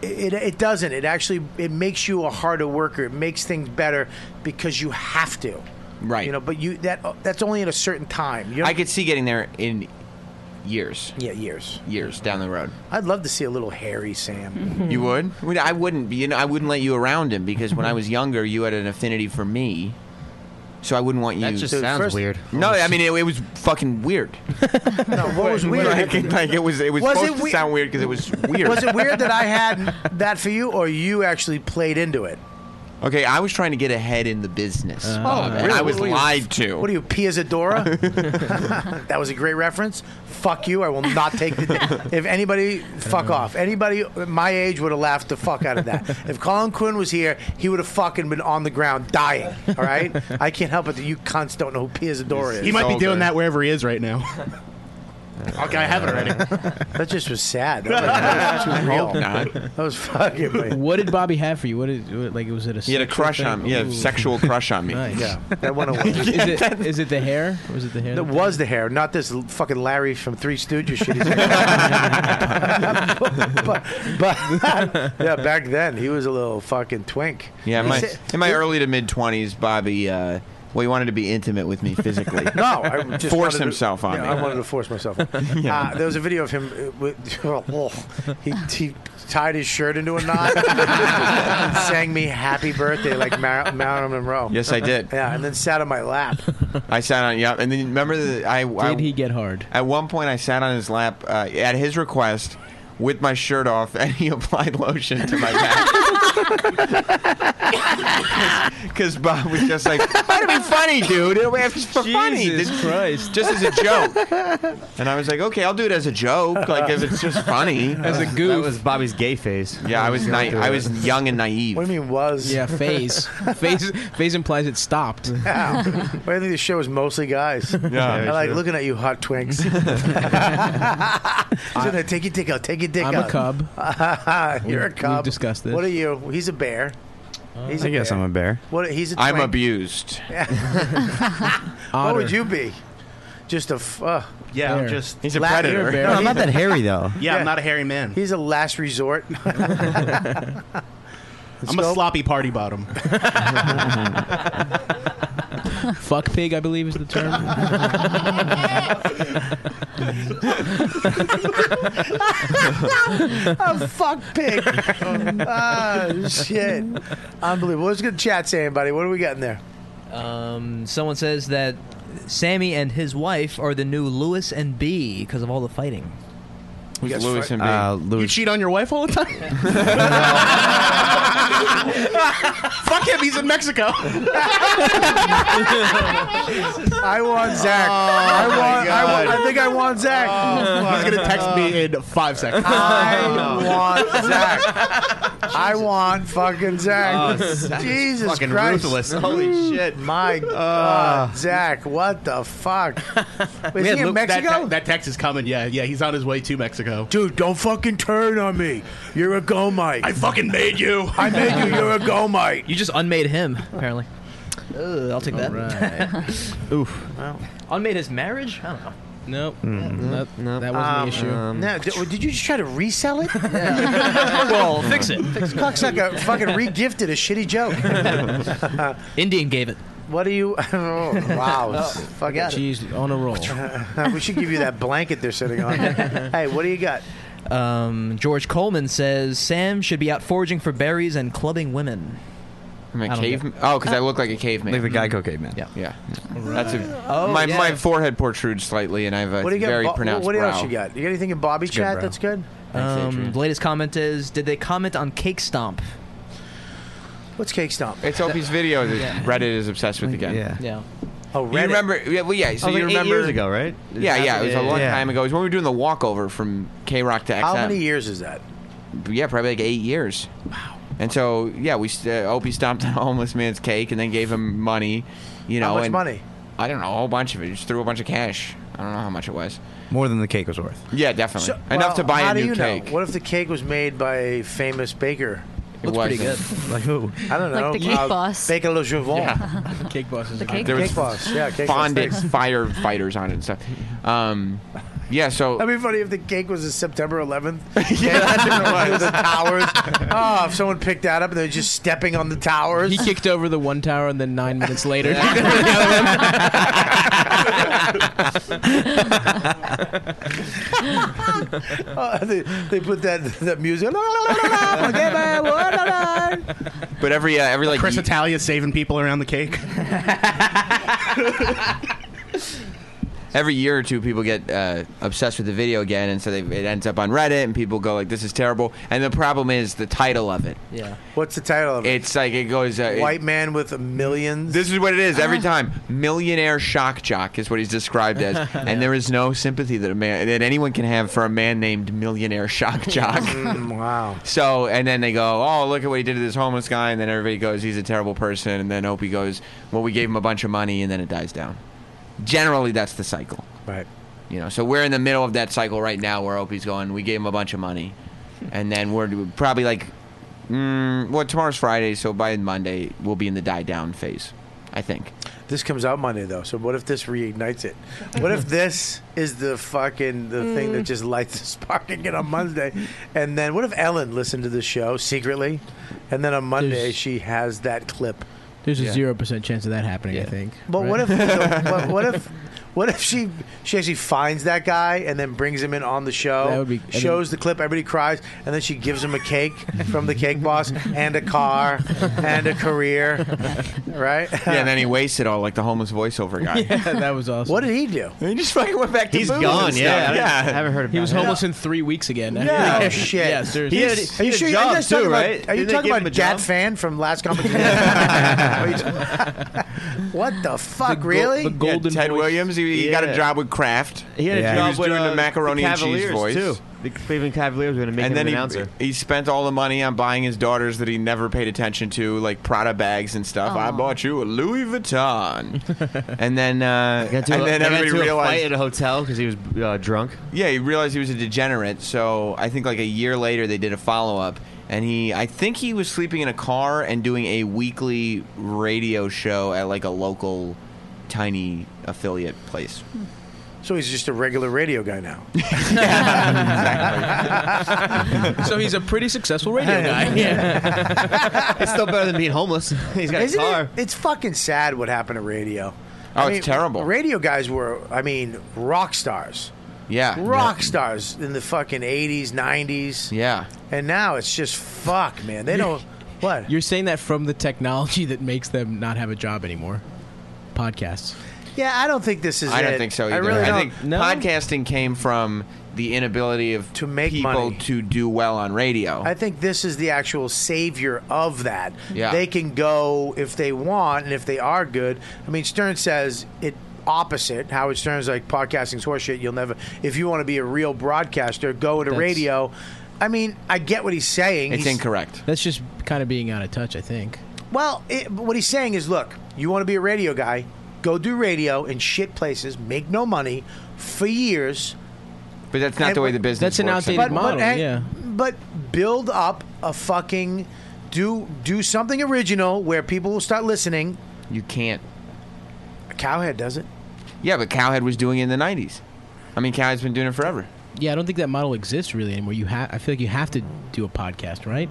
[SPEAKER 1] it, it doesn't it actually it makes you a harder worker it makes things better because you have to
[SPEAKER 6] Right.
[SPEAKER 1] you know but you that that's only at a certain time you know
[SPEAKER 6] I could see getting there in years.
[SPEAKER 1] Yeah, years.
[SPEAKER 6] Years down the road.
[SPEAKER 1] i'd love to see a little hairy sam
[SPEAKER 6] You would? I, mean, I wouldn't. be- You know, I wouldn't let you around him because when I was younger, you had an affinity for me. So I wouldn't want you.
[SPEAKER 1] That just Dude, sounds first- weird.
[SPEAKER 6] No, I mean it, it was fucking weird.
[SPEAKER 1] no, what was weird
[SPEAKER 6] Like, like it was. It was,
[SPEAKER 1] Was it
[SPEAKER 6] supposed to
[SPEAKER 1] we-
[SPEAKER 6] sound weird because it was weird.
[SPEAKER 1] was it weird that i had that for you or you actually played into it
[SPEAKER 6] Okay, I was trying to get ahead in the business.
[SPEAKER 1] Oh,
[SPEAKER 6] Bob, and I was
[SPEAKER 1] What are you-
[SPEAKER 6] lied to.
[SPEAKER 1] What are you, Pia Zadora? that was a great reference. Fuck you. I will not take the. if anybody, fuck
[SPEAKER 6] Uh-huh.
[SPEAKER 1] off. Anybody my age would have laughed the fuck out of that. if Colin Quinn was here, he would have fucking been on the ground dying. All right? I can't help it that you cunts don't know who Pia Zadora is.
[SPEAKER 10] He might be doing that wherever he is right now.
[SPEAKER 1] Okay, I have it already. that just was sad. That was, that was too real. That was fucking. weird.
[SPEAKER 8] What did Bobby have for you? What did what- like? Was it a?
[SPEAKER 6] He had a
[SPEAKER 8] sexual
[SPEAKER 6] crush
[SPEAKER 8] thing?
[SPEAKER 6] on me. Yeah,
[SPEAKER 8] Ooh.
[SPEAKER 6] sexual crush on me.
[SPEAKER 8] Nice.
[SPEAKER 1] Yeah, that went away.
[SPEAKER 8] is, it, is it the hair? Was it the hair?
[SPEAKER 1] That was the hair, not this l- fucking Larry from Three Stooges shit. he's- but, but yeah, back then he was a little fucking twink.
[SPEAKER 6] Yeah, in
[SPEAKER 1] He
[SPEAKER 6] my,
[SPEAKER 1] said-
[SPEAKER 6] in my early to mid twenties, Bobby. Uh, well, he wanted to be intimate with me physically.
[SPEAKER 1] no, I just wanted
[SPEAKER 6] force
[SPEAKER 1] to-
[SPEAKER 6] himself on
[SPEAKER 1] yeah,
[SPEAKER 6] me.
[SPEAKER 1] I wanted to force myself. On.
[SPEAKER 6] Yeah.
[SPEAKER 1] uh, there was a video of him. uh, With, oh, he, he tied his shirt into a knot, and sang me "Happy Birthday" like Mar- Marilyn Monroe.
[SPEAKER 6] Yes, I did.
[SPEAKER 1] Yeah, and then sat on my lap.
[SPEAKER 6] I sat on yeah, and then remember the I did
[SPEAKER 8] he get hard?
[SPEAKER 6] At one point, I sat on his lap uh, at his request with my shirt off, and he applied lotion to my back because Bob was just like, "Why to be funny, dude? It'll be it's for funny,
[SPEAKER 8] Jesus Christ.
[SPEAKER 6] just as a joke." And I was like, "Okay, I'll do it as a joke, like if it's just funny,
[SPEAKER 2] As a
[SPEAKER 6] goof." That was Bobby's gay phase. Yeah, I was ni- I was young and naive. What
[SPEAKER 1] do you mean was?
[SPEAKER 8] Yeah, phase. phase. Phase implies it stopped.
[SPEAKER 1] Wow. Well, I think the show is mostly guys.
[SPEAKER 8] Yeah,
[SPEAKER 1] I like
[SPEAKER 8] sure.
[SPEAKER 1] looking at you, hot twinks. so there, take your dick out. Take your dick
[SPEAKER 8] I'm a
[SPEAKER 1] out.
[SPEAKER 8] cub.
[SPEAKER 1] You're a
[SPEAKER 8] We've-
[SPEAKER 1] cub.
[SPEAKER 8] we've discussed this. Uh,
[SPEAKER 1] What are you? He's a bear. He's
[SPEAKER 12] I guess
[SPEAKER 1] bear.
[SPEAKER 12] I'm a bear.
[SPEAKER 1] What? He's a
[SPEAKER 6] I'm
[SPEAKER 1] twink.
[SPEAKER 6] abused.
[SPEAKER 1] what would you be? Just a. F- uh,
[SPEAKER 10] Yeah, I'm Bear. just- He's a
[SPEAKER 1] Last-
[SPEAKER 10] predator. No, I'm not that hairy, though. Yeah, I'm not a hairy man.
[SPEAKER 1] He's a last resort.
[SPEAKER 10] I'm a sloppy party bottom.
[SPEAKER 8] Fuck pig, I believe is the term.
[SPEAKER 1] a fuck pig. oh shit! Unbelievable. What's good chat saying, buddy? What do we got in there?
[SPEAKER 7] Um, someone says that Sammy and his wife are the new Lewis and B because of all the fighting.
[SPEAKER 6] Who's
[SPEAKER 7] Yes,
[SPEAKER 6] Lewis
[SPEAKER 7] fi-
[SPEAKER 6] and
[SPEAKER 7] Uh,
[SPEAKER 6] Bee?
[SPEAKER 10] You cheat on your wife all the time? Fuck him, he's in Mexico.
[SPEAKER 1] I want
[SPEAKER 10] Oh
[SPEAKER 1] Zach. I want. I want. I think I want Zach.
[SPEAKER 10] He's gonna text me in five seconds.
[SPEAKER 1] I want Zach. I want fucking Zach.
[SPEAKER 10] Oh, Zach is
[SPEAKER 1] Jesus
[SPEAKER 10] fucking
[SPEAKER 1] Christ.
[SPEAKER 10] ruthless. Holy
[SPEAKER 1] shit.
[SPEAKER 6] Uh.
[SPEAKER 1] My God. Zach, what the fuck? Is he in Mexico?
[SPEAKER 10] That, te- that text is coming. Yeah, yeah, he's on his way to Mexico.
[SPEAKER 1] Dude, don't fucking turn on me. You're a gomite.
[SPEAKER 10] I fucking made you.
[SPEAKER 1] I made you. You're a gomite.
[SPEAKER 7] You just unmade him, apparently. Ugh, I'll take that.
[SPEAKER 12] Oof.
[SPEAKER 7] unmade his marriage? I don't know.
[SPEAKER 8] Nope.
[SPEAKER 1] Hmm.
[SPEAKER 12] Mm.
[SPEAKER 8] That, that wasn't
[SPEAKER 2] Ah,
[SPEAKER 8] the issue.
[SPEAKER 2] um,
[SPEAKER 1] no, d- did you just try to resell it?
[SPEAKER 7] well, fix it.
[SPEAKER 1] This cocksucker fucking regifted a shitty joke.
[SPEAKER 7] Indian gave it.
[SPEAKER 1] What do you? Oh, wow, fucking
[SPEAKER 8] Jeez, on a roll.
[SPEAKER 1] we should give you that blanket they're sitting on. hey, what do you got?
[SPEAKER 7] Um, George Coleman says Sam should be out foraging for berries and clubbing women.
[SPEAKER 6] I'm a
[SPEAKER 7] I don't
[SPEAKER 6] cave.
[SPEAKER 7] get-
[SPEAKER 6] Oh, because I look like a caveman.
[SPEAKER 7] Like the
[SPEAKER 6] Geico caveman. Yeah, yeah. That's a.
[SPEAKER 1] Oh,
[SPEAKER 6] my
[SPEAKER 1] yeah.
[SPEAKER 6] my forehead protrudes slightly, and I have a
[SPEAKER 1] What do you got?
[SPEAKER 6] very
[SPEAKER 1] Bo-
[SPEAKER 6] pronounced.
[SPEAKER 1] what
[SPEAKER 6] brow.
[SPEAKER 1] else you got? You got anything in Bobby
[SPEAKER 6] It's a good
[SPEAKER 1] chat
[SPEAKER 6] brow.
[SPEAKER 1] that's good?
[SPEAKER 7] Um, the latest comment is: Did they comment on Cake Stomp?
[SPEAKER 1] What's Cake Stomp?
[SPEAKER 6] It's Opie's video that
[SPEAKER 7] Yeah.
[SPEAKER 6] Reddit is obsessed with again.
[SPEAKER 7] Yeah. Yeah.
[SPEAKER 1] Oh,
[SPEAKER 6] You remember? Yeah, well, yeah. So
[SPEAKER 2] Oh, like
[SPEAKER 6] you
[SPEAKER 2] eight
[SPEAKER 6] remember
[SPEAKER 2] years ago, right?
[SPEAKER 6] Yeah, yeah. It was a long
[SPEAKER 2] Yeah.
[SPEAKER 6] time ago. It was when we were doing the walkover from K Rock to XM.
[SPEAKER 1] How many years is that?
[SPEAKER 6] Yeah, probably like eight years. Wow. And so yeah, we st- uh, Opie stomped on a homeless man's cake and then gave him money. You know,
[SPEAKER 1] How much
[SPEAKER 6] and-
[SPEAKER 1] money?
[SPEAKER 6] I don't know, a whole bunch of it. Just threw a bunch of cash. I don't know how much it was.
[SPEAKER 12] More than the cake was worth.
[SPEAKER 6] Yeah, definitely
[SPEAKER 1] So-
[SPEAKER 6] enough
[SPEAKER 1] well,
[SPEAKER 6] to buy
[SPEAKER 1] how
[SPEAKER 6] a
[SPEAKER 1] do
[SPEAKER 6] new
[SPEAKER 1] you know?
[SPEAKER 6] cake.
[SPEAKER 1] What if the cake was made by a famous baker?
[SPEAKER 6] It Looks pretty wasn't.
[SPEAKER 12] like who?
[SPEAKER 1] I don't
[SPEAKER 6] Like
[SPEAKER 1] know.
[SPEAKER 6] the cake
[SPEAKER 1] boss. Baker Le Javon.
[SPEAKER 8] Cake boss is
[SPEAKER 1] The cake- Cake Boss, yeah, Cake Boss
[SPEAKER 6] fondant
[SPEAKER 1] steaks.
[SPEAKER 6] firefighters on it and stuff. Um, yeah, so
[SPEAKER 1] That'd be funny if the cake was a September 11th. yeah, the towers. Oh, if someone picked that up and they're just stepping on the towers.
[SPEAKER 8] He kicked over the one tower, and then nine minutes later.
[SPEAKER 1] Oh, they, they put that that music. La, la, la, la, la, okay, bye, la, la, la.
[SPEAKER 6] But every uh, every like
[SPEAKER 10] Chris Italia saving people around the cake.
[SPEAKER 6] every year or two, people get uh, obsessed with the video again, and so they, it ends up on Reddit, and people go like, "This is terrible." And the problem is the title of it.
[SPEAKER 7] Yeah.
[SPEAKER 1] What's the title of it?
[SPEAKER 6] It's like it goes. Uh, it-
[SPEAKER 1] White man with millions.
[SPEAKER 6] this is what it is
[SPEAKER 1] Ah.
[SPEAKER 6] every time. Millionaire shock jock is what he's described as, and there is no sympathy that a man that anyone can have for a man named Millionaire Shock Jock.
[SPEAKER 1] Mm, wow.
[SPEAKER 6] So, and then they go, oh, look at what he did to this homeless guy. And then everybody goes, he's a terrible person. And then Opie goes, well, we gave him a bunch of money. And then it dies down. Generally, that's the cycle.
[SPEAKER 1] Right.
[SPEAKER 6] You know, so we're in the middle of that cycle right now where Opie's going, we gave him a bunch of money. And then we're probably like, mm, well, tomorrow's Friday. So by Monday, we'll be in the die down phase, I think.
[SPEAKER 1] This comes out Monday though, so what if this reignites it? What if this is the fucking the thing
[SPEAKER 8] Mm.
[SPEAKER 1] that just lights the spark again on Monday? And then what if Ellen listened to the show secretly, and then on Monday
[SPEAKER 8] There's-
[SPEAKER 1] she has that clip?
[SPEAKER 8] There's a
[SPEAKER 1] Yeah.
[SPEAKER 8] zero percent chance of that happening. I think.
[SPEAKER 1] But what if what, what if what if she she actually finds that guy and then brings him in on the show?
[SPEAKER 8] That would be-
[SPEAKER 1] shows the clip, everybody cries, and then she gives him a cake from the cake boss and a car and a career, right?
[SPEAKER 6] Yeah, and then he wastes it all like the homeless voiceover guy.
[SPEAKER 8] that was awesome.
[SPEAKER 1] What did he do?
[SPEAKER 6] He just fucking went back to
[SPEAKER 8] He's
[SPEAKER 6] booze
[SPEAKER 8] gone,
[SPEAKER 6] and
[SPEAKER 8] yeah.
[SPEAKER 6] stuff.
[SPEAKER 8] I
[SPEAKER 6] yeah.
[SPEAKER 8] haven't- I haven't heard He about was it. homeless in three weeks again. Yeah.
[SPEAKER 1] Oh shit!
[SPEAKER 8] Yeah, seriously. He had- he had a
[SPEAKER 1] are you sure?
[SPEAKER 8] job
[SPEAKER 1] are you guys talking
[SPEAKER 8] too,
[SPEAKER 1] about,
[SPEAKER 8] right?
[SPEAKER 1] Are you
[SPEAKER 8] Didn't they
[SPEAKER 1] talking
[SPEAKER 8] give him
[SPEAKER 1] about
[SPEAKER 8] a
[SPEAKER 1] Dad
[SPEAKER 8] job?
[SPEAKER 1] Fan from last comic? Are you talking- what the fuck? really?
[SPEAKER 6] Yeah, Ted Williams. He, he got a
[SPEAKER 2] Yeah.
[SPEAKER 6] job with Kraft.
[SPEAKER 2] He had a
[SPEAKER 6] He
[SPEAKER 2] job
[SPEAKER 6] was
[SPEAKER 2] with,
[SPEAKER 6] doing
[SPEAKER 2] uh,
[SPEAKER 6] the macaroni
[SPEAKER 2] the
[SPEAKER 6] and cheese
[SPEAKER 2] Cavaliers,
[SPEAKER 6] voice
[SPEAKER 2] too. The Cleveland Cavaliers were going to make
[SPEAKER 6] and
[SPEAKER 2] him
[SPEAKER 6] then
[SPEAKER 2] an
[SPEAKER 6] he,
[SPEAKER 2] announcer.
[SPEAKER 6] he spent all the money on buying his daughters that he never paid attention to, like Prada bags and stuff. I bought you a Louis Vuitton, and then uh, and
[SPEAKER 2] To a-
[SPEAKER 6] then
[SPEAKER 2] they got
[SPEAKER 6] everybody
[SPEAKER 2] into a fight
[SPEAKER 6] realized.
[SPEAKER 2] at a hotel because he was uh, drunk.
[SPEAKER 6] Yeah, he realized he was a degenerate. So I think like a year later they did a follow up, and he I think he was sleeping in a car and doing a weekly radio show at like a local tiny affiliate place.
[SPEAKER 1] So he's just a regular radio guy now.
[SPEAKER 14] so he's a pretty successful radio guy.
[SPEAKER 1] it's
[SPEAKER 2] still better than being homeless. He's
[SPEAKER 14] got a
[SPEAKER 1] Isn't it-
[SPEAKER 14] car.
[SPEAKER 1] it's fucking sad what happened to radio.
[SPEAKER 6] Oh, it's terrible.
[SPEAKER 1] Radio guys were, I mean, rock stars.
[SPEAKER 6] Yeah.
[SPEAKER 1] Rock stars in the fucking 80s, 90s.
[SPEAKER 6] Yeah.
[SPEAKER 1] And now it's just fuck, man. They don't. What?
[SPEAKER 8] You're saying that from the technology that makes them not have a job anymore? Podcasts.
[SPEAKER 1] Yeah, I don't think this is.
[SPEAKER 6] I don't
[SPEAKER 1] it.
[SPEAKER 6] think so either.
[SPEAKER 1] I really don't.
[SPEAKER 6] think podcasting came from the inability of to make people
[SPEAKER 1] money.
[SPEAKER 6] to do well on radio.
[SPEAKER 1] I think this is the actual savior of that.
[SPEAKER 6] Yeah.
[SPEAKER 1] They can go if they want and if they are good. I mean, Stern says it opposite. Howard Stern's like podcasting's horseshit. You'll never. If you want to be a real broadcaster, go to
[SPEAKER 8] That's-
[SPEAKER 1] radio. I mean, I get what he's saying. He's-
[SPEAKER 8] That's just kind of being out of touch, I think.
[SPEAKER 1] Well, it, but what he's saying is, look, you want to be a radio guy, go do radio in shit places, make no money for years.
[SPEAKER 6] But that's not the way the business That's an works. outdated
[SPEAKER 1] but,
[SPEAKER 6] model,
[SPEAKER 1] But, and-
[SPEAKER 6] yeah.
[SPEAKER 1] But build up a fucking do do something original where people will start listening.
[SPEAKER 6] You can't.
[SPEAKER 1] Cowhead does it.
[SPEAKER 6] yeah, but Cowhead was doing it in the '90s. I mean, Cowhead's been doing it forever.
[SPEAKER 8] Yeah, I don't think that model exists really anymore. You have, I feel like you have to do a podcast, right?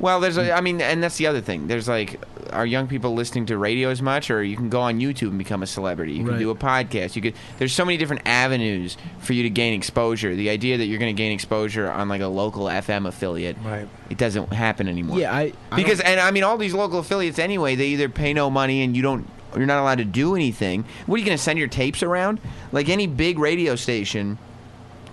[SPEAKER 6] Well, there's, a, I mean, and that's the other thing. There's like, are young people listening to radio as much, or you can go on YouTube and become a celebrity? You can
[SPEAKER 8] Right.
[SPEAKER 6] do a podcast. You could. There's so many different avenues for you to gain exposure. The idea that you're going to gain exposure on like a local FM affiliate, right? It doesn't happen anymore.
[SPEAKER 8] Yeah, I- I
[SPEAKER 6] because
[SPEAKER 8] don't-
[SPEAKER 6] and I mean, all these local affiliates anyway. They either pay no money and you don't. You're not allowed to do anything. What are you going to send your tapes around? Like any big radio station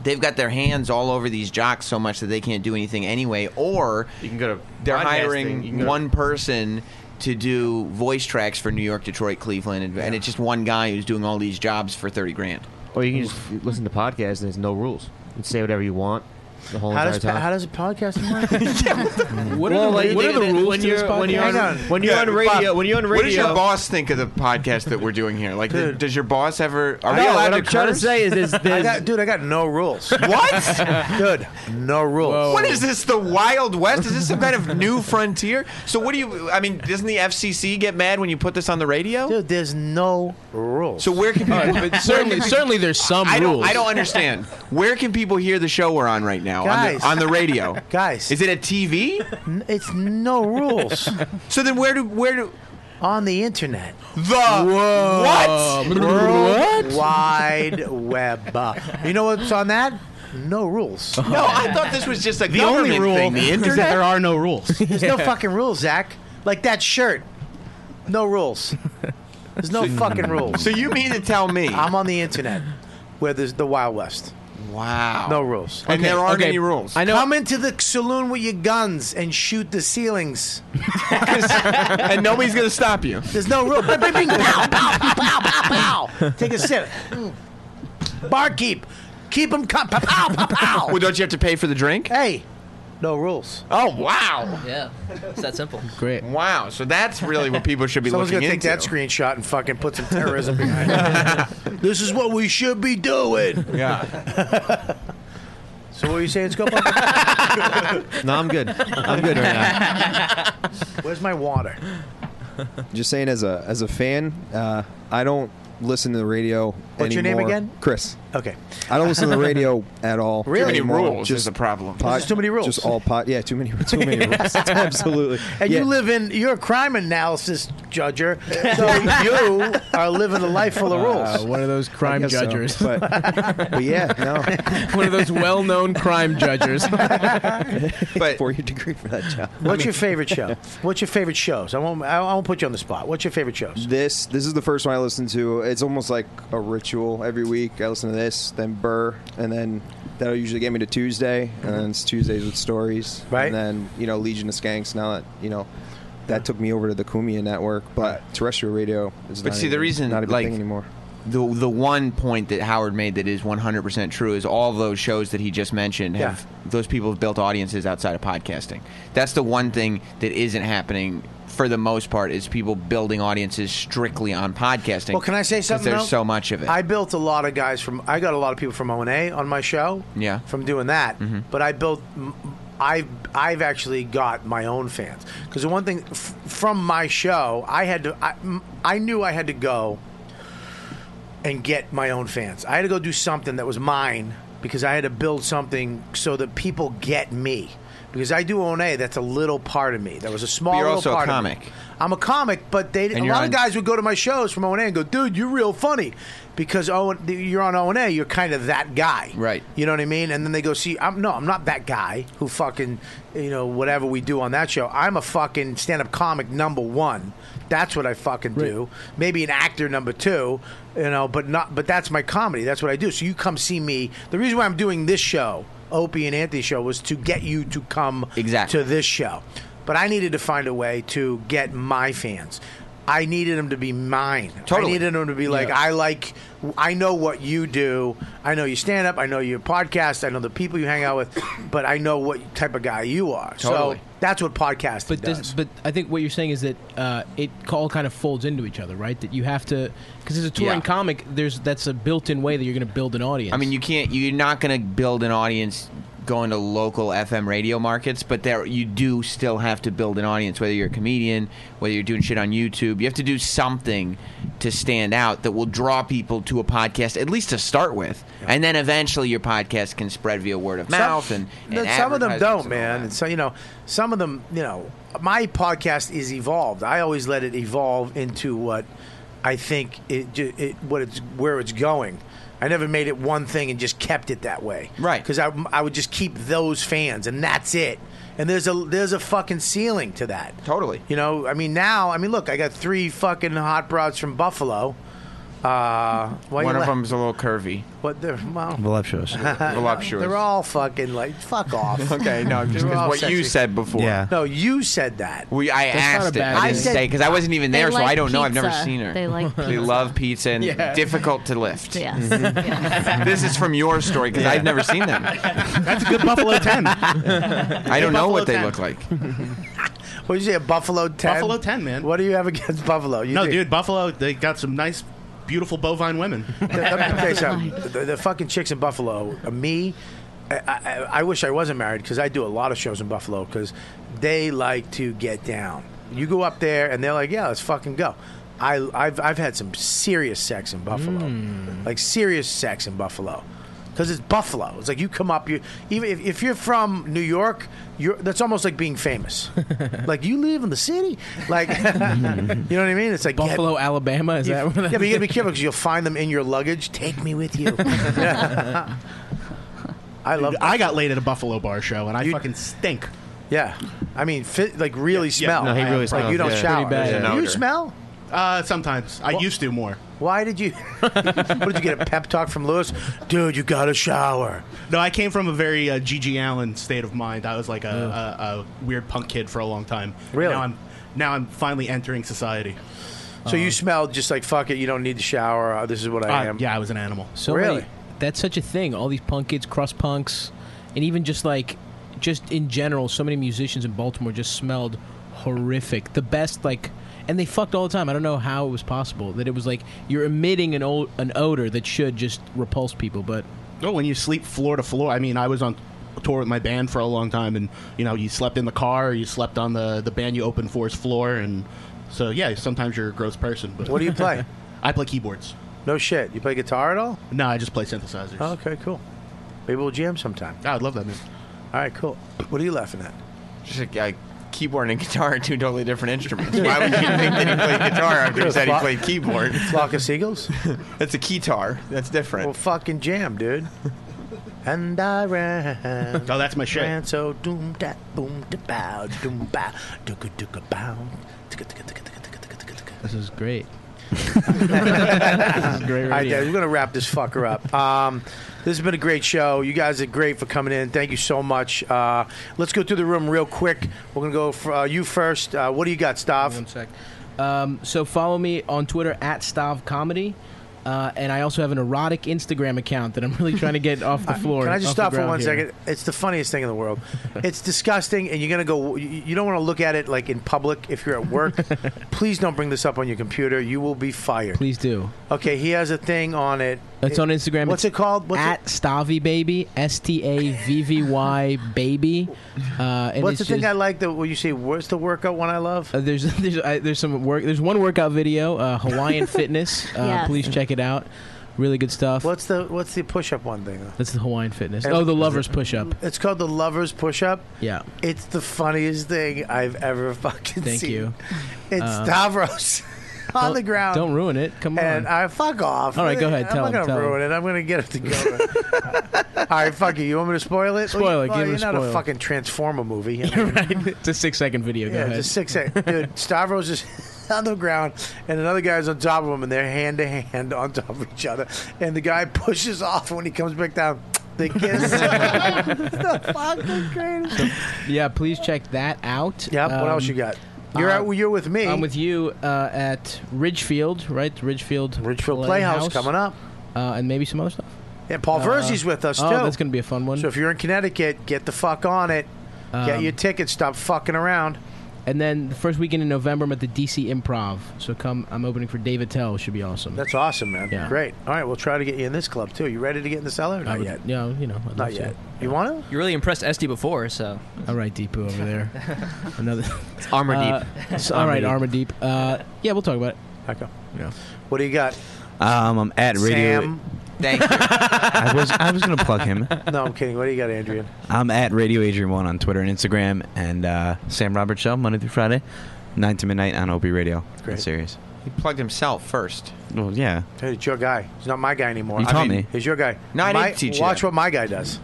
[SPEAKER 6] they've got their hands all over these jocks so much that they can't do anything anyway. Or you can go to they're
[SPEAKER 2] podcasting, you can
[SPEAKER 6] hiring
[SPEAKER 2] go to-
[SPEAKER 6] one person to do voice tracks for New York, Detroit, Cleveland, and, and it's just one guy who's doing all these jobs for thirty grand.
[SPEAKER 2] Or you can just listen to podcasts and there's no rules. You can say whatever you want the whole
[SPEAKER 1] How
[SPEAKER 2] entire
[SPEAKER 1] does,
[SPEAKER 2] time.
[SPEAKER 1] how does a podcast work?
[SPEAKER 8] What
[SPEAKER 2] Well, like, they- they- when you're, When you're on, when you're on radio, when you're on radio,
[SPEAKER 6] what does your boss think of the podcast that we're doing here? Like, does your boss ever? Are
[SPEAKER 1] I
[SPEAKER 6] we
[SPEAKER 1] got-
[SPEAKER 6] allowed
[SPEAKER 1] what
[SPEAKER 6] to
[SPEAKER 1] I'm trying to
[SPEAKER 6] curse?
[SPEAKER 1] say is this- I this- got- dude, I got no rules.
[SPEAKER 6] What?
[SPEAKER 1] Good. No rules.
[SPEAKER 6] What is this? The Wild West? Is this some kind of new frontier? So what do you? I mean, doesn't the FCC get mad when you put this on the radio?
[SPEAKER 1] Dude, there's no rules.
[SPEAKER 6] So where can people? where can
[SPEAKER 8] certainly-
[SPEAKER 6] people-
[SPEAKER 8] certainly there's some
[SPEAKER 6] I
[SPEAKER 8] rules.
[SPEAKER 6] Don't, I don't understand. Where can people hear the show we're on right now? On the-
[SPEAKER 1] Guys.
[SPEAKER 6] on, the, radio,
[SPEAKER 1] guys.
[SPEAKER 6] Is it a TV?
[SPEAKER 1] N- It's no rules.
[SPEAKER 6] so then, where do where do
[SPEAKER 1] on the internet?
[SPEAKER 6] The
[SPEAKER 1] what? World Wide Web. You know what's on that? No rules.
[SPEAKER 6] No, I thought this was just a
[SPEAKER 8] The only
[SPEAKER 6] government
[SPEAKER 8] rule
[SPEAKER 6] thing. The
[SPEAKER 8] is that
[SPEAKER 6] internet.
[SPEAKER 8] there are no rules.
[SPEAKER 1] There's no fucking rules, Zach. Like that shirt. No rules. There's no fucking rules.
[SPEAKER 6] So you mean to tell me
[SPEAKER 1] I'm on the internet where there's the Wild West.
[SPEAKER 6] Wow.
[SPEAKER 1] No rules.
[SPEAKER 6] And there aren't any rules.
[SPEAKER 1] I know. Come into the saloon with your guns and shoot the ceilings.
[SPEAKER 6] and nobody's gonna stop you.
[SPEAKER 1] There's no rule. Bing, bing, bing, pow, pow, pow, pow, pow, pow. Take a sip. Mm. Barkeep, keep them coming. Pow, pow, pow, pow.
[SPEAKER 6] Well, don't you have to pay for the drink?
[SPEAKER 1] Hey, no rules.
[SPEAKER 6] Oh wow.
[SPEAKER 7] Yeah, it's that simple.
[SPEAKER 8] Great.
[SPEAKER 6] Wow. So that's really what people should be
[SPEAKER 1] Someone's
[SPEAKER 6] looking
[SPEAKER 1] gonna
[SPEAKER 6] into.
[SPEAKER 1] take that screenshot and fucking put some terrorism behind it. this is what we should be doing.
[SPEAKER 6] Yeah.
[SPEAKER 1] So what are you saying, Scopo?
[SPEAKER 3] no, I'm good. I'm good right now.
[SPEAKER 1] Where's my water?
[SPEAKER 3] Just saying, as a as a fan, uh, I don't listen to the radio.
[SPEAKER 1] What's your name
[SPEAKER 3] anymore.
[SPEAKER 1] again?
[SPEAKER 3] Chris.
[SPEAKER 1] Okay.
[SPEAKER 3] I don't listen to the radio at all.
[SPEAKER 1] Really? Too many
[SPEAKER 3] anymore.
[SPEAKER 1] rules
[SPEAKER 6] is the problem.
[SPEAKER 1] There's too many rules.
[SPEAKER 3] Just all pot. Yeah, too many. Too many rules. Absolutely.
[SPEAKER 1] And
[SPEAKER 3] Yeah.
[SPEAKER 1] you live in you're a crime analysis judger, so you are living a life full of rules.
[SPEAKER 8] Uh, one of those crime
[SPEAKER 3] guess so,
[SPEAKER 8] judgers.
[SPEAKER 3] But yeah, no.
[SPEAKER 8] one of those well-known crime judgers.
[SPEAKER 6] but
[SPEAKER 3] four year degree for that job.
[SPEAKER 1] What's your favorite show? What's your favorite shows? I won't. I won't put you on the spot. What's your favorite shows?
[SPEAKER 3] This this is the first one I listen to. It's almost like a ritual every week. I listen to this, then Burr, and then that'll usually get me to Tuesday, and then it's Tuesdays with stories, right? And then you know Legion of Skanks. Now that you know that took me over to the Kumia network, but terrestrial radio is
[SPEAKER 6] But
[SPEAKER 3] not
[SPEAKER 6] see, the
[SPEAKER 3] even-
[SPEAKER 6] reason,
[SPEAKER 3] not a big
[SPEAKER 6] like,
[SPEAKER 3] thing anymore.
[SPEAKER 6] the the one point that Howard made that is 100% true is all those shows that he just mentioned have those people have built audiences outside of podcasting. That's the one thing that isn't happening for the most part is people building audiences strictly on podcasting.
[SPEAKER 1] Well, can I say
[SPEAKER 6] 'Cause
[SPEAKER 1] something?
[SPEAKER 6] There's
[SPEAKER 1] though?
[SPEAKER 6] so much of it.
[SPEAKER 1] I built a lot of guys from. I got a lot of people from O and A on my show
[SPEAKER 6] yeah. Mm-hmm.
[SPEAKER 1] from doing that. But I built m- I've I've actually got my own fans because the one thing f- from my show I had to I, m- I knew I had to go and get my own fans. I had to go do something that was mine because I had to build something so that people get me. Because I do own a, that's a little part of me. That was a small
[SPEAKER 6] But you're
[SPEAKER 1] little
[SPEAKER 6] also a
[SPEAKER 1] part of
[SPEAKER 6] comic.
[SPEAKER 1] me. I'm a comic, but they
[SPEAKER 6] And
[SPEAKER 1] a
[SPEAKER 6] you're
[SPEAKER 1] lot
[SPEAKER 6] on-
[SPEAKER 1] of guys would go to my shows from O and A and go, "Dude, you're real funny," because O you're on O and A, you're kind of that guy, right? You know what I mean? And then they go, "See, I'm no, I'm not that guy who fucking you know whatever we do on that show. I'm a fucking stand up comic number one. That's what I fucking do. Maybe an actor number two, you know, but not. But that's my comedy. That's what I do. So you come see me. The reason why I'm doing this show, Opie and Anthony show, was to get you to come exactly to this show. But I needed to find a way to get my fans. I needed them to be mine. I
[SPEAKER 6] Totally.
[SPEAKER 1] needed them to be like, I like, I know what you do. I know you stand up. I know your podcast. I know the people you hang out with. But I know what type of guy you are.
[SPEAKER 8] Totally.
[SPEAKER 1] So that's what podcasting
[SPEAKER 8] But
[SPEAKER 1] does.
[SPEAKER 8] this, but I think what you're saying is that uh, it all kind of folds into each other, right? That you have to because as a touring
[SPEAKER 6] Yeah.
[SPEAKER 8] comic, there's that's a built-in way that you're going to build an audience.
[SPEAKER 6] I mean, you can't. You're not going to build an audience going to local FM radio markets, but there you do still have to build an audience. Whether you're a comedian, whether you're doing shit on YouTube, you have to do something to stand out that will draw people to a podcast at least to start with, and then eventually your podcast can spread via word of
[SPEAKER 1] Some-
[SPEAKER 6] mouth and, and
[SPEAKER 1] that some of them
[SPEAKER 6] advertisements
[SPEAKER 1] don't,
[SPEAKER 6] and
[SPEAKER 1] man. And so you know, some of them, you know, my podcast is evolved. I always let it evolve into what I think it, ju- it what it's where it's going. I never made it one thing and just kept it that way, right? Because I, I would just keep those fans and that's it. And there's a there's a fucking ceiling to that.
[SPEAKER 6] Totally.
[SPEAKER 1] You know, I mean now, I mean look, I got three fucking hot broads from Buffalo. Uh, why
[SPEAKER 6] One
[SPEAKER 1] you
[SPEAKER 6] of
[SPEAKER 1] la-
[SPEAKER 6] them's a little curvy.
[SPEAKER 1] What they're well,
[SPEAKER 12] Voluptuous.
[SPEAKER 6] Voluptuous.
[SPEAKER 1] They're all fucking like fuck off.
[SPEAKER 6] Okay, no, just
[SPEAKER 1] They're
[SPEAKER 6] 'cause
[SPEAKER 1] all
[SPEAKER 6] what you
[SPEAKER 1] sexy.
[SPEAKER 6] said before. Yeah.
[SPEAKER 1] No, you said that.
[SPEAKER 6] We, I asked it. I didn't say because I wasn't even
[SPEAKER 1] They
[SPEAKER 6] there, so
[SPEAKER 1] like
[SPEAKER 6] I don't know. I've never
[SPEAKER 1] pizza.
[SPEAKER 6] seen her.
[SPEAKER 1] They like
[SPEAKER 6] They
[SPEAKER 1] pizza.
[SPEAKER 6] love pizza and
[SPEAKER 1] Yeah.
[SPEAKER 6] difficult to lift.
[SPEAKER 15] Yes.
[SPEAKER 6] this is from your story because I've never seen them.
[SPEAKER 10] That's a good Buffalo 10.
[SPEAKER 6] I don't know what they look like.
[SPEAKER 1] What did you say? A Buffalo ten.
[SPEAKER 10] Buffalo ten, man.
[SPEAKER 1] What do you have against Buffalo? You
[SPEAKER 10] no,
[SPEAKER 1] think-
[SPEAKER 10] dude, Buffalo. They got some nice, beautiful bovine women.
[SPEAKER 1] Let me tell you something. The, the fucking chicks in Buffalo. uh, Me, I, I, I wish I wasn't married because I do a lot of shows in Buffalo because they like to get down. You go up there and they're like, "Yeah, let's fucking go." I, I've I've had some serious sex in Buffalo, like serious sex in Buffalo, because it's Buffalo. It's like you come up, you even if, if you're from New York, you're that's almost like being famous. like you live in the city, like you know what I mean? It's like get-
[SPEAKER 8] Buffalo, Alabama, Oh, is that? What
[SPEAKER 1] yeah, but you gotta be careful because you'll find them in your luggage. Take me with you. I love.
[SPEAKER 10] I got laid at a Buffalo bar show, and I fucking stink.
[SPEAKER 1] Yeah, I mean, fit, like really smell.
[SPEAKER 10] no, he really
[SPEAKER 1] like
[SPEAKER 10] smells,
[SPEAKER 1] you don't
[SPEAKER 10] yeah.
[SPEAKER 1] shower.
[SPEAKER 10] Pretty bad. There's an
[SPEAKER 1] You
[SPEAKER 10] odor.
[SPEAKER 1] smell?
[SPEAKER 10] Uh, sometimes I used to more.
[SPEAKER 1] Why did you? what did you get a pep talk from Lewis? Dude, you got to shower.
[SPEAKER 10] No, I came from a very uh, Gigi Allen state of mind. I was like a, a, a weird punk kid for a long time.
[SPEAKER 1] Really?
[SPEAKER 10] Now I'm now I'm finally entering society.
[SPEAKER 1] So
[SPEAKER 8] Uh-huh.
[SPEAKER 1] you smell just like fuck it. You don't need to shower. uh, This is what I
[SPEAKER 10] Uh,
[SPEAKER 1] am.
[SPEAKER 10] yeah, I was an animal.
[SPEAKER 8] So
[SPEAKER 1] really?
[SPEAKER 8] many- that's such a thing. All these punk kids, cross punks, and even just like, just in general, so many musicians in Baltimore just smelled horrific. The best, like, and they fucked all the time. I don't know how it was possible that it was like you're emitting an old an odor that should just repulse people, but
[SPEAKER 10] Oh, when you sleep floor to floor. I mean, I was on tour with my band for a long time, and you know, you slept in the car, you slept on the the band you opened for's floor, and so yeah, sometimes you're a gross person. But
[SPEAKER 1] What do you play?
[SPEAKER 10] I play keyboards.
[SPEAKER 1] No shit. You play guitar at all?
[SPEAKER 10] No, I just play synthesizers.
[SPEAKER 1] Oh, okay, cool. Maybe we'll jam sometime.
[SPEAKER 10] I'd love that, man.
[SPEAKER 1] All right, cool. What are you laughing at?
[SPEAKER 6] Just a, a keyboard and guitar are two totally different instruments. Why would you think that he played guitar after he said he played keyboard?
[SPEAKER 1] Flock of seagulls?
[SPEAKER 6] That's a keytar. That's different.
[SPEAKER 1] Well, fucking jam, dude. And I ran.
[SPEAKER 10] Oh, that's my shit.
[SPEAKER 1] Ran so doom da boom da bow doom bow dooka dooka bow.
[SPEAKER 8] this is great.
[SPEAKER 1] this
[SPEAKER 8] is great
[SPEAKER 1] All right,
[SPEAKER 8] radio.
[SPEAKER 1] guys, we're gonna wrap this fucker up. Um, this has been a great show. You guys are great for coming in. Thank you so much. Uh, let's go through the room real quick. We're gonna go for uh, you first. Uh, what do you got, Stav?
[SPEAKER 8] One sec. Um, so follow me on Twitter at Stav Comedy. Uh, and I also have an erotic Instagram account that I'm really trying to get off the floor.
[SPEAKER 1] Uh, Can I just stop for
[SPEAKER 8] one
[SPEAKER 1] one
[SPEAKER 8] second?
[SPEAKER 1] second? It's the funniest thing in the world. it's disgusting, and you're gonna go. You you don't want to look at it like in public if you're at work. Please don't bring this up on your computer. You will be fired.
[SPEAKER 8] Please do.
[SPEAKER 1] Okay, he has a thing on it.
[SPEAKER 8] It's on Instagram. What's it called? at Stavy Baby. S T A V V Y Baby. Uh, and
[SPEAKER 1] What's the
[SPEAKER 8] it's
[SPEAKER 1] thing
[SPEAKER 8] just-
[SPEAKER 1] I like that when you say, what's the workout one I love?
[SPEAKER 8] uh, there's there's I, there's some work. There's one workout video. Uh, Hawaiian Fitness. Uh,
[SPEAKER 1] Yes.
[SPEAKER 8] Please check it out. Really good stuff.
[SPEAKER 1] What's the what's the push up one thing?
[SPEAKER 8] That's the Hawaiian Fitness.
[SPEAKER 1] And-
[SPEAKER 8] Oh, the lovers push up.
[SPEAKER 1] It's called the lovers push up.
[SPEAKER 8] Yeah.
[SPEAKER 1] It's the funniest thing I've ever fucking
[SPEAKER 8] Thank
[SPEAKER 1] seen.
[SPEAKER 8] you.
[SPEAKER 1] It's
[SPEAKER 8] Uh,
[SPEAKER 1] Stavros on
[SPEAKER 8] don't-
[SPEAKER 1] the ground.
[SPEAKER 8] Don't ruin it. Come on.
[SPEAKER 1] And I fuck off.
[SPEAKER 8] All right, go ahead,
[SPEAKER 1] I'm
[SPEAKER 8] tell
[SPEAKER 1] not
[SPEAKER 8] him,
[SPEAKER 1] gonna
[SPEAKER 8] tell him.
[SPEAKER 1] ruin it. I'm gonna get it to go. All right, fuck you. You want me to spoil it?
[SPEAKER 8] Spoil it,
[SPEAKER 1] Well,
[SPEAKER 8] give
[SPEAKER 1] you're
[SPEAKER 8] it a
[SPEAKER 1] not
[SPEAKER 8] spoil.
[SPEAKER 1] a fucking Transformer movie. I mean,
[SPEAKER 8] it's a six second video. Go
[SPEAKER 1] yeah,
[SPEAKER 8] ahead.
[SPEAKER 1] just six eight. Dude, Stavros is on the ground, and another guy's on top of him, and they're hand to hand on top of each other. And the guy pushes off when he comes back down. They kiss. the fucking greatest.
[SPEAKER 8] yeah, please check that out. Um, uh,
[SPEAKER 1] Yep. what else you got? You're out- You're with me.
[SPEAKER 8] I'm with you uh, at Ridgefield, right? Ridgefield. Ridgefield
[SPEAKER 1] Playhouse coming up,
[SPEAKER 8] uh, and maybe some other stuff.
[SPEAKER 1] Yeah, Paul Verzi's with us
[SPEAKER 8] oh,
[SPEAKER 1] too.
[SPEAKER 8] that's gonna be a fun one.
[SPEAKER 1] So if you're in Connecticut, get the fuck on it. get
[SPEAKER 8] Um,
[SPEAKER 1] your tickets. Stop fucking around.
[SPEAKER 8] And then the first weekend in November, I'm at the DC Improv. So come, I'm opening for David Tell. Should be awesome.
[SPEAKER 1] That's awesome, man.
[SPEAKER 8] Yeah.
[SPEAKER 1] Great. All right, we'll try to get you in this club too. You ready to get in the cellar? Not yet.
[SPEAKER 8] Yeah, you know, I'd love
[SPEAKER 1] Not
[SPEAKER 8] to.
[SPEAKER 1] yet. You want to?
[SPEAKER 7] You really impressed Esty before, so.
[SPEAKER 8] All right, Deepu over there. Another
[SPEAKER 7] Armor
[SPEAKER 8] Uh,
[SPEAKER 7] Deep.
[SPEAKER 8] s-
[SPEAKER 7] It's
[SPEAKER 8] all right,
[SPEAKER 7] Armor
[SPEAKER 8] Armor Deep. Uh, yeah, we'll talk about it.
[SPEAKER 1] Okay.
[SPEAKER 8] Yeah.
[SPEAKER 1] What do you got?
[SPEAKER 12] Um, I'm at Radio.
[SPEAKER 1] Sam. Thank you.
[SPEAKER 12] I was I was gonna plug him.
[SPEAKER 1] no, I'm kidding. What do you got, Adrian?
[SPEAKER 12] I'm at Radio Adrian One on Twitter and Instagram, and uh, Sam Roberts Show Monday through Friday, nine to midnight on OB Radio.
[SPEAKER 1] Great.
[SPEAKER 12] Great series.
[SPEAKER 6] He plugged himself first.
[SPEAKER 12] Well, yeah.
[SPEAKER 1] Hey, it's your guy. He's not my guy anymore.
[SPEAKER 12] You
[SPEAKER 1] I
[SPEAKER 12] taught
[SPEAKER 1] mean,
[SPEAKER 12] me.
[SPEAKER 1] He's your guy.
[SPEAKER 6] No, I didn't
[SPEAKER 1] My-
[SPEAKER 6] teach you
[SPEAKER 1] Watch
[SPEAKER 6] that.
[SPEAKER 1] what my guy does.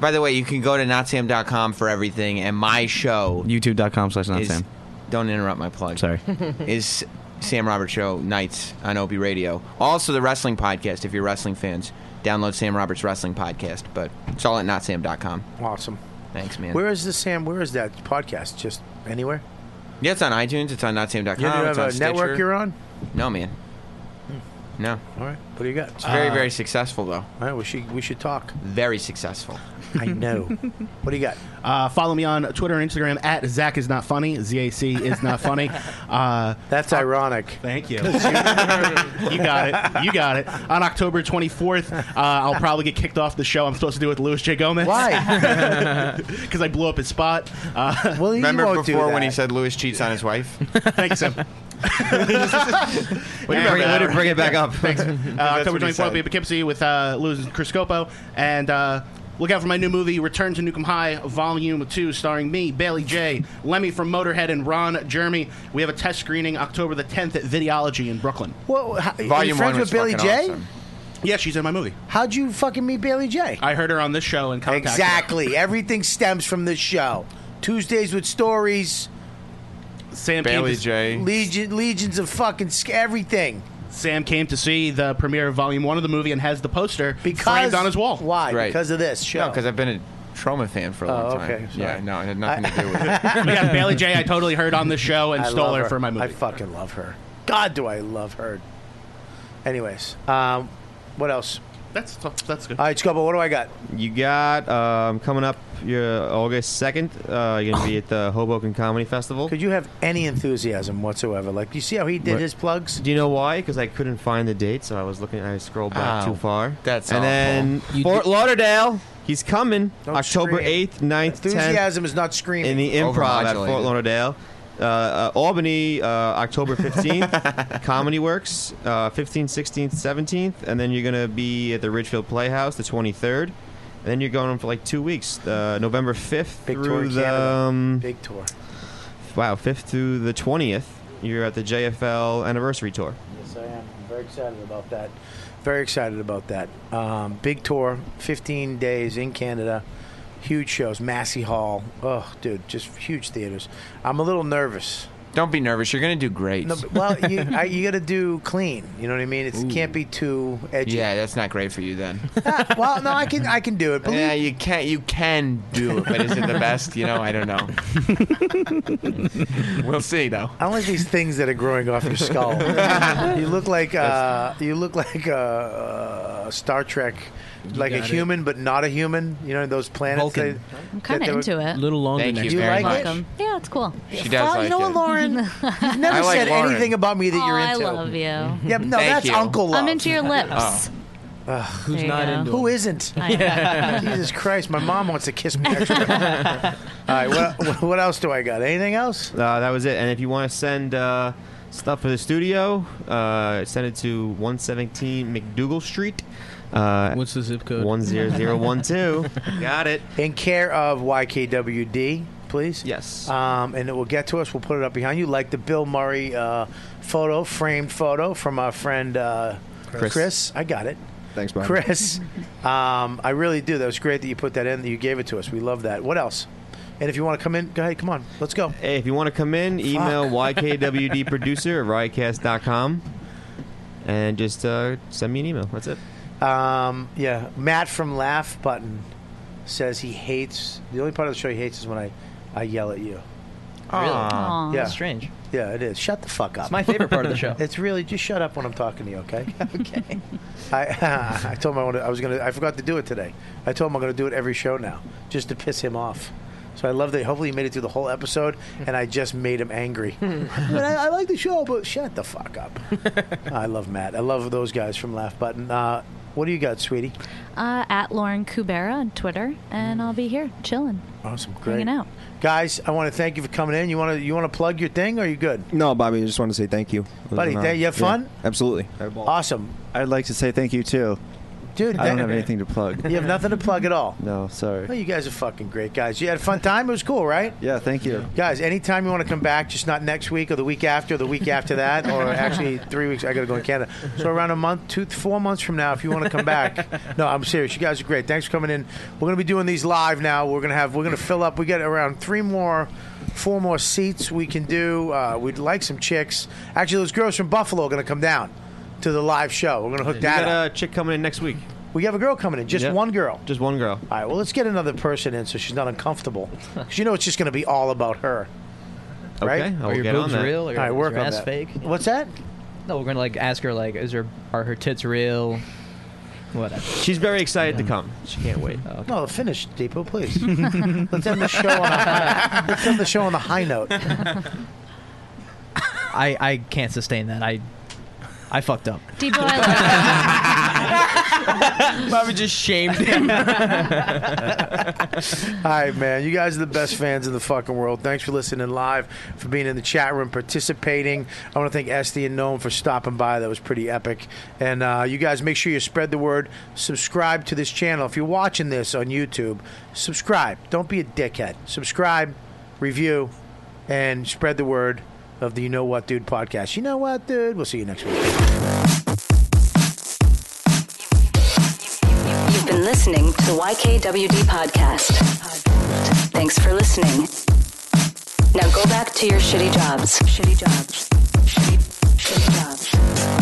[SPEAKER 6] By the way, you can go to notsam.com for everything, and my show
[SPEAKER 12] YouTube.com slash not
[SPEAKER 6] is-
[SPEAKER 12] Sam.
[SPEAKER 6] Don't interrupt my plug.
[SPEAKER 12] Sorry.
[SPEAKER 6] is Sam Roberts Show nights on Opie Radio. Also, the wrestling podcast. If you're wrestling fans, download Sam Roberts Wrestling Podcast. But it's all at notsam.com.
[SPEAKER 1] Awesome.
[SPEAKER 6] Thanks, man.
[SPEAKER 1] Where is the Sam? Where is that podcast? Just anywhere?
[SPEAKER 6] yeah, it's on iTunes. It's on notsam.com.
[SPEAKER 1] You don't
[SPEAKER 6] it's
[SPEAKER 1] have
[SPEAKER 6] on
[SPEAKER 1] a network
[SPEAKER 6] Stitcher.
[SPEAKER 1] you're on? Hmm.
[SPEAKER 6] No, man. No.
[SPEAKER 1] All right. What do you got?
[SPEAKER 6] It's very,
[SPEAKER 1] Uh,
[SPEAKER 6] very successful, though.
[SPEAKER 1] All right. We should we should talk.
[SPEAKER 6] Very successful.
[SPEAKER 1] I know. what do you got?
[SPEAKER 10] Uh, follow me on Twitter and Instagram at Zach is not funny. Z A C is not funny. Uh,
[SPEAKER 1] That's ironic.
[SPEAKER 10] Thank you. you got it. You got it. On October 24th, uh, I'll probably get kicked off the show I'm supposed to do with Louis J. Gomez.
[SPEAKER 6] Why?
[SPEAKER 10] Because I blew up his spot. Uh,
[SPEAKER 1] well,
[SPEAKER 6] Remember before when he said Lewis cheats on his wife?
[SPEAKER 10] Thanks, Sam.
[SPEAKER 6] Way to bring it- way to bring it back up.
[SPEAKER 10] Thanks. Uh,
[SPEAKER 6] That's
[SPEAKER 10] October
[SPEAKER 6] what he
[SPEAKER 10] 24th,
[SPEAKER 6] said.
[SPEAKER 10] will be at Poughkeepsie with uh, Lewis and Chris Scopo. And uh, look out for my new movie, Return to Newcomb High, Volume 2, starring me, Bailey J., Lemmy from Motorhead, and Ron Jeremy. We have a test screening October the 10th at Videology in Brooklyn.
[SPEAKER 1] Well, Oh, how, are you friends with Billy J?
[SPEAKER 10] Yeah, she's in my movie.
[SPEAKER 1] How'd you fucking meet Billy J?
[SPEAKER 10] I heard her on this show and contacted her.
[SPEAKER 1] Exactly. Everything stems from this show. Tuesdays with stories.
[SPEAKER 10] Sam
[SPEAKER 6] Bailey
[SPEAKER 10] came to,
[SPEAKER 6] J.
[SPEAKER 1] Legion, legions of fucking sc- everything.
[SPEAKER 10] Sam came to see the premiere of Volume 1 of the movie and has the poster
[SPEAKER 1] Because-
[SPEAKER 10] framed on his wall.
[SPEAKER 1] Why? Because of this show.
[SPEAKER 6] No, because I've been a Trauma fan for a
[SPEAKER 1] Oh,
[SPEAKER 6] long time.
[SPEAKER 1] okay,
[SPEAKER 6] Yeah,
[SPEAKER 1] sorry.
[SPEAKER 6] no, it had nothing to do with it.
[SPEAKER 10] yeah, Bailey J. I totally heard on this show and
[SPEAKER 1] I
[SPEAKER 10] stole
[SPEAKER 1] love
[SPEAKER 10] her, for my movie.
[SPEAKER 1] I fucking love her. God, do I love her. Anyways, um, what else?
[SPEAKER 10] That's that's good.
[SPEAKER 1] All right, Scobo, what do I got?
[SPEAKER 2] You got um, coming up your August second. Uh, you're gonna be at the Hoboken Comedy Festival.
[SPEAKER 1] Could you have any enthusiasm whatsoever? Like, you see how he did
[SPEAKER 2] What?
[SPEAKER 1] his plugs?
[SPEAKER 2] Do you know why? Because I couldn't find the date, so I was looking. I scrolled back
[SPEAKER 6] Oh,
[SPEAKER 2] too far.
[SPEAKER 6] that's
[SPEAKER 2] and
[SPEAKER 6] awful.
[SPEAKER 2] then
[SPEAKER 6] You
[SPEAKER 2] Fort
[SPEAKER 6] did-
[SPEAKER 2] Lauderdale. He's coming
[SPEAKER 1] Don't
[SPEAKER 2] October
[SPEAKER 1] scream.
[SPEAKER 2] eighth, 9th, tenth
[SPEAKER 1] Enthusiasm is not screaming.
[SPEAKER 2] in the Improv at Fort Lauderdale. Uh, uh, Albany, uh, October 15th, Comedy Works, uh, 15th, 16th, 17th. And then you're going to be at the Ridgefield Playhouse the 23rd. And then you're going on for like two weeks, uh, November 5th
[SPEAKER 1] Big tour
[SPEAKER 2] through
[SPEAKER 1] in
[SPEAKER 2] the.
[SPEAKER 1] Canada.
[SPEAKER 2] um,
[SPEAKER 1] Big tour.
[SPEAKER 2] wow, 5th through the 20th. You're at the JFL Anniversary Tour.
[SPEAKER 1] Yes, I am. I'm very excited about that. Very excited about that. Um, big tour, 15 days in Canada. Huge shows, Massey Hall. Oh, dude, just huge theaters. I'm a little nervous.
[SPEAKER 6] Don't be nervous. You're going to do great.
[SPEAKER 1] No, but- well, you, I, you got to do clean. You know what I mean? It can't be too edgy.
[SPEAKER 6] yeah, that's not great for you then.
[SPEAKER 1] well, no, I can I can do it. Believe
[SPEAKER 6] yeah, you can you can do it, but is it the best? You know, I don't know. we'll see though.
[SPEAKER 1] I don't like these things that are growing off your skull. you look like uh, you look like a uh, Star Trek, like a
[SPEAKER 8] got it.
[SPEAKER 1] human but not a human. You know those planets.
[SPEAKER 8] Vulcan.
[SPEAKER 1] that-
[SPEAKER 15] I'm kind
[SPEAKER 1] that
[SPEAKER 15] of
[SPEAKER 1] they were-
[SPEAKER 15] into it.
[SPEAKER 8] Little longer
[SPEAKER 1] Thank
[SPEAKER 8] next
[SPEAKER 1] you
[SPEAKER 8] week.
[SPEAKER 1] very much.
[SPEAKER 15] Welcome. Yeah, it's cool.
[SPEAKER 6] She does
[SPEAKER 1] Well,
[SPEAKER 6] like
[SPEAKER 1] you know
[SPEAKER 6] it.
[SPEAKER 1] what, Lauren? You've never
[SPEAKER 6] I like
[SPEAKER 1] said
[SPEAKER 6] Lauren.
[SPEAKER 1] anything about me that
[SPEAKER 15] oh,
[SPEAKER 1] you're
[SPEAKER 15] I
[SPEAKER 1] into.
[SPEAKER 15] love you.
[SPEAKER 1] Yeah, but no,
[SPEAKER 6] Thank
[SPEAKER 1] that's
[SPEAKER 6] you.
[SPEAKER 1] uncle love.
[SPEAKER 15] I'm into your lips.
[SPEAKER 6] Oh.
[SPEAKER 1] Ugh.
[SPEAKER 7] Who's There you not go. into
[SPEAKER 1] Who
[SPEAKER 7] it?
[SPEAKER 1] isn't?
[SPEAKER 7] I know.
[SPEAKER 1] Jesus Christ! My mom wants to kiss me. Extra. All right, what, what else do I got? Anything else?
[SPEAKER 2] Uh, that was it. And if you want to send uh, stuff for the studio, uh, send it to 117 McDougal Street. Uh,
[SPEAKER 8] What's the zip code?
[SPEAKER 2] 10012. Got it.
[SPEAKER 1] In care of YKWD, please.
[SPEAKER 2] Yes.
[SPEAKER 1] Um, and it will get to us. We'll put it up behind you, like the Bill Murray uh, photo, framed photo from our friend uh, Chris.
[SPEAKER 3] Chris.
[SPEAKER 1] I got it.
[SPEAKER 3] Thanks, Bob.
[SPEAKER 1] Chris. Um, I really do. That was great that you put that in. That you gave it to us. We love that. What else? And if you want to come in, go ahead. Come on. Let's go.
[SPEAKER 2] Hey, if you want to come in, email ykwdproducer at riotcast.com and just uh, send me an email. That's it.
[SPEAKER 1] Um, yeah, Matt from Laugh Button says he hates the only part of the show he hates is when I, I yell at you.
[SPEAKER 7] Really? Aw.
[SPEAKER 1] Yeah.
[SPEAKER 7] That's strange.
[SPEAKER 1] Yeah, it is. Shut the fuck up.
[SPEAKER 7] It's my favorite part of the show.
[SPEAKER 1] it's really just shut up when I'm talking to you, okay? okay. I I told him I, wanted, I was gonna. I forgot to do it today. I told him I'm gonna do it every show now, just to piss him off. So I love that. Hopefully, he made it through the whole episode, and I just made him angry. But I, I like the show, but shut the fuck up. I love Matt. I love those guys from Laugh Button. Uh, what do you got, sweetie?
[SPEAKER 15] Uh, at Lauren Kubera on Twitter, and I'll be here chilling.
[SPEAKER 1] Awesome, great.
[SPEAKER 15] Hanging out.
[SPEAKER 1] Guys, I want to thank you for coming in. You want to you want to plug your thing? Or are you good?
[SPEAKER 3] No, Bobby, I just want to say thank you.
[SPEAKER 1] Buddy,
[SPEAKER 3] Uh,
[SPEAKER 1] thank- you have
[SPEAKER 3] yeah,
[SPEAKER 1] fun?
[SPEAKER 3] absolutely.
[SPEAKER 1] Awesome.
[SPEAKER 5] I'd like to say thank you too.
[SPEAKER 1] Dude,
[SPEAKER 5] I don't
[SPEAKER 1] that-
[SPEAKER 5] have anything to plug.
[SPEAKER 1] You have nothing to plug at all.
[SPEAKER 5] No, sorry.
[SPEAKER 1] Well, you guys are fucking great guys. You had a fun time. It was cool, right?
[SPEAKER 5] Yeah, thank you.
[SPEAKER 1] Guys, anytime you want to come back, just not next week or the week after, or the week after that, or actually three weeks. I got to go to Canada. So around a month, two, four months from now, if you want to come back. No, I'm serious. You guys are great. Thanks for coming in. We're going to be doing these live now. We're going to have. We're going to fill up. We got around three more. Four more seats we can do. Uh, we'd like some chicks. Actually, those girls from Buffalo are going to come down to the live show. We're going to hook
[SPEAKER 2] We
[SPEAKER 1] that
[SPEAKER 2] got
[SPEAKER 1] up.
[SPEAKER 2] a chick coming in next week.
[SPEAKER 1] We have a girl coming in. Just
[SPEAKER 2] Yeah.
[SPEAKER 1] one girl.
[SPEAKER 2] Just one girl.
[SPEAKER 1] All right. Well, let's get another person in so she's not uncomfortable. 'Cause you know it's just going to be all about her. Right?
[SPEAKER 2] I will get on that.
[SPEAKER 7] real? Or
[SPEAKER 1] All right,
[SPEAKER 7] is
[SPEAKER 1] work
[SPEAKER 7] your
[SPEAKER 1] on
[SPEAKER 7] ass
[SPEAKER 1] that.
[SPEAKER 7] fake?
[SPEAKER 1] What's that?
[SPEAKER 7] No, we're gonna like ask her like, is her are her tits real? Whatever.
[SPEAKER 2] She's very excited to come. Oh. She can't wait.
[SPEAKER 1] No, finish, Depot, please. let's end the show on a, let's end the show on the high note.
[SPEAKER 7] I I can't sustain that. I I fucked up.
[SPEAKER 15] Debo, I love
[SPEAKER 7] Bobby just shamed him.
[SPEAKER 1] All right, man. You guys are the best fans in the fucking world. Thanks for listening live, for being in the chat room, participating. I want to thank Esty and Gnome for stopping by. That was pretty epic. And uh, you guys, make sure you spread the word. Subscribe to this channel. If you're watching this on YouTube, subscribe. Don't be a dickhead. Subscribe, review, and spread the word of the You Know What Dude podcast. You know what, dude? We'll see you next week.
[SPEAKER 18] You've been listening to the YKWD podcast. Thanks for listening. Now go back to your shitty jobs. Shitty jobs. Shitty, shitty jobs.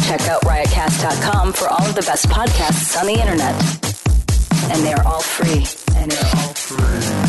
[SPEAKER 18] Check out riotcast.com for all of the best podcasts on the internet. And they are all free. And they're all free.